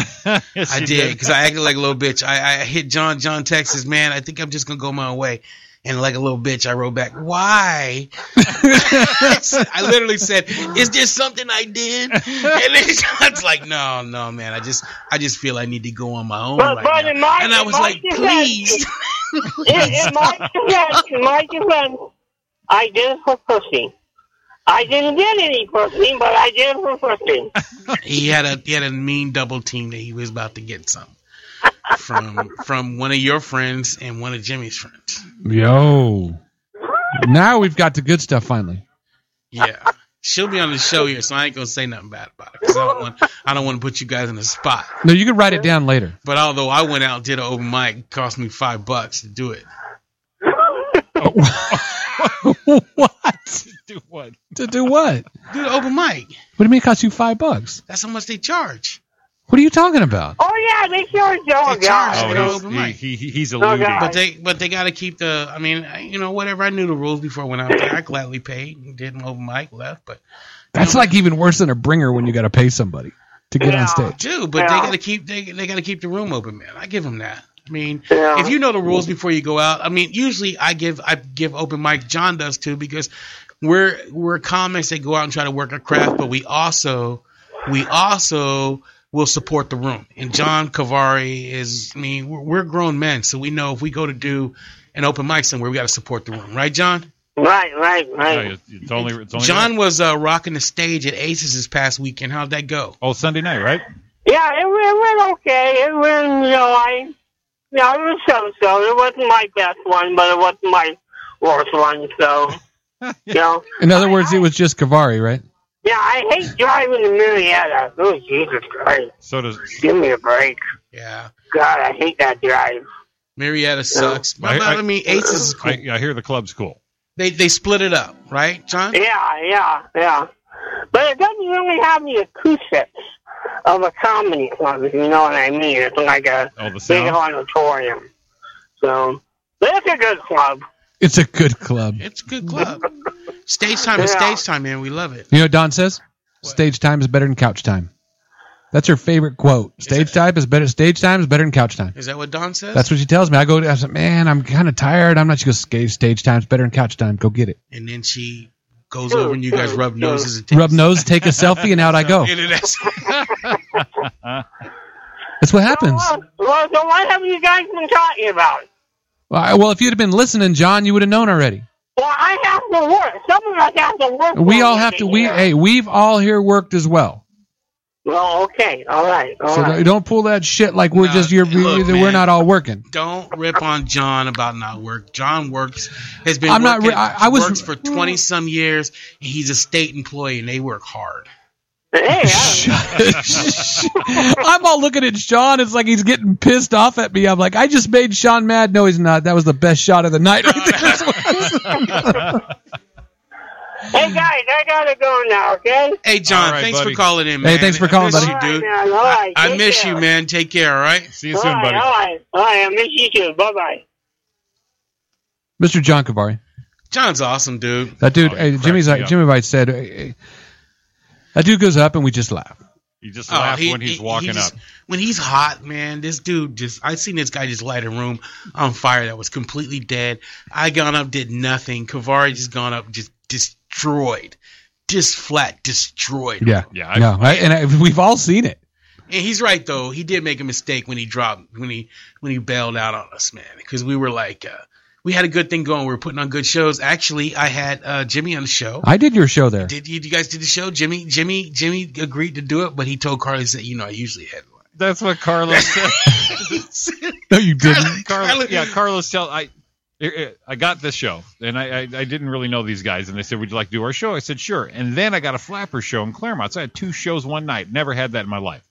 Speaker 2: *laughs* Yes,
Speaker 3: I
Speaker 2: you
Speaker 3: did because I acted like a little bitch. I, I hit John. John Texas, man. I think I'm just gonna go my own way. And like a little bitch, I wrote back, "Why?" *laughs* I literally said, "Is there something I did?" And then John's like, "No, no, man. I just, I just feel I need to go on my own
Speaker 5: But-
Speaker 3: right
Speaker 5: but
Speaker 3: now."
Speaker 5: in my-
Speaker 3: and I
Speaker 5: in
Speaker 3: was
Speaker 5: my
Speaker 3: like,
Speaker 5: defense-
Speaker 3: *laughs* "Please."
Speaker 5: in,
Speaker 3: *laughs*
Speaker 5: in my defense, in my defense, I did it for pussy. I didn't get any pussy, but I did it for pussy. *laughs*
Speaker 3: he had a he had a mean double team that he was about to get some from from one of your friends and one of Jimmy's friends.
Speaker 1: yo, now we've got the good stuff finally.
Speaker 3: Yeah. She'll be on the show here, so I ain't gonna say nothing bad about it because I don't want I don't want to put you guys in a spot.
Speaker 1: No, you can write it down later.
Speaker 3: But although I went out and did an open mic, it cost me five bucks to do it.
Speaker 1: *laughs* what
Speaker 2: do what?
Speaker 1: to do what?
Speaker 3: Do the open mic.
Speaker 1: What do you mean it cost you five bucks?
Speaker 3: That's how much they charge.
Speaker 1: What are you talking about?
Speaker 5: Oh yeah, they sure do. Oh
Speaker 3: They charge
Speaker 5: God.
Speaker 3: you.
Speaker 2: Oh,
Speaker 3: Open mic.
Speaker 2: he's, he, he, he's
Speaker 5: God.
Speaker 2: eluding.
Speaker 3: But they but they got to keep the. I mean, I, you know, whatever. I knew the rules before I went out there. I gladly paid and did an open mic, left. But
Speaker 1: That's like even worse than a bringer when you got to pay somebody to get
Speaker 5: Yeah.
Speaker 1: on stage.
Speaker 3: dude, but
Speaker 5: Yeah.
Speaker 3: they got to keep they they got to keep the room open, man. I give them that. I mean,
Speaker 5: Yeah.
Speaker 3: if you know the rules before you go out, I mean, usually I give I give open mic. John does too because we're we're comics that go out and try to work a craft, but we also we also will support the room. And John Cavari is, I mean, we're, we're grown men, so we know if we go to do an open mic somewhere, we got to support the room, right, John?
Speaker 5: Right, right,
Speaker 2: No,
Speaker 5: right.
Speaker 2: it's- it's only, it's only
Speaker 3: John was uh, rocking the stage at Aces this past weekend. How'd that go?
Speaker 2: Oh, Sunday night, right?
Speaker 5: Yeah, it, it went okay. It went, you know, I, yeah, it was so so. It wasn't my best one, but it wasn't my worst one.
Speaker 3: *laughs*
Speaker 5: So, you know,
Speaker 1: In other words, it was just Cavari, right?
Speaker 5: yeah, I hate driving to Marietta. Oh, Jesus Christ!
Speaker 2: So does.
Speaker 5: Give me a break.
Speaker 3: Yeah.
Speaker 5: God, I hate that drive.
Speaker 3: Marietta sucks.
Speaker 2: I-
Speaker 3: But, but, I,
Speaker 2: I-
Speaker 3: mean, Aces is cool.
Speaker 2: I, I hear the club's cool.
Speaker 3: they, they split it up, right, John?
Speaker 5: Yeah, yeah, yeah. But it doesn't really have the acoustics of a comedy club, if you know what I mean. It's like a
Speaker 2: Oh, the
Speaker 5: big
Speaker 2: sound.
Speaker 5: auditorium. So, but it's a good club.
Speaker 1: It's a good club.
Speaker 3: It's a good club. Stage time is
Speaker 5: Yeah.
Speaker 3: stage time, man. We love it.
Speaker 1: You know what Don says? Stage time is better than couch time. That's her favorite quote. Stage time is better. Stage time is better than couch time.
Speaker 3: Is that what Don says?
Speaker 1: That's what she tells me. I go. to- I said, man, I'm kind of tired. I'm not. She goes, "Stage- stage time's better than couch time. Go get it.
Speaker 3: and then she goes over and you guys rub noses and
Speaker 1: Rub nose, take a selfie, and out I
Speaker 3: *laughs*
Speaker 1: go.
Speaker 5: *laughs*
Speaker 1: That's what happens.
Speaker 5: So, well, well, so what have you guys been talking about?
Speaker 1: Well, I- well, if you'd have been listening, John, you would have known already.
Speaker 5: Well, I have to work. Some of us have to work.
Speaker 1: We
Speaker 5: while
Speaker 1: all
Speaker 5: we're
Speaker 1: have to. We
Speaker 5: here.
Speaker 1: hey, we've all here worked as well.
Speaker 5: Well, okay, all right, all
Speaker 1: So
Speaker 5: right.
Speaker 1: don't pull that shit like we're
Speaker 3: No,
Speaker 1: just you're,
Speaker 3: look,
Speaker 1: we're
Speaker 3: man.
Speaker 1: not all working.
Speaker 3: Don't rip on John about not work. John works has been
Speaker 1: I'm
Speaker 3: I'm
Speaker 1: not
Speaker 3: working,
Speaker 1: ri- I- I was-
Speaker 3: works for twenty some years. And he's a state employee and they work hard.
Speaker 5: Hey,
Speaker 1: *laughs*
Speaker 5: I,
Speaker 1: I'm all looking at Sean. It's like he's getting pissed off at me. I'm like, I just made Sean mad. No, he's not. That was the best shot of the night right there. *laughs*
Speaker 5: hey, guys, I gotta go now. Okay.
Speaker 3: Hey John,
Speaker 2: All right,
Speaker 3: thanks
Speaker 2: buddy.
Speaker 3: for calling in, man.
Speaker 1: Hey, thanks for
Speaker 3: I
Speaker 1: calling,
Speaker 3: miss
Speaker 1: buddy.
Speaker 5: All
Speaker 3: You,
Speaker 5: right,
Speaker 3: dude.
Speaker 5: man, all right,
Speaker 3: I
Speaker 5: take
Speaker 3: miss
Speaker 5: care.
Speaker 3: you, man. Take care, all right?
Speaker 2: *laughs* See you
Speaker 5: All
Speaker 2: soon,
Speaker 5: right,
Speaker 2: buddy.
Speaker 5: all right, all right. I miss you too. Bye bye.
Speaker 1: Mr. John Cavari.
Speaker 3: John's awesome, dude.
Speaker 1: That dude,
Speaker 2: Oh,
Speaker 1: hey,
Speaker 2: crap,
Speaker 1: Jimmy's like,
Speaker 2: yeah.
Speaker 1: Jimmy Bites said, hey, hey. that dude goes up and we just laugh.
Speaker 2: You just
Speaker 3: Oh,
Speaker 2: laugh
Speaker 3: he-
Speaker 2: when he's
Speaker 3: he-
Speaker 2: walking
Speaker 3: he just-
Speaker 2: up.
Speaker 3: When he's hot, man, this dude just I seen this guy just light a room on fire that was completely dead. I gone up, did nothing. Kavari just gone up, just destroyed. Just flat destroyed.
Speaker 1: Yeah.
Speaker 2: Yeah, I-
Speaker 1: I, no, I, and I, we've all seen it.
Speaker 3: And he's right though. He did make a mistake when he dropped when he when he bailed out on us, man. Because we were like, uh, we had a good thing going. We were putting on good shows. Actually, I had uh, Jimmy on the show.
Speaker 1: I did your show there.
Speaker 3: Did you, you guys did the show? Jimmy, Jimmy, Jimmy agreed to do it, but he told Carly he said, you know, I usually headline.
Speaker 2: That's what
Speaker 3: *laughs*
Speaker 2: Carlos said. *laughs*
Speaker 1: No, you didn't.
Speaker 2: Carlos,
Speaker 3: Carlos-
Speaker 2: yeah, Carlos tell I. it- it- I got this show, and I, I, I didn't really know these guys, and they said, "Would you like to do our show?" I said, "Sure." And then I got a flapper show in Claremont, so I had two shows one night. Never had that in my life.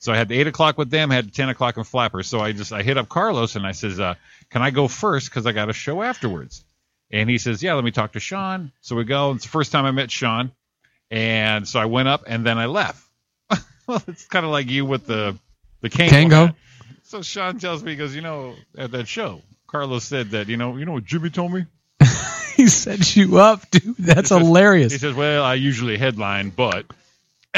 Speaker 2: So I had the eight o'clock with them, had ten o'clock in flapper. So I just I hit up Carlos and I says, uh, "Can I go first? Because I got a show afterwards." And he says, "Yeah, let me talk to Sean." So we go. It's the first time I met Sean, and so I went up and then I left. *laughs* well, it's kind of like you with the the Kango.
Speaker 1: Kango?
Speaker 2: hat. So Sean tells me, he goes, you know, at that show, Carlos said that, you know, you know what Jimmy told me?
Speaker 1: *laughs* He set you up, dude. That's
Speaker 2: He says- *laughs* He
Speaker 1: hilarious.
Speaker 2: says, well, I usually headline, but *laughs*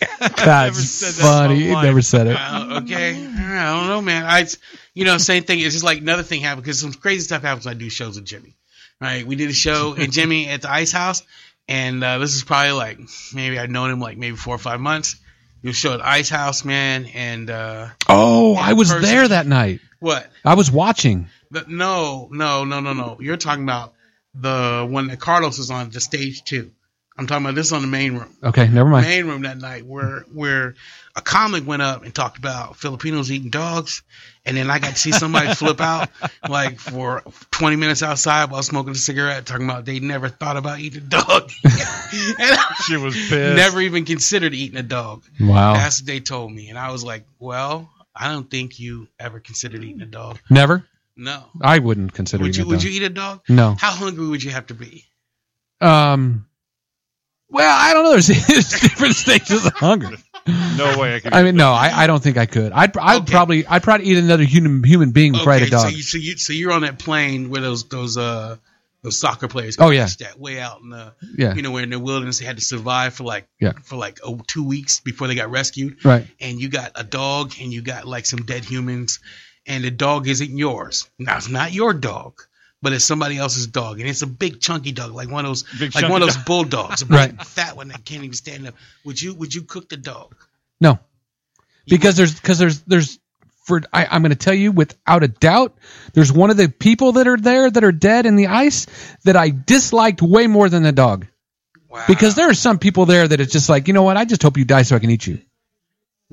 Speaker 2: never said
Speaker 1: That's
Speaker 2: that
Speaker 1: funny. He
Speaker 2: online.
Speaker 1: never said it.
Speaker 3: Wow, okay, I don't know, man. I, you know, same thing. It's just like another thing happened because some crazy stuff happens. when I do shows with Jimmy. Right, we did a show and Jimmy at the Ice House, and uh, this is probably like maybe I've known him like maybe four or five months. You show at Ice House, man, and uh,
Speaker 1: Oh, I was
Speaker 3: person.
Speaker 1: there that night.
Speaker 3: what?
Speaker 1: I was watching.
Speaker 3: The- no, no, no, no, no. You're talking about the one that Carlos was on, the stage two. I'm talking about this on the main room.
Speaker 1: Okay, never mind.
Speaker 3: main room that night where where a comic went up and talked about Filipinos eating dogs, and then I got to
Speaker 1: *laughs*
Speaker 3: see somebody flip out like for 20 minutes outside while smoking a cigarette, talking about they never thought about eating a dog, *laughs* and I
Speaker 2: she was pissed.
Speaker 3: never even considered eating a dog.
Speaker 1: Wow.
Speaker 3: That's what they told me, and I was like, well, I don't think you ever considered eating a dog.
Speaker 1: never.
Speaker 3: No,
Speaker 1: I wouldn't consider
Speaker 3: would
Speaker 1: it.
Speaker 3: you would you eat a dog?
Speaker 1: No.
Speaker 3: How hungry would you have to be?
Speaker 1: Um. Well, I don't know. *laughs* There's different stages of hunger.
Speaker 2: No way I could.
Speaker 1: I mean, no, I, I don't think I could. I'd, I'd
Speaker 3: Okay.
Speaker 1: probably, I'd probably eat another human human being before I ate a
Speaker 3: So
Speaker 1: Mm, dog.
Speaker 3: you, so you so you're on that plane where those those uh those soccer players.
Speaker 1: Oh, yeah.
Speaker 3: that way out in the
Speaker 1: yeah,
Speaker 3: you know where in the wilderness they had to survive for like
Speaker 1: Yeah.
Speaker 3: for like oh, two weeks before they got rescued.
Speaker 1: right.
Speaker 3: And you got a dog and you got like some dead humans, and the dog isn't yours. Now it's not your dog, but it's somebody else's dog, and it's a big chunky dog like one of those
Speaker 2: Big
Speaker 3: like
Speaker 2: chunky
Speaker 3: one of those
Speaker 1: *laughs*
Speaker 3: bulldogs, a big
Speaker 1: Right.
Speaker 3: fat one that can't even stand up. Would you would you cook the dog?
Speaker 1: No, because there's because there's there's for I, I'm going to tell you without a doubt, there's one of the people that are there that are dead in the ice that I disliked way more than the dog
Speaker 3: Wow.
Speaker 1: because there are some people there that it's just like you know what I just hope you die so I can eat you.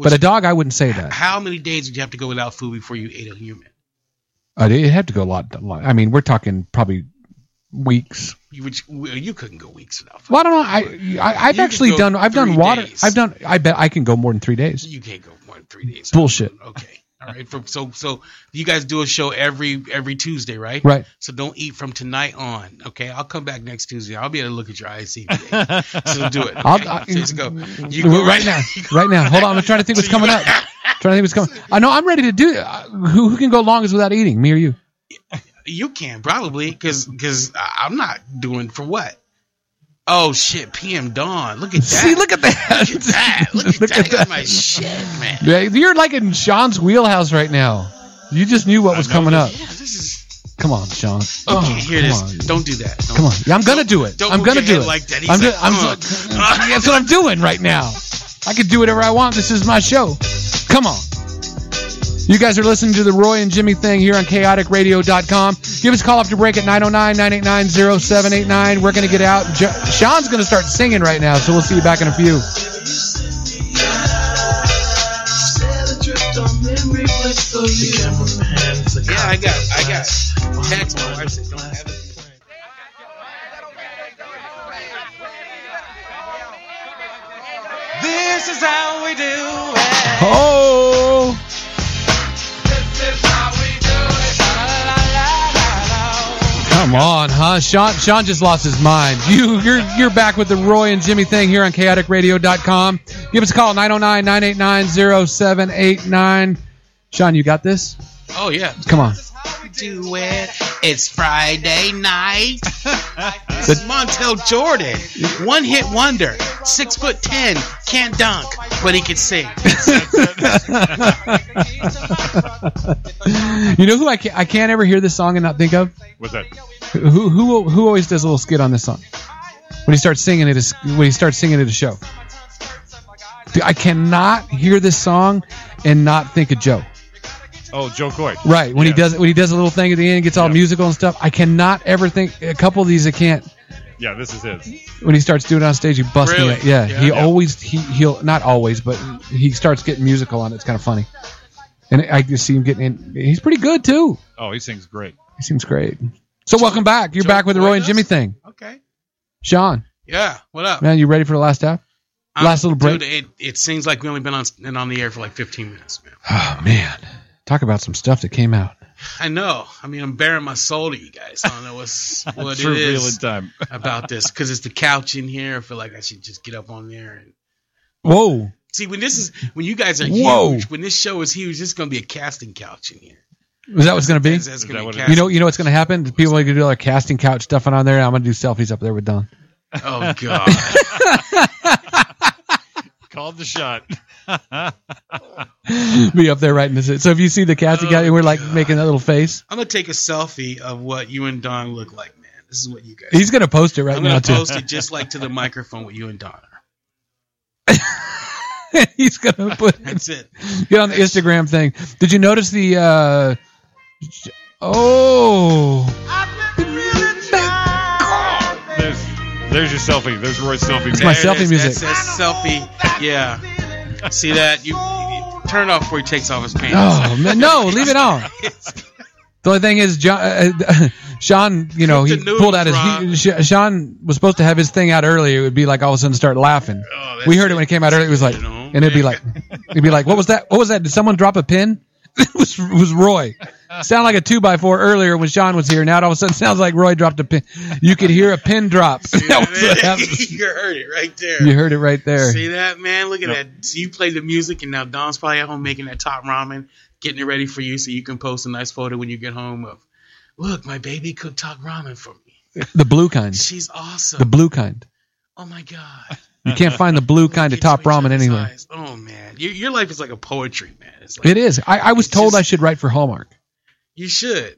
Speaker 1: But a dog, I wouldn't say that.
Speaker 3: how many days did you have to go without food before you ate a human?
Speaker 1: Uh, It had to go a lot, a lot. I mean, we're talking probably weeks.
Speaker 3: You would, well, you couldn't go weeks without food.
Speaker 1: Well, I don't know. I, I I've
Speaker 3: You
Speaker 1: actually
Speaker 3: could go
Speaker 1: done. I've done
Speaker 3: three
Speaker 1: water.
Speaker 3: days.
Speaker 1: I've done. I bet I can go more than three days.
Speaker 3: You can't go more than three days.
Speaker 1: Bullshit.
Speaker 3: Okay. All right. From, so so you guys do a show every every Tuesday, right? *laughs*
Speaker 1: Right.
Speaker 3: So don't eat from tonight on. Okay. I'll come back next Tuesday. I'll be able to look at
Speaker 1: *laughs*
Speaker 3: your ICP. *laughs* so do it. Okay?
Speaker 1: I'll- I-
Speaker 3: so just go. You
Speaker 1: Right, now. *laughs* Right now. Hold on. I'm trying to think what's coming
Speaker 3: *laughs*
Speaker 1: up. trying to think what's coming. I know I'm ready to do. Uh, who, who can go longest without eating? Me or you?
Speaker 3: You can probably because because I'm not doing for what. Oh shit! PM Dawn. Look at
Speaker 1: *laughs*
Speaker 3: that.
Speaker 1: See, look at that.
Speaker 3: Look at
Speaker 1: *laughs*
Speaker 3: that. Look at that. That's my shit, man.
Speaker 1: Yeah, You're like in Sean's wheelhouse right now. You just knew what was coming up.
Speaker 3: Yeah, this is.
Speaker 1: Come on, Sean.
Speaker 3: Okay,
Speaker 1: Oh,
Speaker 3: here it
Speaker 1: come
Speaker 3: is.
Speaker 1: on.
Speaker 3: Don't do that. Don't-
Speaker 1: Come on. Yeah, I'm gonna do it.
Speaker 3: don't
Speaker 1: I'm
Speaker 3: move
Speaker 1: gonna
Speaker 3: your
Speaker 1: do
Speaker 3: head
Speaker 1: it.
Speaker 3: like that. He's
Speaker 1: I'm,
Speaker 3: like,
Speaker 1: do- I'm
Speaker 3: "Ugh."
Speaker 1: so- *laughs* that's what I'm doing right now. I can do whatever I want. This is my show. Come on. You guys are listening to the Roy and Jimmy thing here on chaoticradio.com. Give us a call after break at 909-989-0789. We're going to get out. Jo- Sean's going to start singing right now, so we'll see you back in a few.
Speaker 3: Yeah, I got, I got text my wife said don't have it.
Speaker 4: This is how we do it.
Speaker 1: Oh, come on, huh? Sean, Sean just lost his mind. You, you're, you're back with the Roy and Jimmy thing here on chaoticradio.com. Give us a call, 909-989-0789. Sean, you got this?
Speaker 3: Oh yeah,
Speaker 1: Come on. *laughs*
Speaker 3: do it. It's Friday *laughs* night. This is Montel Jordan, one hit wonder, six foot ten, can't dunk, but he can
Speaker 4: *laughs*
Speaker 3: sing.
Speaker 1: you know who I can't, I can't ever hear this song and not think of?
Speaker 2: What's that?
Speaker 1: Who, who, who always does a little skit on this song? When he starts singing it, is when he starts singing at a show. Dude, I cannot hear this song and not think of Joe.
Speaker 2: Oh, Joe Coy.
Speaker 1: Right when
Speaker 2: Yeah.
Speaker 1: he does when he does a little thing at the end, gets all
Speaker 2: Yeah.
Speaker 1: musical and stuff. I cannot ever think a couple of these. I can't
Speaker 2: Yeah, this is his.
Speaker 1: when he starts doing it on stage. He busts me.
Speaker 3: Really?
Speaker 1: Up. Yeah,
Speaker 3: Yeah.
Speaker 1: he
Speaker 2: Yeah.
Speaker 1: always he he'll not always, but he starts getting musical on it. It's kind of funny, and I just see him getting in. He's pretty good too.
Speaker 2: Oh, he sings great.
Speaker 1: He seems great. So welcome back. You're
Speaker 3: Joe
Speaker 1: back with the Roy and Jimmy
Speaker 3: Cuevas?
Speaker 1: thing.
Speaker 3: Okay.
Speaker 1: Sean,
Speaker 3: Yeah. What up?
Speaker 1: man, you ready for the last half?
Speaker 3: I'm-
Speaker 1: last little break.
Speaker 3: Dude, it, it seems like we only been on and on the air for like 15 minutes, man.
Speaker 1: Oh man, talk about some stuff that came out.
Speaker 3: I know. I mean, I'm bearing my soul to you guys. I don't
Speaker 2: *laughs*
Speaker 3: know what's what
Speaker 2: True
Speaker 3: it
Speaker 2: real in
Speaker 3: is
Speaker 2: time.
Speaker 3: about this because it's the couch in here. I feel like I should just get up on there and
Speaker 1: Whoa,
Speaker 3: See when this is when you guys are
Speaker 1: Whoa.
Speaker 3: huge, when this show is huge, it's gonna be a casting couch in here.
Speaker 1: is that what's gonna be?
Speaker 3: That's- that's
Speaker 2: Is
Speaker 3: gonna
Speaker 2: that
Speaker 3: be
Speaker 2: what it
Speaker 1: You
Speaker 3: casting-
Speaker 1: know, you know what's gonna happen? People are gonna do like casting couch stuff on there. and I'm gonna do selfies up there with
Speaker 3: *gasps*
Speaker 1: Don. *laughs*
Speaker 3: Oh god.
Speaker 2: Called the shot. *laughs*
Speaker 1: be up there right in the So if you see the casting
Speaker 3: Oh,
Speaker 1: guy, we're like
Speaker 3: God.
Speaker 1: making that little face.
Speaker 3: I'm gonna take a selfie of what you and Don look like, man. This is what you guys.
Speaker 1: He's gonna post it right
Speaker 3: I'm
Speaker 1: now
Speaker 3: gonna
Speaker 1: too.
Speaker 3: post it just like to the microphone what you and Don are.
Speaker 1: *laughs* He's gonna put
Speaker 3: That's it.
Speaker 1: get on the Instagram thing. Did you notice the? uh Oh,
Speaker 2: There's there's your selfie. There's Roy's selfie.
Speaker 1: It's my
Speaker 3: There it
Speaker 1: selfie
Speaker 3: is.
Speaker 1: music.
Speaker 3: That's that selfie. Yeah. See that? You, you- turn it off before he takes off his pants.
Speaker 1: oh man, no, leave it on.
Speaker 3: *laughs*
Speaker 1: The only thing is, John, uh, *laughs* Sean, you know, he
Speaker 3: Scripted news,
Speaker 1: pulled out his.
Speaker 3: Ron.
Speaker 1: He, Sh- Sean was supposed to have his thing out earlier. It would be like all of a sudden start laughing.
Speaker 3: Oh, that's
Speaker 1: we heard it when it came out earlier. It was like,
Speaker 3: You know,
Speaker 1: and it'd be
Speaker 3: man. *laughs*
Speaker 1: like, *laughs* it'd be like, what was that? What was that? Did someone drop a pin? *laughs* it was it was Roy. Sound like a two by four earlier when Sean was here. Now it all of a sudden sounds like Roy dropped a pin. You could hear a pin drop. *laughs* That was what happened.
Speaker 3: *laughs* you heard it right there.
Speaker 1: You heard it right there.
Speaker 3: See that, man? Look at that. So you play the music, and now Don's probably at home making that top ramen, getting it ready for you so you can post a nice photo when you get home of, look, my baby cooked top ramen for me.
Speaker 1: The blue kind.
Speaker 3: She's awesome.
Speaker 1: The blue kind.
Speaker 3: oh, my God.
Speaker 1: You can't find the blue *laughs* kind of
Speaker 3: Get to
Speaker 1: top
Speaker 3: each other's
Speaker 1: ramen
Speaker 3: *laughs*
Speaker 1: anywhere.
Speaker 3: eyes. Oh, man. Your, your life is like a poetry, man. It's like,
Speaker 1: It is. I, I was
Speaker 3: It's
Speaker 1: told
Speaker 3: just-
Speaker 1: I should write for Hallmark.
Speaker 3: You should.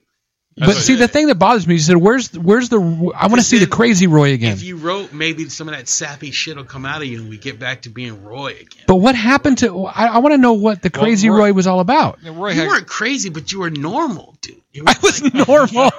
Speaker 1: But see, the thing that bothers me is that where's where's the I want to see the crazy Roy again.
Speaker 3: If you wrote, maybe some of that sappy shit will come out of you, and we get back to being Roy again.
Speaker 1: But what happened to? I, I want to know what the
Speaker 2: Well,
Speaker 1: crazy
Speaker 2: Roy-
Speaker 1: Roy was all
Speaker 3: *laughs*
Speaker 1: about.
Speaker 2: Yeah, Roy
Speaker 3: you
Speaker 2: had-
Speaker 3: weren't crazy, but you were normal, dude. You
Speaker 1: I was normal.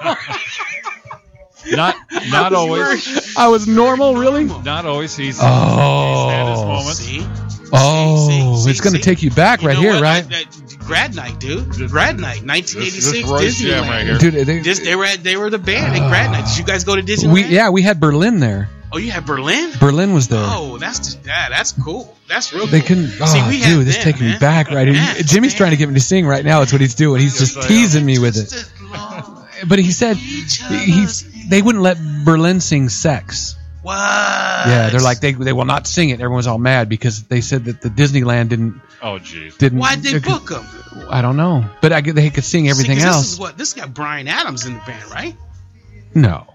Speaker 2: *laughs* not not always.
Speaker 1: I was normal, really. Uh,
Speaker 2: Not always. He's had his
Speaker 1: Oh,
Speaker 2: moments.
Speaker 3: See,
Speaker 1: oh,
Speaker 3: See, see,
Speaker 1: it's gonna
Speaker 3: see.
Speaker 1: take you back
Speaker 3: You
Speaker 1: right
Speaker 3: know
Speaker 1: here,
Speaker 3: what?
Speaker 1: right,
Speaker 3: I- that- grad night, dude. Grad night,
Speaker 2: This,
Speaker 3: 1986
Speaker 2: this is Roy's
Speaker 3: Disneyland.
Speaker 2: jam right here.
Speaker 1: dude? They,
Speaker 3: Dis- they were at, they were the band at grad night. Did you guys go to Disneyland?
Speaker 1: we yeah, we had Berlin there.
Speaker 3: Oh, you had Berlin.
Speaker 1: Berlin was there.
Speaker 3: Oh, that's yeah, that's cool. That's real.
Speaker 1: They
Speaker 3: cool.
Speaker 1: couldn't. Oh,
Speaker 3: See, we had
Speaker 1: dude, this
Speaker 3: them,
Speaker 1: taking me
Speaker 3: man.
Speaker 1: back right here.
Speaker 3: Yeah,
Speaker 1: Jimmy's
Speaker 3: man.
Speaker 1: trying to get me to sing right now. That's what he's doing. He's just
Speaker 2: Yes, I am.
Speaker 1: teasing me with it.
Speaker 3: oh, Just as
Speaker 1: *laughs*
Speaker 3: long-
Speaker 1: But he said he's. They wouldn't let Berlin sing sex.
Speaker 3: What?
Speaker 1: Yeah, they're like they they will not sing it. Everyone's all mad because they said that the Disneyland didn't
Speaker 2: Oh, jeez.
Speaker 1: didn't.
Speaker 3: Why'd they
Speaker 1: uh,
Speaker 3: book them?
Speaker 1: I don't know, but I get they could sing everything
Speaker 3: This
Speaker 1: else.
Speaker 3: is what this got Brian Adams in the band, right?
Speaker 1: no,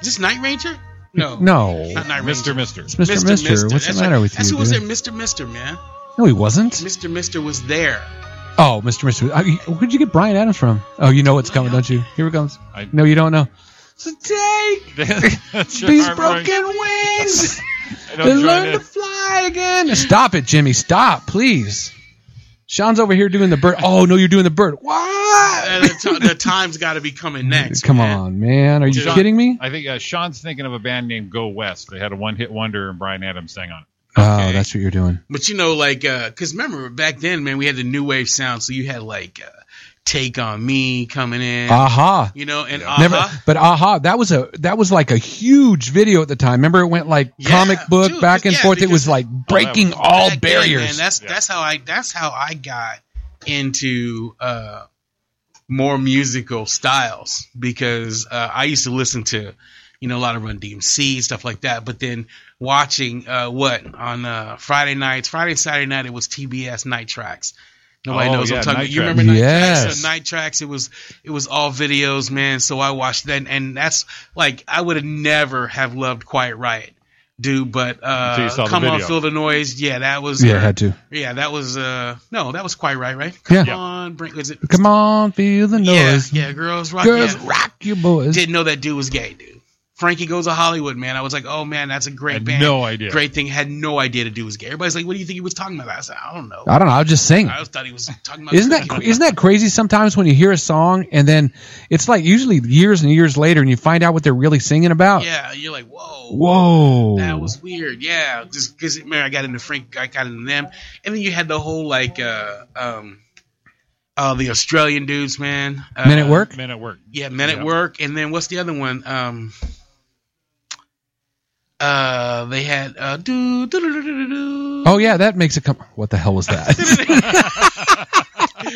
Speaker 3: Is this Night Ranger? No,
Speaker 1: *laughs* no,
Speaker 3: not Night
Speaker 2: Mister,
Speaker 3: Ranger.
Speaker 2: Mister. *laughs*
Speaker 1: it's Mr. Mister. What's the
Speaker 3: Oh. That's
Speaker 1: matter
Speaker 3: right.
Speaker 1: with
Speaker 3: That's
Speaker 1: you?
Speaker 3: who was there,
Speaker 1: dude?
Speaker 3: Mister Mister, man.
Speaker 1: No, he wasn't.
Speaker 3: Mister Mister was there.
Speaker 1: Oh, Mr. Mister, I, where'd you get Brian Adams from? Oh, you know what's coming, don't you? Here it comes.
Speaker 2: I-
Speaker 1: No, you don't know.
Speaker 2: These
Speaker 1: wings. They learn to fly again. Stop it, Jimmy. Stop, please. Sean's over here doing the bird. Oh no, you're doing the bird.
Speaker 3: Uh, the,
Speaker 1: What?
Speaker 3: ti- the time's got to
Speaker 1: *laughs*
Speaker 3: be coming next.
Speaker 1: Come
Speaker 3: man.
Speaker 1: on, man. Are you
Speaker 2: Sean-
Speaker 1: kidding me?
Speaker 2: I think uh, Sean's thinking of a band named Go West. They had a one-hit wonder, and Brian Adams sang on it.
Speaker 1: Oh, that's what you're doing.
Speaker 3: But you know, like, uh 'cause remember back then, man, we had the new wave sound, so you had like uh, "Take on Me" coming in,
Speaker 1: Aha.
Speaker 3: you know, and
Speaker 1: Never,
Speaker 3: Uh-huh.
Speaker 1: but aha, that was a that was like a huge video at the time. Remember, it went like
Speaker 3: Yeah,
Speaker 1: comic book
Speaker 3: dude,
Speaker 1: back and
Speaker 3: yeah,
Speaker 1: forth. It
Speaker 3: because-
Speaker 1: was like breaking
Speaker 2: was
Speaker 1: all
Speaker 3: Back then, man,
Speaker 1: barriers.
Speaker 3: that's
Speaker 2: Yeah.
Speaker 3: that's how I that's how I got into uh, more musical styles because uh, I used to listen to you know a lot of Run DMC stuff like that, but then watching uh, what on uh, Friday nights, Friday and Saturday night it was TBS Night Tracks. Nobody
Speaker 2: Oh,
Speaker 3: knows
Speaker 2: yeah,
Speaker 3: what I'm
Speaker 2: Night
Speaker 3: talking about. You
Speaker 2: Tracks.
Speaker 3: remember Night Tracks?
Speaker 1: Yes.
Speaker 3: So Night Tracks, it was it was all videos, man. So I watched that, and that's like I would have never have loved Quiet Riot, dude. But
Speaker 2: Until you
Speaker 3: uh,
Speaker 2: saw the
Speaker 3: come on,
Speaker 2: video.
Speaker 3: feel the noise. Yeah, that was
Speaker 1: yeah, I had to.
Speaker 3: yeah, that was uh no, that was quite right, right?
Speaker 1: Yeah.
Speaker 3: Come on, bring is it
Speaker 1: Come on, feel the noise.
Speaker 3: Yeah, yeah, girls rock.
Speaker 1: Girls,
Speaker 3: yeah.
Speaker 1: rock your boys.
Speaker 3: Didn't know that dude was gay, dude. Frankie goes to Hollywood, man. I was like, oh man, that's a
Speaker 2: I
Speaker 3: great
Speaker 2: had
Speaker 3: band.
Speaker 2: no idea.
Speaker 3: Great thing. Had no idea the dude was gay. Everybody's like, what do you think he was talking about? I said, I don't know.
Speaker 1: I don't know. I was just saying.
Speaker 3: I always thought he was talking about.
Speaker 1: Isn't that
Speaker 3: Frankie.
Speaker 1: isn't that crazy? Sometimes when you hear a song and then it's like usually years and years later, and you find out what they're really singing about.
Speaker 3: Yeah, you're like, whoa.
Speaker 1: Whoa!
Speaker 3: That was weird. Yeah, just because man, I got into Frank, I got into them, and then you had the whole like, uh, um, uh, the Australian dudes, man. Uh,
Speaker 1: men at work.
Speaker 2: Men at work.
Speaker 3: Yeah, Men
Speaker 2: Yeah.
Speaker 3: at Work, and then what's the other one? Um, uh, they had uh, do do do do do do.
Speaker 1: Oh
Speaker 3: *laughs*
Speaker 1: yeah, that makes it come. What the hell was that?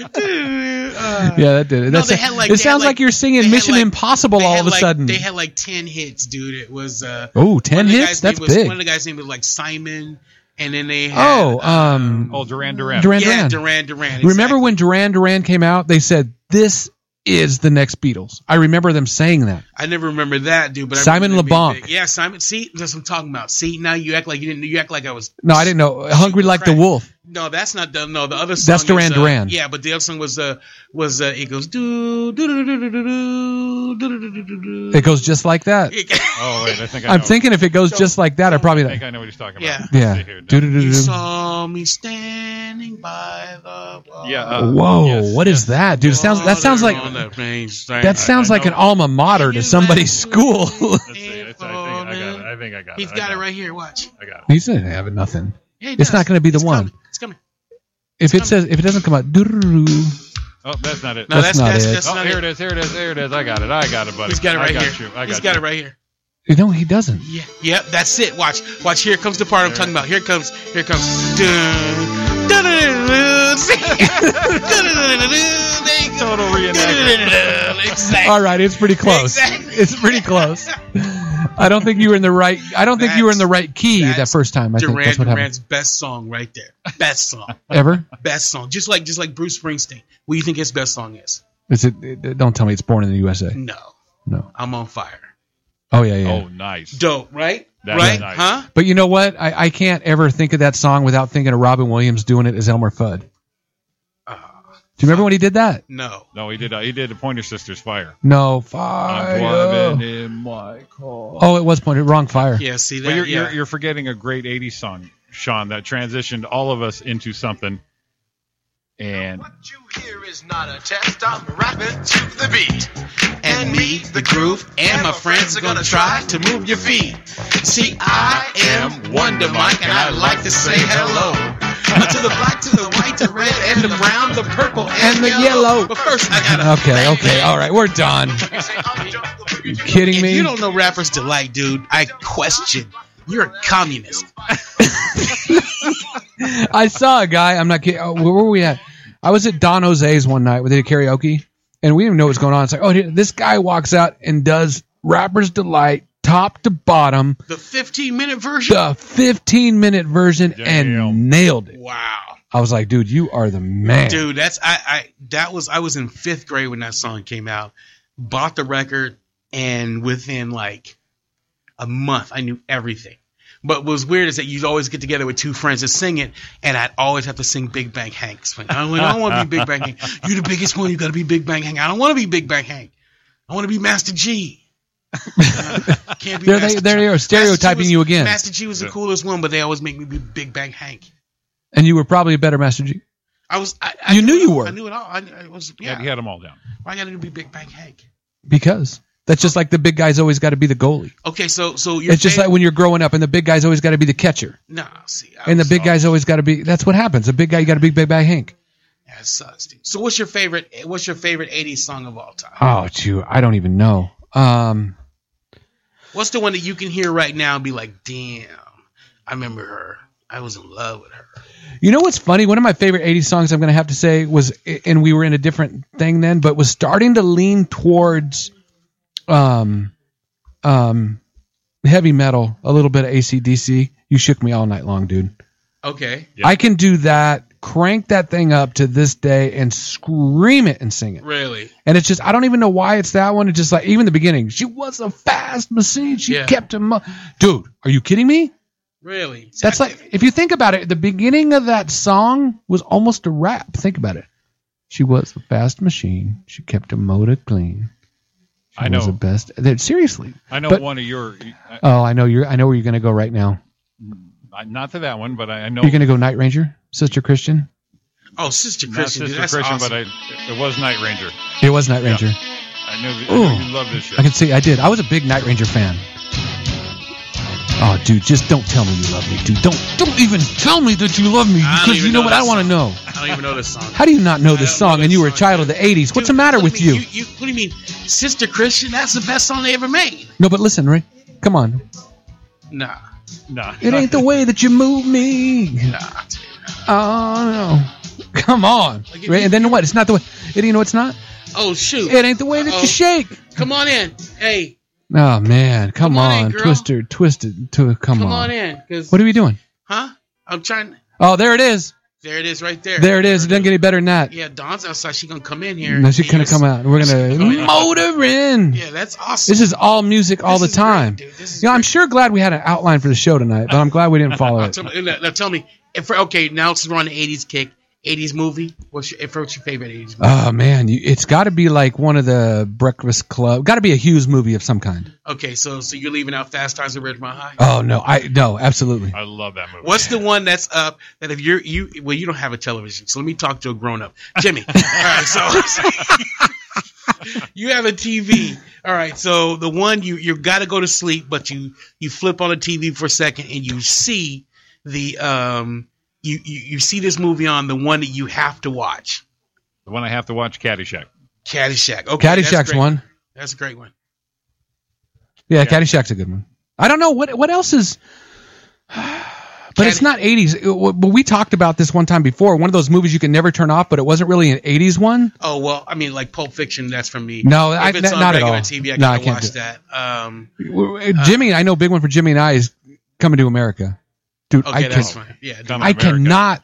Speaker 3: uh,
Speaker 1: yeah, that did it. That's
Speaker 3: they
Speaker 1: it.
Speaker 3: had, like-
Speaker 1: it
Speaker 3: they had,
Speaker 1: sounds like,
Speaker 3: like-
Speaker 1: you're singing
Speaker 3: they had,
Speaker 1: Mission
Speaker 3: like-
Speaker 1: Impossible
Speaker 3: they
Speaker 1: all
Speaker 3: had,
Speaker 1: of a
Speaker 3: like,
Speaker 1: sudden.
Speaker 3: They had like ten hits, dude. It was uh,
Speaker 1: oh,
Speaker 3: one
Speaker 1: 10
Speaker 3: of the
Speaker 1: hits.
Speaker 3: guy's name
Speaker 1: That's
Speaker 3: was,
Speaker 1: big.
Speaker 3: One of the guys' name was like Simon, and then they had
Speaker 1: oh, um,
Speaker 2: Oh, Duran Duran.
Speaker 1: Duran
Speaker 3: yeah,
Speaker 1: Duran.
Speaker 3: Duran Duran.
Speaker 1: Remember when Duran Duran came out? They said this is the next Beatles. I remember them saying that.
Speaker 3: I never remember that dude, but I
Speaker 1: Simon
Speaker 3: remember them being
Speaker 1: LeBlanc.
Speaker 3: big. Yeah, Simon. See, that's what I'm talking about. See, now you act like you didn't. You act like I was.
Speaker 1: No, I didn't know. Hungry like the
Speaker 3: Christ.
Speaker 1: wolf.
Speaker 3: No, that's not the. No, the other song.
Speaker 1: That's Duran
Speaker 3: is, uh,
Speaker 1: Duran.
Speaker 3: Yeah, but the other song was uh was uh it goes do do do do do do do do do do do.
Speaker 1: It goes just like that. *laughs*
Speaker 2: Oh, wait, I think I know.
Speaker 1: I'm thinking if it goes just like that, I probably
Speaker 2: I
Speaker 1: don't.
Speaker 2: think I know what he's talking about.
Speaker 3: Yeah.
Speaker 2: Let's
Speaker 1: Yeah.
Speaker 2: see here.
Speaker 3: You
Speaker 1: Doo-doo-doo-doo.
Speaker 3: saw me standing by the wall.
Speaker 2: Yeah, uh,
Speaker 1: Whoa,
Speaker 2: yes,
Speaker 1: what is
Speaker 2: yes.
Speaker 1: that, dude? It sounds that sounds like
Speaker 3: On the main stand.
Speaker 1: that sounds
Speaker 2: I
Speaker 1: like an
Speaker 2: know.
Speaker 1: alma mater to
Speaker 3: You
Speaker 1: somebody's
Speaker 3: left me
Speaker 1: school. *laughs*
Speaker 2: Let's see. It's- I, think I got it. I think I got it.
Speaker 3: He's
Speaker 2: I
Speaker 3: got it right here. Watch.
Speaker 2: I got it.
Speaker 1: He's not having nothing.
Speaker 3: Yeah, he
Speaker 1: It's
Speaker 3: does.
Speaker 1: not gonna be the
Speaker 3: It's
Speaker 1: one.
Speaker 3: Coming. It's coming.
Speaker 1: If it says if it doesn't come out, doo-doo-doo,
Speaker 2: Oh, that's not it.
Speaker 3: No,
Speaker 1: That's
Speaker 3: that's
Speaker 1: not
Speaker 3: that's,
Speaker 1: it.
Speaker 3: that's
Speaker 2: oh,
Speaker 3: not
Speaker 2: here
Speaker 3: it.
Speaker 2: it is. Here it is. Here it is. I got it. I got it, buddy.
Speaker 3: He's got it right
Speaker 2: I got
Speaker 3: here.
Speaker 2: You. I got
Speaker 3: He's
Speaker 2: you.
Speaker 3: got it right here.
Speaker 1: no, he doesn't.
Speaker 3: Yeah, yeah, that's it. Watch, watch. Here comes the part I'm talking about. Here it comes, here it comes. Dun, dun, dun, dun, dun. See? Dun, dun, dun, dun, dun, dun. There you go.
Speaker 2: Total
Speaker 3: Dun, dun,
Speaker 2: reenactment.
Speaker 3: dun, dun, dun. Exactly.
Speaker 1: All right, it's pretty close.
Speaker 3: Exactly.
Speaker 1: It's pretty close. I don't think you were in the right. I don't think you were in the right key that
Speaker 3: That's-
Speaker 1: first time. I think
Speaker 3: Duran
Speaker 1: that's what happened.
Speaker 3: Duran's best song right there. Best song.
Speaker 1: Ever
Speaker 3: Best song. Just like just like Bruce Springsteen. What do you think his best song is?
Speaker 1: is it, it- Don't tell me it's born in the USA.
Speaker 3: No.
Speaker 1: No.
Speaker 3: I'm on fire.
Speaker 1: Oh yeah, yeah.
Speaker 2: Oh, nice.
Speaker 3: Dope, right?
Speaker 2: That is
Speaker 3: right?
Speaker 2: nice.
Speaker 3: Huh?
Speaker 1: But you know what? I, I can't ever think of that song without thinking of Robin Williams doing it as Elmer Fudd. Do you remember when he did that?
Speaker 3: No.
Speaker 2: No, he did. Uh, he did a Pointer Sisters Fire.
Speaker 1: No
Speaker 2: I'm
Speaker 1: fire.
Speaker 2: driving in my car.
Speaker 1: Oh, it was pointed wrong fire.
Speaker 3: Yeah, see that?
Speaker 2: But you're,
Speaker 3: yeah.
Speaker 2: you're, you're forgetting a great 80s song, Sean, that transitioned all of us into something. And
Speaker 4: What you hear is not a test. I'm rapping to the beat. And me, the groove, and my friends are gonna try to move your feet. See, I am Wonder Mike, and I like to say hello. to the black, to the white, the red, and the brown, the purple, and,
Speaker 1: And the yellow.
Speaker 4: But first, I gotta.
Speaker 1: Okay, okay, all right, we're done.
Speaker 3: *laughs*
Speaker 4: You
Speaker 1: You kidding
Speaker 3: if
Speaker 1: me?
Speaker 3: you don't know rappers delight, dude, I question. You're a communist.
Speaker 1: I saw a guy. I'm not kidding. Oh, where were we at? I was at Don Jose's one night. where They did karaoke, and we didn't even know what was going on. It's like, oh, here- this guy walks out and does Rapper's Delight top to bottom,
Speaker 3: The 15 minute version?
Speaker 1: the 15 minute version,
Speaker 2: Damn.
Speaker 1: and nailed it.
Speaker 3: Wow.
Speaker 1: I was like, dude, you are the man.
Speaker 3: Dude, that's I, I that was I was in fifth grade when that song came out. Bought the record and within like a month I knew everything. But what was weird is that you'd always get together with two friends to sing it, and I'd always have to sing Big Bang Hank's. Like, I, don't- I don't want to be Big Bang Hank. You're the biggest one. You got to be Big Bang Hank. I don't want to be Big Bang Hank. I want to be Master
Speaker 1: *laughs*
Speaker 3: G. Can't be
Speaker 1: There they,
Speaker 3: Master
Speaker 1: there
Speaker 3: G.
Speaker 1: they are,
Speaker 3: Master G
Speaker 1: stereotyping
Speaker 3: was-
Speaker 1: you again.
Speaker 3: Master G was the
Speaker 2: Yeah.
Speaker 3: coolest one, but they always make me be Big Bang Hank.
Speaker 1: And you were probably a better Master G.
Speaker 3: I was. I, I
Speaker 1: You knew
Speaker 3: it
Speaker 1: you
Speaker 3: all.
Speaker 1: were.
Speaker 3: I knew it all. I, I was.
Speaker 2: yeah.
Speaker 3: Yeah.
Speaker 2: he had them all down.
Speaker 3: Why gotta be Big Bang Hank?
Speaker 1: Because that's just like the big guy's always got to be the goalie.
Speaker 3: Okay, so so you're
Speaker 1: it's just like when you're growing up and the big guy's alwa's got to be the catcher.
Speaker 3: no, see, I
Speaker 1: And the
Speaker 3: was
Speaker 1: big
Speaker 3: off.
Speaker 1: guy's always got to be. That's what happens. The big guy, you got to be big bad Hank.
Speaker 3: That sucks, dude. So what's your favorite? What's your favorite '80s song of all time?
Speaker 1: Oh, dude, I don't even know. Um,
Speaker 3: What's the one that you can hear right now and be like, "Damn, I remember her. I was in love with her."
Speaker 1: you know what's funny? One of my favorite '80s songs I'm going to have to say was, and we were in a different thing then, but was starting to lean towards, um, um, heavy metal, a little bit of ACDC. You shook me all night long, dude.
Speaker 3: Okay,
Speaker 2: Yeah.
Speaker 1: I can do that. Crank that thing up to this day and scream it and sing it.
Speaker 3: really?
Speaker 1: And it's just I don't even know why it's that one. It's just like even the beginning. She was a fast machine. She
Speaker 3: Yeah.
Speaker 1: kept him up. Dude, are you kidding me?
Speaker 3: Really?
Speaker 1: That's like if you think about it, the beginning of that song was almost a rap. Think about it. She was a fast machine. She kept a motor clean. She
Speaker 2: I
Speaker 1: was the
Speaker 2: know.
Speaker 1: best. that- seriously.
Speaker 2: I know
Speaker 1: but-
Speaker 2: one of your. I-
Speaker 1: Oh, I know you're. I know where you're gonna go right now.
Speaker 2: I- Not to that one, but I, I know.
Speaker 1: You're gonna go Night Ranger, Sister Christian.
Speaker 3: Oh, Sister
Speaker 2: not
Speaker 3: Christian.
Speaker 2: Sister
Speaker 3: dude, that's
Speaker 2: Christian,
Speaker 3: awesome.
Speaker 2: but I, it was Night Ranger.
Speaker 1: It was Night Ranger.
Speaker 2: I know, that- I
Speaker 1: Ooh.
Speaker 2: know you love this show.
Speaker 1: I can see. I did. I was a big Night Ranger fan. Oh, dude, just don't tell me you love me, dude. Don't, don't even tell me that you love me
Speaker 3: I don't
Speaker 1: because
Speaker 3: even
Speaker 1: you know,
Speaker 3: know
Speaker 1: what
Speaker 3: that
Speaker 1: I want to know.
Speaker 3: I don't even know this song.
Speaker 1: How do you not know this
Speaker 3: I don't
Speaker 1: song?
Speaker 3: know
Speaker 1: and
Speaker 3: that
Speaker 1: you were a
Speaker 3: song,
Speaker 1: child of the
Speaker 3: dude.
Speaker 1: '80s. What's the
Speaker 3: Dude,
Speaker 1: matter
Speaker 3: what
Speaker 1: with
Speaker 3: do you,
Speaker 1: you?
Speaker 3: mean? you? What do you mean, Sister Christian? That's the best song they ever made.
Speaker 1: No, but listen, Ray. Come on.
Speaker 3: Nah,
Speaker 2: Nah.
Speaker 1: It ain't the way that you move me.
Speaker 3: nah. dude.
Speaker 1: Oh no. Come on.
Speaker 3: Like, if
Speaker 1: Ray,
Speaker 3: you-
Speaker 1: and then what? It's not the way. It, you know it's not.
Speaker 3: Oh shoot!
Speaker 1: It ain't the way that
Speaker 3: Uh-oh.
Speaker 1: you shake.
Speaker 3: Come on in. Hey,
Speaker 1: Oh man. Come,
Speaker 3: Come on in,
Speaker 1: on,
Speaker 3: girl.
Speaker 1: Twister, twisted. To come,
Speaker 3: come
Speaker 1: on.
Speaker 3: on in. 'cause-
Speaker 1: What are we doing?
Speaker 3: huh? I'm trying.
Speaker 1: Oh, there it is.
Speaker 3: There it is, right there.
Speaker 1: There it is. It doesn't get any better than that.
Speaker 3: Yeah, Dawn's outside. She gonna come in here.
Speaker 1: No,
Speaker 3: and
Speaker 1: she's gonna
Speaker 3: hear us.
Speaker 1: come out. and We're
Speaker 3: Yeah.
Speaker 1: gonna motor in.
Speaker 3: Yeah, that's awesome.
Speaker 1: This is all music all
Speaker 3: This
Speaker 1: the
Speaker 3: is
Speaker 1: time.
Speaker 3: great, dude. This is
Speaker 1: You know, I'm
Speaker 3: great.
Speaker 1: sure glad we had an outline for the show tonight, but I'm glad we didn't follow it.
Speaker 3: *laughs* Tell me, now, now tell me, if we're- okay, now since we're on the '80s kick, '80s movie. What's your, if what's your favorite '80s movie?
Speaker 1: Oh man, you, it's got to be like one of the Breakfast Club. Got to be a Hughes movie of some kind.
Speaker 3: Okay, so so you're leaving out Fast Times at Ridgemont High.
Speaker 1: Oh no, I no, absolutely.
Speaker 2: I love that movie.
Speaker 3: What's the one that's up that if you're you well you don't have a television so let me talk to a grown up Jimmy all right so *laughs* you have a TV all right so the one you you got to go to sleep but you you flip on the TV for a second and you see the um you, you you see this movie on the one that you have to watch
Speaker 2: The one I have to watch, Caddyshack.
Speaker 3: Caddyshack okay that's
Speaker 1: Caddyshack's
Speaker 3: great.
Speaker 1: one.
Speaker 3: that's a great one
Speaker 1: Yeah, Caddyshack's a good one. I don't know what what else is. *sighs* But it's
Speaker 3: Caddy-
Speaker 1: not 80s. It- w- But we talked about this one time before. One of those movies you can never turn off, but it wasn't really an 80s one.
Speaker 3: oh well I mean like Pulp Fiction that's for me
Speaker 1: No, I-
Speaker 3: if it's
Speaker 1: n-
Speaker 3: on
Speaker 1: not at
Speaker 3: regular
Speaker 1: all.
Speaker 3: TV I
Speaker 1: No, I
Speaker 3: gotta
Speaker 1: can't do
Speaker 3: watch that um
Speaker 1: Jimmy, I know a big one for Jimmy and I is coming to America. Dude,
Speaker 3: okay
Speaker 1: I can
Speaker 3: that's fine yeah
Speaker 2: Come
Speaker 1: I
Speaker 2: America.
Speaker 1: cannot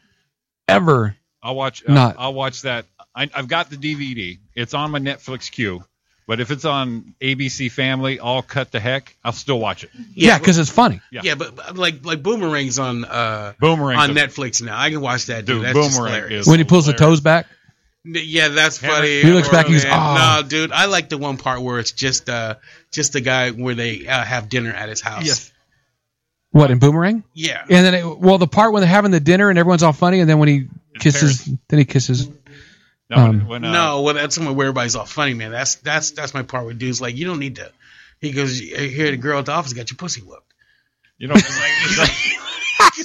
Speaker 1: ever.
Speaker 2: I'll watch. uh,
Speaker 1: Not-
Speaker 2: I'll watch that. I, I've got the DVD. It's on my Netflix queue. But if it's on ABC Family, I'll cut the heck. I'll still watch it.
Speaker 1: Yeah, because it's funny.
Speaker 2: Yeah.
Speaker 3: Yeah. but, but like like boomerangs on uh
Speaker 2: Boomerang.
Speaker 3: on Netflix now. I can watch that dude.
Speaker 2: Dude,
Speaker 3: That's just
Speaker 2: Boomerang
Speaker 3: hilarious.
Speaker 2: is-
Speaker 1: When he pulls the toes
Speaker 2: hilarious.
Speaker 1: back,
Speaker 3: Yeah, that's
Speaker 2: Hammer.
Speaker 3: funny.
Speaker 1: He looks back and goes,
Speaker 3: Man,
Speaker 1: "Ah."
Speaker 3: No, dude, I like the one part where it's just uh just the guy where they uh, have dinner at his house.
Speaker 2: Yes.
Speaker 1: What in Boomerang?
Speaker 3: Yeah.
Speaker 1: And then, it, well, the part when they're having the dinner and everyone's all funny, and then when he kisses, then he kisses.
Speaker 2: No, when-
Speaker 1: Um,
Speaker 2: when, uh,
Speaker 3: No, well, that's somewhere where everybody's all funny, man. That's that's that's my part where dude's like, you don't need to. He goes, uh, here the girl at the office got your pussy whooped.
Speaker 2: you know, it's like-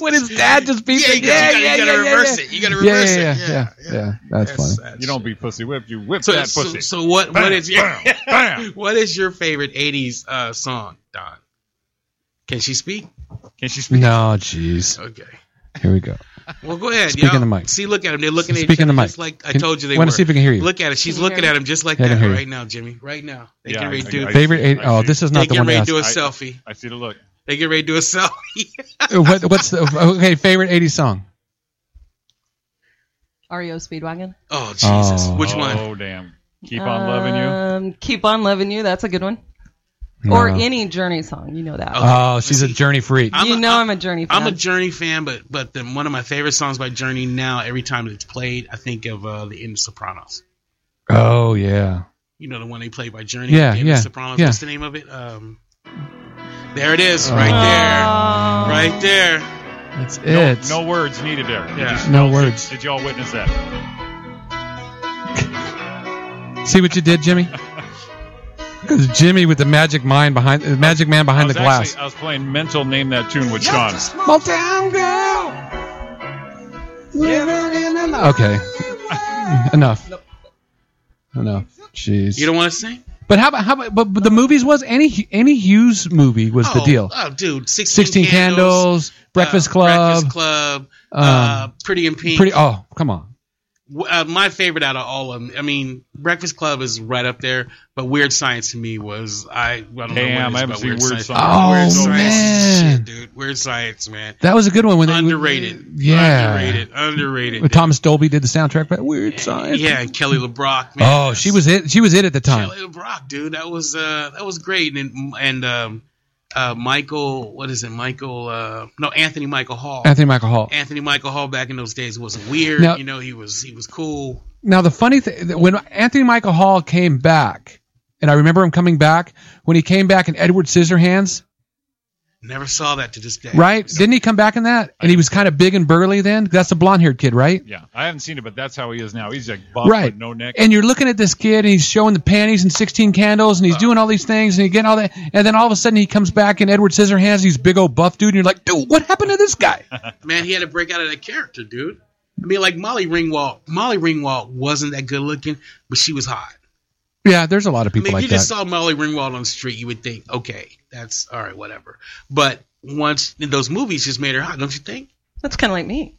Speaker 1: *laughs* when his dad just beats
Speaker 3: yeah,
Speaker 1: him.
Speaker 3: you
Speaker 1: Yeah,
Speaker 3: gotta,
Speaker 1: yeah,
Speaker 3: you gotta
Speaker 1: yeah, yeah,
Speaker 3: reverse
Speaker 1: yeah.
Speaker 3: it. You gotta
Speaker 1: Yeah,
Speaker 3: reverse
Speaker 1: yeah,
Speaker 3: it.
Speaker 1: yeah, yeah, yeah. That's funny.
Speaker 2: you don't be pussy whipped. You whip
Speaker 3: So,
Speaker 2: that
Speaker 3: so,
Speaker 2: pussy.
Speaker 3: so what?
Speaker 2: Bam,
Speaker 3: what is your *laughs*
Speaker 2: bam, bam.
Speaker 3: what is your favorite '80s uh, song, Don? Can she speak?
Speaker 2: Can she speak?
Speaker 1: No, jeez.
Speaker 3: Okay.
Speaker 1: Here we go.
Speaker 3: Well, go ahead.
Speaker 1: Speak
Speaker 3: y'all.
Speaker 1: in the mic.
Speaker 3: See, look at him. They're looking at
Speaker 1: Speak
Speaker 3: each
Speaker 1: in
Speaker 3: other
Speaker 1: the mic.
Speaker 3: just like I
Speaker 1: Can-
Speaker 3: told you they
Speaker 1: wanna
Speaker 3: were.
Speaker 1: see if we can hear you.
Speaker 3: Look at it. She's
Speaker 6: Can you
Speaker 3: looking
Speaker 6: hear
Speaker 3: at him just like
Speaker 1: Yeah, I
Speaker 3: that
Speaker 1: can hear
Speaker 3: right
Speaker 1: you.
Speaker 3: now, Jimmy. Right now, they
Speaker 2: Yeah,
Speaker 3: get ready to
Speaker 2: I-
Speaker 3: do.
Speaker 2: I-
Speaker 1: Favorite? Eight,
Speaker 2: I
Speaker 1: oh,
Speaker 2: see.
Speaker 1: this is
Speaker 3: they
Speaker 1: not the
Speaker 3: get
Speaker 1: one. to
Speaker 3: ready to
Speaker 1: ask.
Speaker 3: do a
Speaker 2: I-
Speaker 3: selfie.
Speaker 2: I see the look.
Speaker 3: They get ready to do a *laughs* selfie.
Speaker 1: What, what's the okay? Favorite '80s song?
Speaker 6: REO Speedwagon.
Speaker 3: Oh Jesus!
Speaker 1: Oh.
Speaker 3: Which one?
Speaker 2: Oh damn! Keep on loving
Speaker 1: Uh,
Speaker 2: you.
Speaker 6: Um, keep on loving you. That's a good one. Or
Speaker 1: No.
Speaker 6: any Journey song. You know that.
Speaker 3: Oh,
Speaker 6: one.
Speaker 1: Oh, she's a journey freak.
Speaker 3: I'm
Speaker 6: you
Speaker 3: a-
Speaker 6: know
Speaker 3: I'm-
Speaker 6: I'm, a Journey fan.
Speaker 3: I'm a Journey fan, but but then one of my favorite songs by Journey now. Every time it's played, I think of uh, the end of Sopranos.
Speaker 1: Oh yeah.
Speaker 3: You know the one they played by Journey.
Speaker 1: Yeah,
Speaker 3: the end
Speaker 1: yeah,
Speaker 3: Of Sopranos.
Speaker 1: yeah.
Speaker 3: What's the name of it? Um, there it is,
Speaker 1: Oh.
Speaker 3: right
Speaker 6: Oh.
Speaker 3: there, right there.
Speaker 1: That's it.
Speaker 2: No, no words needed there. Did
Speaker 3: Yeah.
Speaker 2: you-
Speaker 1: No words.
Speaker 2: Did y'all witness that?
Speaker 1: See what you did,
Speaker 3: *laughs*
Speaker 1: Jimmy? Because Jimmy with the magic mind behind the magic man
Speaker 2: I
Speaker 1: behind the
Speaker 2: was,
Speaker 1: glass.
Speaker 2: actually, I was playing mental name that tune with Sean.
Speaker 1: Motown girl. Okay. *laughs* Enough. Enough. Jeez.
Speaker 3: You don't want to sing?
Speaker 1: but how about how about but, but the movies was any any Hughes movie was the
Speaker 3: Oh,
Speaker 1: deal.
Speaker 3: Oh, dude, sixteen,
Speaker 1: Sixteen Candles, Breakfast
Speaker 3: uh,
Speaker 1: Club,
Speaker 3: Breakfast Club, uh,
Speaker 1: um,
Speaker 3: Pretty in Pink.
Speaker 1: pretty. Oh, come on.
Speaker 3: W- uh, my favorite out of all of them. I mean, Breakfast Club is right up there, but Weird Science to me was I. I don't know what it
Speaker 2: Damn,
Speaker 3: is
Speaker 2: I haven't
Speaker 3: about
Speaker 2: seen Weird Science.
Speaker 1: Oh,
Speaker 3: Weird Science is
Speaker 1: man.
Speaker 3: shit, dude. Weird Science, man.
Speaker 1: That was a good one when they
Speaker 3: Underrated.
Speaker 1: Yeah.
Speaker 3: Underrated. Underrated.
Speaker 1: When Thomas Dolby did the soundtrack, but Weird Science.
Speaker 3: Yeah, and Kelly LeBrock. Man,
Speaker 1: Oh, she was it. She was it at the time.
Speaker 3: Kelly LeBrock, dude. That was uh, that was great. And and um, uh, Michael, what is it? Michael? Uh, no, Anthony Michael Hall.
Speaker 1: Anthony Michael Hall.
Speaker 3: Anthony Michael Hall back in those days wasn't weird.
Speaker 1: Now-
Speaker 3: you know, he was he was cool.
Speaker 1: Now the funny thing, when Anthony Michael Hall came back, and I remember him coming back when he came back in Edward Scissorhands,
Speaker 3: Never saw that to this day.
Speaker 1: right? Didn't he come back in that? And he was kind of big and burly then. That's the blonde-haired kid, right?
Speaker 2: Yeah, I haven't seen it, but that's how he is now. He's like buff
Speaker 1: Right.
Speaker 2: with no neck.
Speaker 1: And you're looking at this kid, and he's showing the panties and 16 candles, and he's doing all these things, and he's getting all that. And then all of a sudden, he comes back in Edward Scissorhands, and he's big old buff dude, and you're like, dude, what happened to this
Speaker 3: *laughs*
Speaker 1: guy?
Speaker 3: Man, he had to break out of that character, dude. I mean, like Molly Ringwald. Molly Ringwald wasn't that good looking, but she was hot.
Speaker 1: yeah, there's a lot of
Speaker 3: I
Speaker 1: people
Speaker 3: mean, if
Speaker 1: like
Speaker 3: you
Speaker 1: that.
Speaker 3: just saw Molly Ringwald on the street, you would think, okay, that's all right, whatever. But once those movies just made her hot, don't you think?
Speaker 6: That's kind of like me.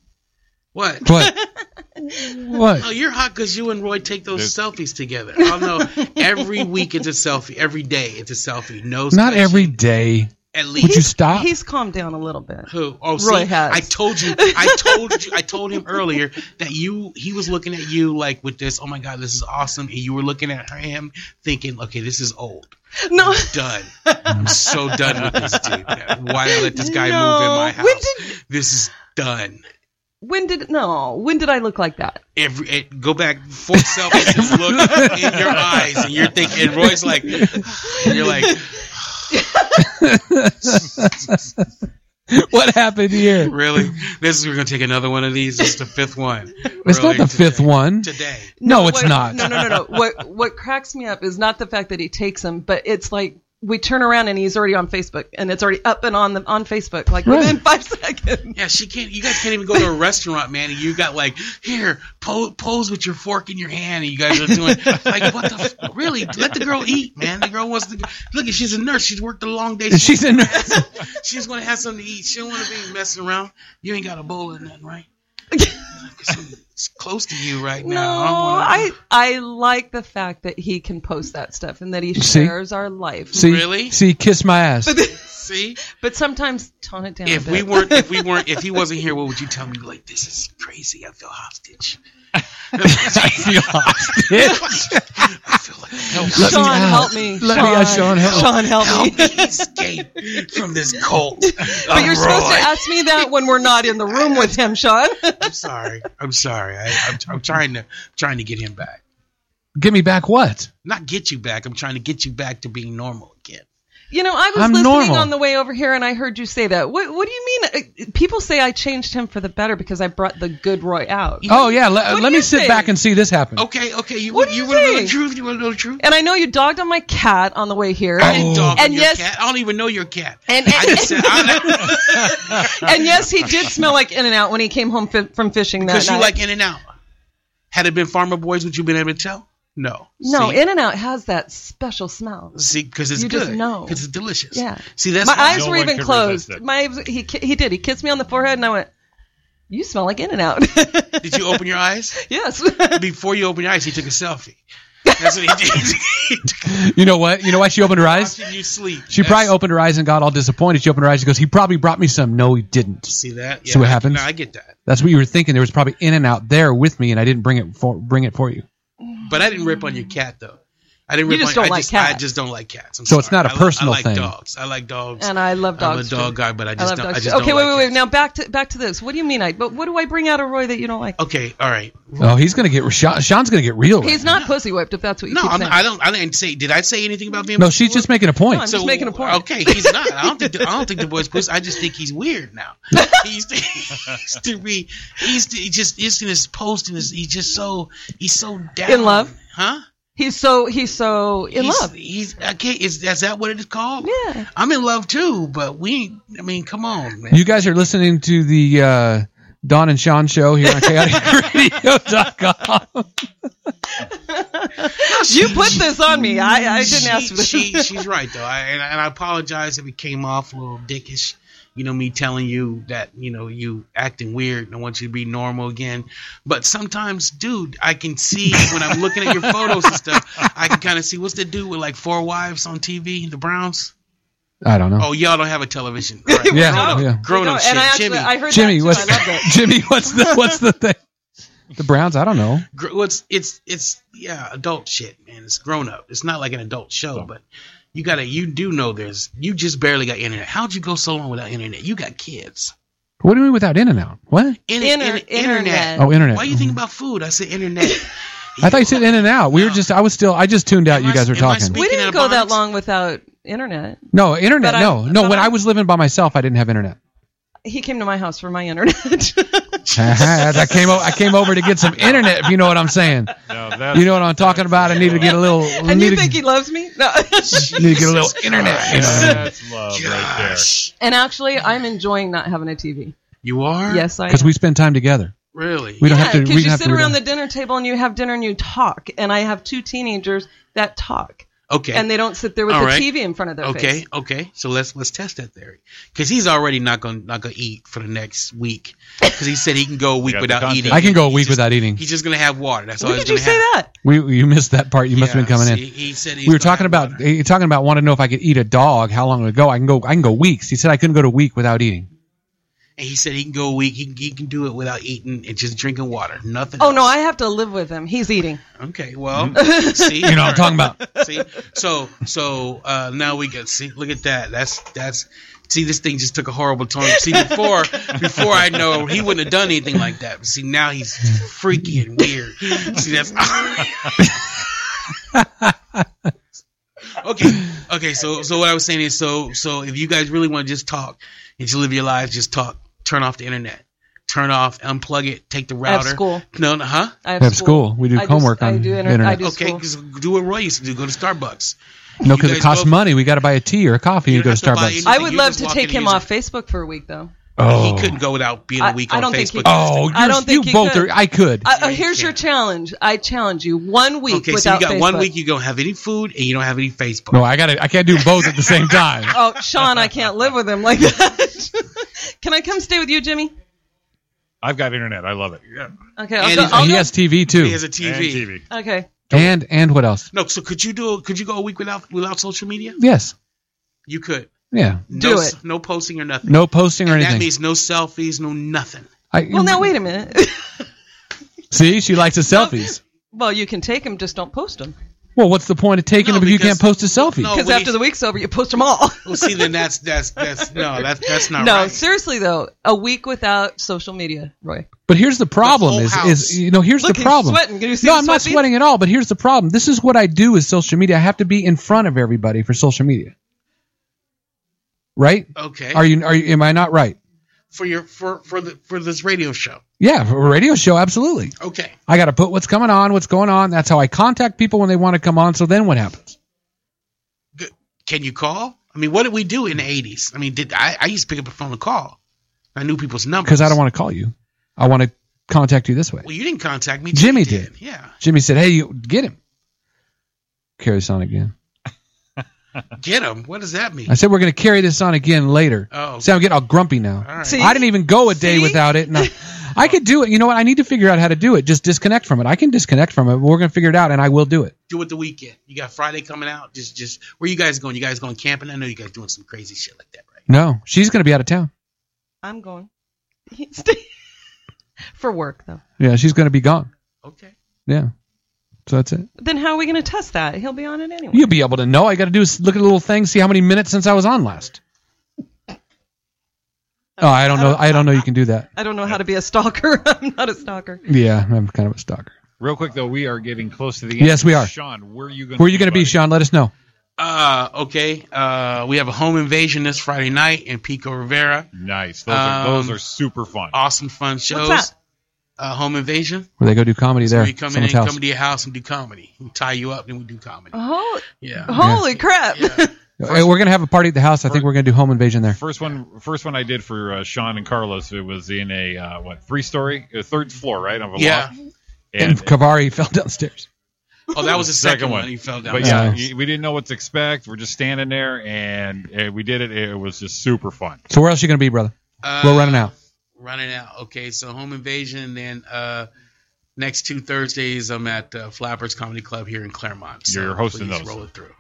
Speaker 3: What?
Speaker 1: what?
Speaker 3: *laughs* Oh,
Speaker 1: what?
Speaker 3: you're hot because you and Roy take those
Speaker 2: This-
Speaker 3: selfies together. Oh
Speaker 6: *laughs*
Speaker 3: no, every week it's a selfie. Every day it's a selfie. No,
Speaker 1: Not
Speaker 3: touching,
Speaker 1: every day.
Speaker 3: At least
Speaker 1: Would you stop?
Speaker 6: He's calmed down a little bit.
Speaker 3: Who? Oh, see,
Speaker 6: Roy has.
Speaker 3: I told you. I told you. I told him earlier that you. He was looking at you like with this. Oh my God, this is awesome. And you were looking at him, thinking, okay, this is old.
Speaker 6: *laughs* No.
Speaker 3: Done. I'm so done with this dude. Why did I let this guy
Speaker 6: No.
Speaker 3: move in my house?
Speaker 6: When did
Speaker 3: this is done.
Speaker 6: when did no? When did I look like that?
Speaker 3: Every it, go back four selfies. Just look in *laughs* your eyes, and you're thinking. And Roy's like, and you're like,
Speaker 1: *laughs* what happened
Speaker 3: *laughs*
Speaker 1: here?
Speaker 3: really? This is we're gonna take another one of these. This is the fifth one.
Speaker 1: It's not
Speaker 3: Really,
Speaker 1: the fifth
Speaker 3: today.
Speaker 1: one.
Speaker 3: today.
Speaker 1: No, it's
Speaker 6: what-
Speaker 1: not.
Speaker 6: No, no, no, no. what what cracks me up is not the fact that he takes him, but it's like we turn around and he's already on Facebook, and it's already up and on the on Facebook, like
Speaker 1: Right.
Speaker 6: within five *laughs* seconds.
Speaker 3: Yeah, she can't. You guys can't even go to a restaurant, man. And you got like here po- pose with your fork in your hand, and you guys are doing like what the f- really? Let the girl eat, man. The girl wants to look. She's a nurse. She's worked a long day. She,
Speaker 1: She's in.
Speaker 3: *laughs* she just want to have something to eat. She don't want to be messing around. You ain't got a bowl or nothing, *laughs* right? It's close to you right
Speaker 6: No,
Speaker 3: now.
Speaker 6: I
Speaker 3: I
Speaker 6: I like the fact that he can post that stuff and that he
Speaker 1: See?
Speaker 6: shares our life.
Speaker 1: See, *laughs*
Speaker 3: Really?
Speaker 1: See, kiss my ass.
Speaker 3: See,
Speaker 6: But sometimes tone it down.
Speaker 3: if
Speaker 6: a
Speaker 3: we
Speaker 6: bit.
Speaker 3: weren't, if we weren't, if he wasn't here, what would you tell me? Like, this is crazy. I feel
Speaker 6: *laughs*
Speaker 3: hostage.
Speaker 1: I feel hostage.
Speaker 3: I feel like hell.
Speaker 1: Let me
Speaker 6: *laughs* Sean,
Speaker 1: out.
Speaker 6: help me.
Speaker 1: Let
Speaker 6: Sean,
Speaker 1: me out, Sean, help me.
Speaker 6: Sean, help me.
Speaker 3: Help me escape from this cult.
Speaker 6: *laughs* But you're supposed to ask me that when we're not in the room with him, Sean. *laughs*
Speaker 3: I'm sorry. I'm sorry. I, I'm, I'm trying to trying to get him back.
Speaker 1: Give me back what?
Speaker 3: Not get you back. I'm trying to get you back to being normal again.
Speaker 6: You know, I was
Speaker 1: I'm
Speaker 6: listening
Speaker 1: normal.
Speaker 6: on the way over here, and I heard you say that. What, what do you mean? Uh, People say I changed him for the better because I brought the good Roy out.
Speaker 1: Oh yeah, let,
Speaker 6: What do
Speaker 1: let me
Speaker 6: you
Speaker 1: sit
Speaker 6: think?
Speaker 1: back and see this happen.
Speaker 3: Okay. Okay. You want
Speaker 6: What do
Speaker 3: you
Speaker 6: you
Speaker 3: want to know the
Speaker 6: think?
Speaker 3: truth? You want to know the truth?
Speaker 6: And I know you dogged on my cat on the way here.
Speaker 3: I didn't dog on
Speaker 6: And
Speaker 3: your
Speaker 6: yes-
Speaker 3: cat. I don't even know your cat.
Speaker 6: And,
Speaker 3: I
Speaker 6: and,
Speaker 3: just said I
Speaker 6: and yes, he did smell like In and Out when he came home fi- from fishing that
Speaker 3: because you
Speaker 6: night.
Speaker 3: like In and Out. Had it been Farmer Boys, would you been able to tell? No.
Speaker 6: no,
Speaker 3: See?
Speaker 6: In and Out has that special smell.
Speaker 3: See, because it's
Speaker 6: You
Speaker 3: good.
Speaker 6: just know.
Speaker 3: Because it's delicious.
Speaker 6: Yeah.
Speaker 3: See, that's
Speaker 6: my
Speaker 3: why-
Speaker 6: eyes
Speaker 2: No
Speaker 6: were
Speaker 2: one
Speaker 6: even
Speaker 2: could resist
Speaker 6: closed.
Speaker 2: it.
Speaker 6: My eyes- he ki- he did. He kissed me on the forehead, and I went, "You smell like In and Out." *laughs*
Speaker 3: Did you open your eyes?
Speaker 6: yes. *laughs*
Speaker 3: Before you opened your eyes, he took a selfie. That's what he did. *laughs* He took a
Speaker 1: You know what? You know why she opened her
Speaker 3: *laughs*
Speaker 1: eyes?
Speaker 3: selfie, you sleep.
Speaker 1: She probably
Speaker 3: That's-
Speaker 1: opened her eyes and got all disappointed. She opened her eyes and goes, "He probably brought me some." No, he didn't.
Speaker 3: See that?
Speaker 1: See what happens?
Speaker 3: No, I get that.
Speaker 1: That's what you were thinking. There was probably in and out there with me, and I didn't bring it for bring it for you.
Speaker 3: But I didn't rip on your cat though. I didn't
Speaker 6: You
Speaker 3: rip
Speaker 6: just
Speaker 3: on
Speaker 6: don't
Speaker 3: I
Speaker 6: like
Speaker 3: just,
Speaker 6: cats.
Speaker 3: I just don't like cats. I'm
Speaker 1: So it's
Speaker 3: sorry.
Speaker 1: not a
Speaker 3: I
Speaker 1: personal
Speaker 3: like, I like
Speaker 1: thing.
Speaker 3: dogs. I like dogs.
Speaker 6: and I love dogs.
Speaker 3: I'm a dog
Speaker 6: too.
Speaker 3: guy, but I
Speaker 6: I
Speaker 3: just
Speaker 6: love
Speaker 3: don't.
Speaker 6: dogs.
Speaker 3: I
Speaker 6: too.
Speaker 3: just
Speaker 6: okay,
Speaker 3: don't
Speaker 6: wait,
Speaker 3: like
Speaker 6: wait, wait.
Speaker 3: cats.
Speaker 6: Now back to back to this. What do you mean? I but what do I bring out of Roy that you don't like?
Speaker 3: Okay, all right.
Speaker 1: Oh, he's gonna get Sean, Sean's gonna get real.
Speaker 6: He's not pussy whipped. If that's what you
Speaker 3: Oh, No,
Speaker 6: keep
Speaker 3: I'm,
Speaker 6: saying.
Speaker 3: I don't. I didn't say. Did I say anything about being?
Speaker 1: no, she's just making a point.
Speaker 6: No, I'm just making a point.
Speaker 3: Okay, he's not. I don't think. The, I don't think the boy's pussy. I just think he's weird
Speaker 6: *laughs*
Speaker 3: now. He used to, he used to be. He's he just. He's in his post and his, he's just so. He's so down.
Speaker 6: In love?
Speaker 3: huh?
Speaker 6: He's so he's so in
Speaker 3: he's,
Speaker 6: love.
Speaker 3: He's okay. Is, is that what it is called?
Speaker 6: Yeah.
Speaker 3: I'm in love too, but we. ain't- I mean, come on, man.
Speaker 1: You guys are listening to the uh, Don and Sean show
Speaker 6: *laughs*
Speaker 1: here on chaoticradio.com.
Speaker 6: *laughs* You put this on me. I, I didn't ask
Speaker 3: she,
Speaker 6: for
Speaker 3: *laughs*
Speaker 6: this.
Speaker 3: she-
Speaker 6: *laughs*
Speaker 3: she's right though, I, and, I- and I apologize if it came off a little dickish. You know me telling you that you know you acting weird, and I want you to be normal again. But sometimes, dude, I can see when I'm looking at your photos and stuff, I can kind of see what's the dude with like four wives on TV, the Browns.
Speaker 1: I don't know.
Speaker 3: Oh, y'all don't have a television. All
Speaker 1: *laughs*
Speaker 3: right.
Speaker 1: yeah,
Speaker 6: No.
Speaker 1: yeah.
Speaker 3: Grown
Speaker 6: No,
Speaker 3: up
Speaker 6: and
Speaker 3: shit,
Speaker 6: I actually,
Speaker 3: Jimmy.
Speaker 6: I heard
Speaker 1: Jimmy,
Speaker 6: that too.
Speaker 1: what's
Speaker 6: I
Speaker 1: *laughs*
Speaker 3: *laughs*
Speaker 6: love that.
Speaker 1: Jimmy? What's the what's the thing? The Browns? I don't know.
Speaker 3: gr- it's it's it's yeah adult shit man it's grown up it's not like an adult show
Speaker 1: Oh.
Speaker 3: but you gotta you do know there's you just barely got internet how'd you go so long without internet you got kids
Speaker 1: What do you mean without In and Out?
Speaker 6: Uh,
Speaker 1: What?
Speaker 3: In-
Speaker 6: Inter-
Speaker 3: in-
Speaker 6: internet.
Speaker 1: Oh, internet.
Speaker 3: why you think about food i said internet
Speaker 1: *laughs* I thought you said
Speaker 3: *laughs*
Speaker 1: In and Out. We were just. I was still. I just tuned out.
Speaker 3: Am
Speaker 1: You
Speaker 3: I-
Speaker 1: guys were
Speaker 3: am I
Speaker 1: talking.
Speaker 3: speak-
Speaker 6: We
Speaker 3: Speaking
Speaker 6: didn't
Speaker 3: of
Speaker 6: go that
Speaker 3: bonds-
Speaker 6: long without internet.
Speaker 1: No internet.
Speaker 6: But I-
Speaker 1: No, no.
Speaker 6: but
Speaker 1: When
Speaker 6: I-
Speaker 1: I was living by myself, I didn't have internet. *laughs*
Speaker 6: He came to my house for my internet. *laughs*
Speaker 1: I came. O- I came over to get some internet. If you know what I'm saying.
Speaker 2: No, that's,
Speaker 1: You know what I'm talking about. I need to get a little.
Speaker 6: and you
Speaker 1: need
Speaker 6: think
Speaker 1: to,
Speaker 6: he loves me? No.
Speaker 1: need to get a little internet. You know.
Speaker 2: that's love right there.
Speaker 3: Gosh.
Speaker 6: *laughs* and actually, I'm enjoying not having a TV.
Speaker 3: you are
Speaker 6: Yes, I.
Speaker 1: Because
Speaker 6: am.
Speaker 1: we spend time together.
Speaker 3: really
Speaker 1: We don't
Speaker 6: yeah,
Speaker 1: have to. We
Speaker 6: because
Speaker 1: don't
Speaker 6: you
Speaker 1: have
Speaker 6: sit
Speaker 1: to,
Speaker 6: around the dinner table and you have dinner and you talk. And I have two teenagers that talk,
Speaker 3: *laughs* okay
Speaker 6: and they don't sit there with
Speaker 3: All
Speaker 6: the
Speaker 3: right.
Speaker 6: TV in front of their
Speaker 3: okay
Speaker 6: face.
Speaker 3: okay so let's let's test that theory because he's already not gonna not gonna eat for the next week because he said he can go a week
Speaker 2: got the
Speaker 3: without
Speaker 2: content.
Speaker 3: eating
Speaker 1: I can go a
Speaker 3: He's
Speaker 1: week
Speaker 3: just-
Speaker 1: without eating.
Speaker 3: he's just gonna have water that's all
Speaker 6: When
Speaker 3: he's
Speaker 6: did you
Speaker 3: gonna
Speaker 6: say
Speaker 3: have.
Speaker 6: that?
Speaker 1: We you missed that part. You must have been coming
Speaker 3: see,
Speaker 1: in.
Speaker 3: He said he's
Speaker 1: We were
Speaker 3: gonna
Speaker 1: talking
Speaker 3: have
Speaker 1: about
Speaker 3: water.
Speaker 1: you're talking about want to know if I could eat a dog. How long ago I can go? I can go weeks. He said I couldn't go to a week without eating.
Speaker 3: And he said he can go a week. He can, he can do it without eating and just drinking water. Nothing.
Speaker 6: Oh no,
Speaker 3: else.
Speaker 6: I have to live with him. He's eating. *laughs*
Speaker 3: Okay,
Speaker 1: Mm-hmm.
Speaker 3: well, see,
Speaker 1: You know what I'm talking about.
Speaker 3: *laughs* See, so so uh, now we can see. Look at that. That's that's. See, this thing just took a horrible turn. See, before before I know, he wouldn't have done anything like that. But see, now he's freaky and weird. See, that's. *laughs* okay, okay. So so what I was saying is, so so if you guys really want to just talk and just live your lives, just talk. Turn off the internet. Turn off, unplug it, take the
Speaker 6: I
Speaker 3: router.
Speaker 6: have school.
Speaker 3: No, no, huh?
Speaker 6: I have,
Speaker 1: We have school. We do
Speaker 6: I just-
Speaker 1: homework
Speaker 6: I
Speaker 1: on
Speaker 6: do inter-
Speaker 1: internet.
Speaker 6: I do
Speaker 3: Okay,
Speaker 6: school.
Speaker 3: 'cause do what Roy used to do. Go to Starbucks.
Speaker 1: No,
Speaker 3: You
Speaker 1: because it
Speaker 3: guys
Speaker 1: costs
Speaker 3: both-
Speaker 1: money. We got to buy a tea or a coffee
Speaker 3: You
Speaker 1: and go
Speaker 3: don't
Speaker 1: to
Speaker 3: have to buy
Speaker 1: Starbucks.
Speaker 3: any-
Speaker 6: I
Speaker 3: You
Speaker 6: would
Speaker 3: just
Speaker 6: love to
Speaker 3: walk in
Speaker 6: take
Speaker 3: and
Speaker 6: him
Speaker 3: use
Speaker 6: off Facebook for a week, though.
Speaker 1: oh,
Speaker 3: He couldn't go without being a
Speaker 6: I-
Speaker 3: week
Speaker 6: I
Speaker 3: on
Speaker 6: don't think he
Speaker 3: Facebook.
Speaker 6: could.
Speaker 1: oh,
Speaker 6: I
Speaker 1: you're-
Speaker 6: don't
Speaker 1: you
Speaker 6: think he
Speaker 1: both
Speaker 6: could.
Speaker 1: are. I could.
Speaker 6: I,
Speaker 3: Yeah,
Speaker 6: uh,
Speaker 3: you
Speaker 6: here's your
Speaker 3: can.
Speaker 6: challenge. I challenge you one week
Speaker 3: okay, so you
Speaker 6: without
Speaker 3: got one
Speaker 6: Facebook.
Speaker 3: week you don't have any food and you don't have any Facebook.
Speaker 1: no, I got to I can't do both at the same time.
Speaker 6: *laughs* Oh, Sean, I can't live with him like that. *laughs* Can I come stay with you, Jimmy?
Speaker 2: I've got internet. I love it.
Speaker 6: Okay, I'll
Speaker 3: And
Speaker 6: go.
Speaker 3: he's-
Speaker 6: I'll
Speaker 1: he
Speaker 6: go-
Speaker 1: has TV
Speaker 3: He
Speaker 1: too.
Speaker 3: has a TV.
Speaker 2: And TV.
Speaker 6: okay.
Speaker 1: And and what else?
Speaker 3: No, so could you do? Could you go a week without without social media?
Speaker 1: Yes.
Speaker 3: You could.
Speaker 1: Yeah.
Speaker 6: Do
Speaker 3: no,
Speaker 6: it.
Speaker 3: No posting or nothing.
Speaker 1: No posting or
Speaker 3: And
Speaker 1: anything.
Speaker 3: that means no selfies, no nothing.
Speaker 1: I-
Speaker 6: Well, now wait a minute. *laughs*
Speaker 1: See, she likes the selfies.
Speaker 6: well, you can take them, just don't post them.
Speaker 1: Well, what's the point of taking
Speaker 3: No,
Speaker 1: them if you
Speaker 3: because-
Speaker 1: can't post a selfie?
Speaker 3: no. Oh,
Speaker 6: Because
Speaker 3: when
Speaker 6: after
Speaker 3: you-
Speaker 6: the week's over, you post them all.
Speaker 3: Well, see, then that's that's that's no, that's that's not
Speaker 6: *laughs* no,
Speaker 3: right.
Speaker 6: seriously though, a week without social media, Roy.
Speaker 1: But here's the problem:
Speaker 3: whole
Speaker 1: is,
Speaker 3: house.
Speaker 1: is you know here's
Speaker 6: Look,
Speaker 1: the
Speaker 6: he's
Speaker 1: problem.
Speaker 6: sweating. Can you see
Speaker 1: no,
Speaker 6: him
Speaker 1: I'm not
Speaker 6: sweating?
Speaker 1: sweating at all. But here's the problem: this is what I do with social media. I have to be in front of everybody for social media. Right?
Speaker 3: okay.
Speaker 1: Are you? Are you? Am I not right?
Speaker 3: for your for for the for this radio show.
Speaker 1: Yeah, for a radio show, absolutely.
Speaker 3: Okay.
Speaker 1: I got to put what's coming on, what's going on. That's how I contact people when they want to come on. So then what happens?
Speaker 3: Can you call? I mean, what did we do in the eighties? I mean, did I, I used to pick up the phone and call. I knew people's numbers.
Speaker 1: Because I don't want to call you. I want to contact you this way.
Speaker 3: Well, you didn't contact me.
Speaker 1: Jimmy
Speaker 3: Yeah.
Speaker 1: Jimmy said, "Hey, you get him." Carry this on again.
Speaker 3: Get him. What does that mean?
Speaker 1: I said we're going to carry this on again later.
Speaker 3: Oh.
Speaker 1: See, I'm getting all grumpy now.
Speaker 3: All right.
Speaker 6: See?
Speaker 1: I didn't even go a day
Speaker 6: See?
Speaker 1: without it. And
Speaker 6: *laughs*
Speaker 1: I, I could do it. You know what? I need to figure out how to do it. Just disconnect from it. I can disconnect from it. But we're going to figure it out, and I will do it.
Speaker 3: do it the weekend. You got Friday coming out. Just just where you guys going? You guys going camping? I know you guys doing some crazy shit like that, right?
Speaker 1: No, she's going to be out of town.
Speaker 6: I'm going. Stay- *laughs* For work though.
Speaker 1: Yeah, she's going to be gone.
Speaker 3: Okay.
Speaker 1: Yeah. So that's it.
Speaker 6: Then how are we going to test that? He'll be on it anyway.
Speaker 1: You'll be able to know. I got to do is look at a little thing, see how many minutes since I was on last. Oh, I don't know. I don't know. You can do that.
Speaker 6: I don't know how to be a stalker. *laughs* I'm not a stalker.
Speaker 1: Yeah, I'm kind of a stalker.
Speaker 2: Real quick though, we are getting close to the end.
Speaker 1: Yes, we are.
Speaker 2: Sean, where are you going?
Speaker 1: Where are you going to be, Sean? Let us know.
Speaker 3: Uh, okay. Uh, we have a home invasion this Friday night in Pico Rivera.
Speaker 2: Nice. Those, are, those
Speaker 3: Um,
Speaker 2: are super fun.
Speaker 3: Awesome, fun shows.
Speaker 6: that?
Speaker 3: Uh, home invasion.
Speaker 1: Where they go do comedy there.
Speaker 3: Where you come in and
Speaker 1: someone's house. Uh-huh.
Speaker 3: come to your house and do comedy. We tie you up and we do comedy.
Speaker 6: Holy,
Speaker 3: Yeah.
Speaker 6: holy crap!
Speaker 3: Yeah.
Speaker 1: Hey, Uh, we're going to have a party at the house. I think we're going to do home invasion there.
Speaker 2: First one, first one I did for uh, Sean and Carlos. It was in a uh, what three story, uh, third floor, right? Of a
Speaker 3: Yeah.
Speaker 2: loft.
Speaker 1: And
Speaker 2: And,
Speaker 1: Kavari fell downstairs.
Speaker 3: Oh, that was the second,
Speaker 2: Second
Speaker 3: one.
Speaker 2: one.
Speaker 3: He fell down.
Speaker 2: but yeah,
Speaker 1: Nice.
Speaker 2: y- we didn't know what to expect. We're just standing there, and uh, we did it. It was just super fun.
Speaker 1: So where else you going to be, brother?
Speaker 3: Uh,
Speaker 1: We're running out.
Speaker 3: Running out. Okay, so home invasion. Then uh, next two Thursdays, I'm at uh, Flappers Comedy Club here in Claremont. So
Speaker 2: You're hosting
Speaker 3: please
Speaker 2: those.
Speaker 3: Roll it through.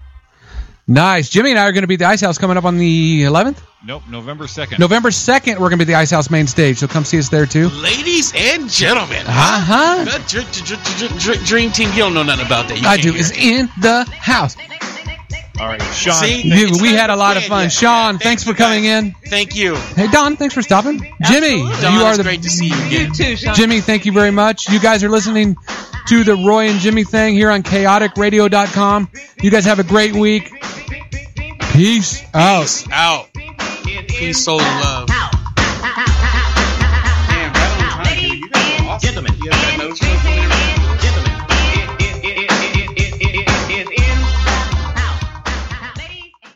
Speaker 1: Nice. Jimmy and I are going to be at the Ice House coming up on the 11th.
Speaker 2: Nope, November second.
Speaker 1: November 2nd, we're going to be at the Ice House main stage. So come see us there, too.
Speaker 3: Ladies and gentlemen,
Speaker 1: Uh huh.
Speaker 3: the dr- dr- dr- dr- dr- Dream Team. You don't know nothing about that. You
Speaker 1: I
Speaker 3: can't
Speaker 1: do.
Speaker 3: hear
Speaker 1: Is
Speaker 3: it.
Speaker 1: in the house.
Speaker 2: All right, Sean.
Speaker 3: See?
Speaker 1: Dude,
Speaker 3: It's
Speaker 1: we
Speaker 3: not
Speaker 1: had a lot of
Speaker 3: planned
Speaker 1: fun.
Speaker 3: yet.
Speaker 1: Sean,
Speaker 3: Thank
Speaker 1: thanks for
Speaker 3: you guys.
Speaker 1: coming in.
Speaker 3: Thank you.
Speaker 1: Hey, Don, thanks for stopping. Jimmy,
Speaker 3: Don,
Speaker 1: you are
Speaker 3: it's
Speaker 1: the
Speaker 3: great to see you again.
Speaker 6: *laughs* You too, Sean.
Speaker 1: Jimmy, thank you very much. You guys are listening to the Roy and Jimmy thing here on chaoticradio.com. You guys have a great week. Peace out.
Speaker 3: Peace out. Peace, soul, and love. Damn, right on time, dude. You guys are awesome. You have that notion of-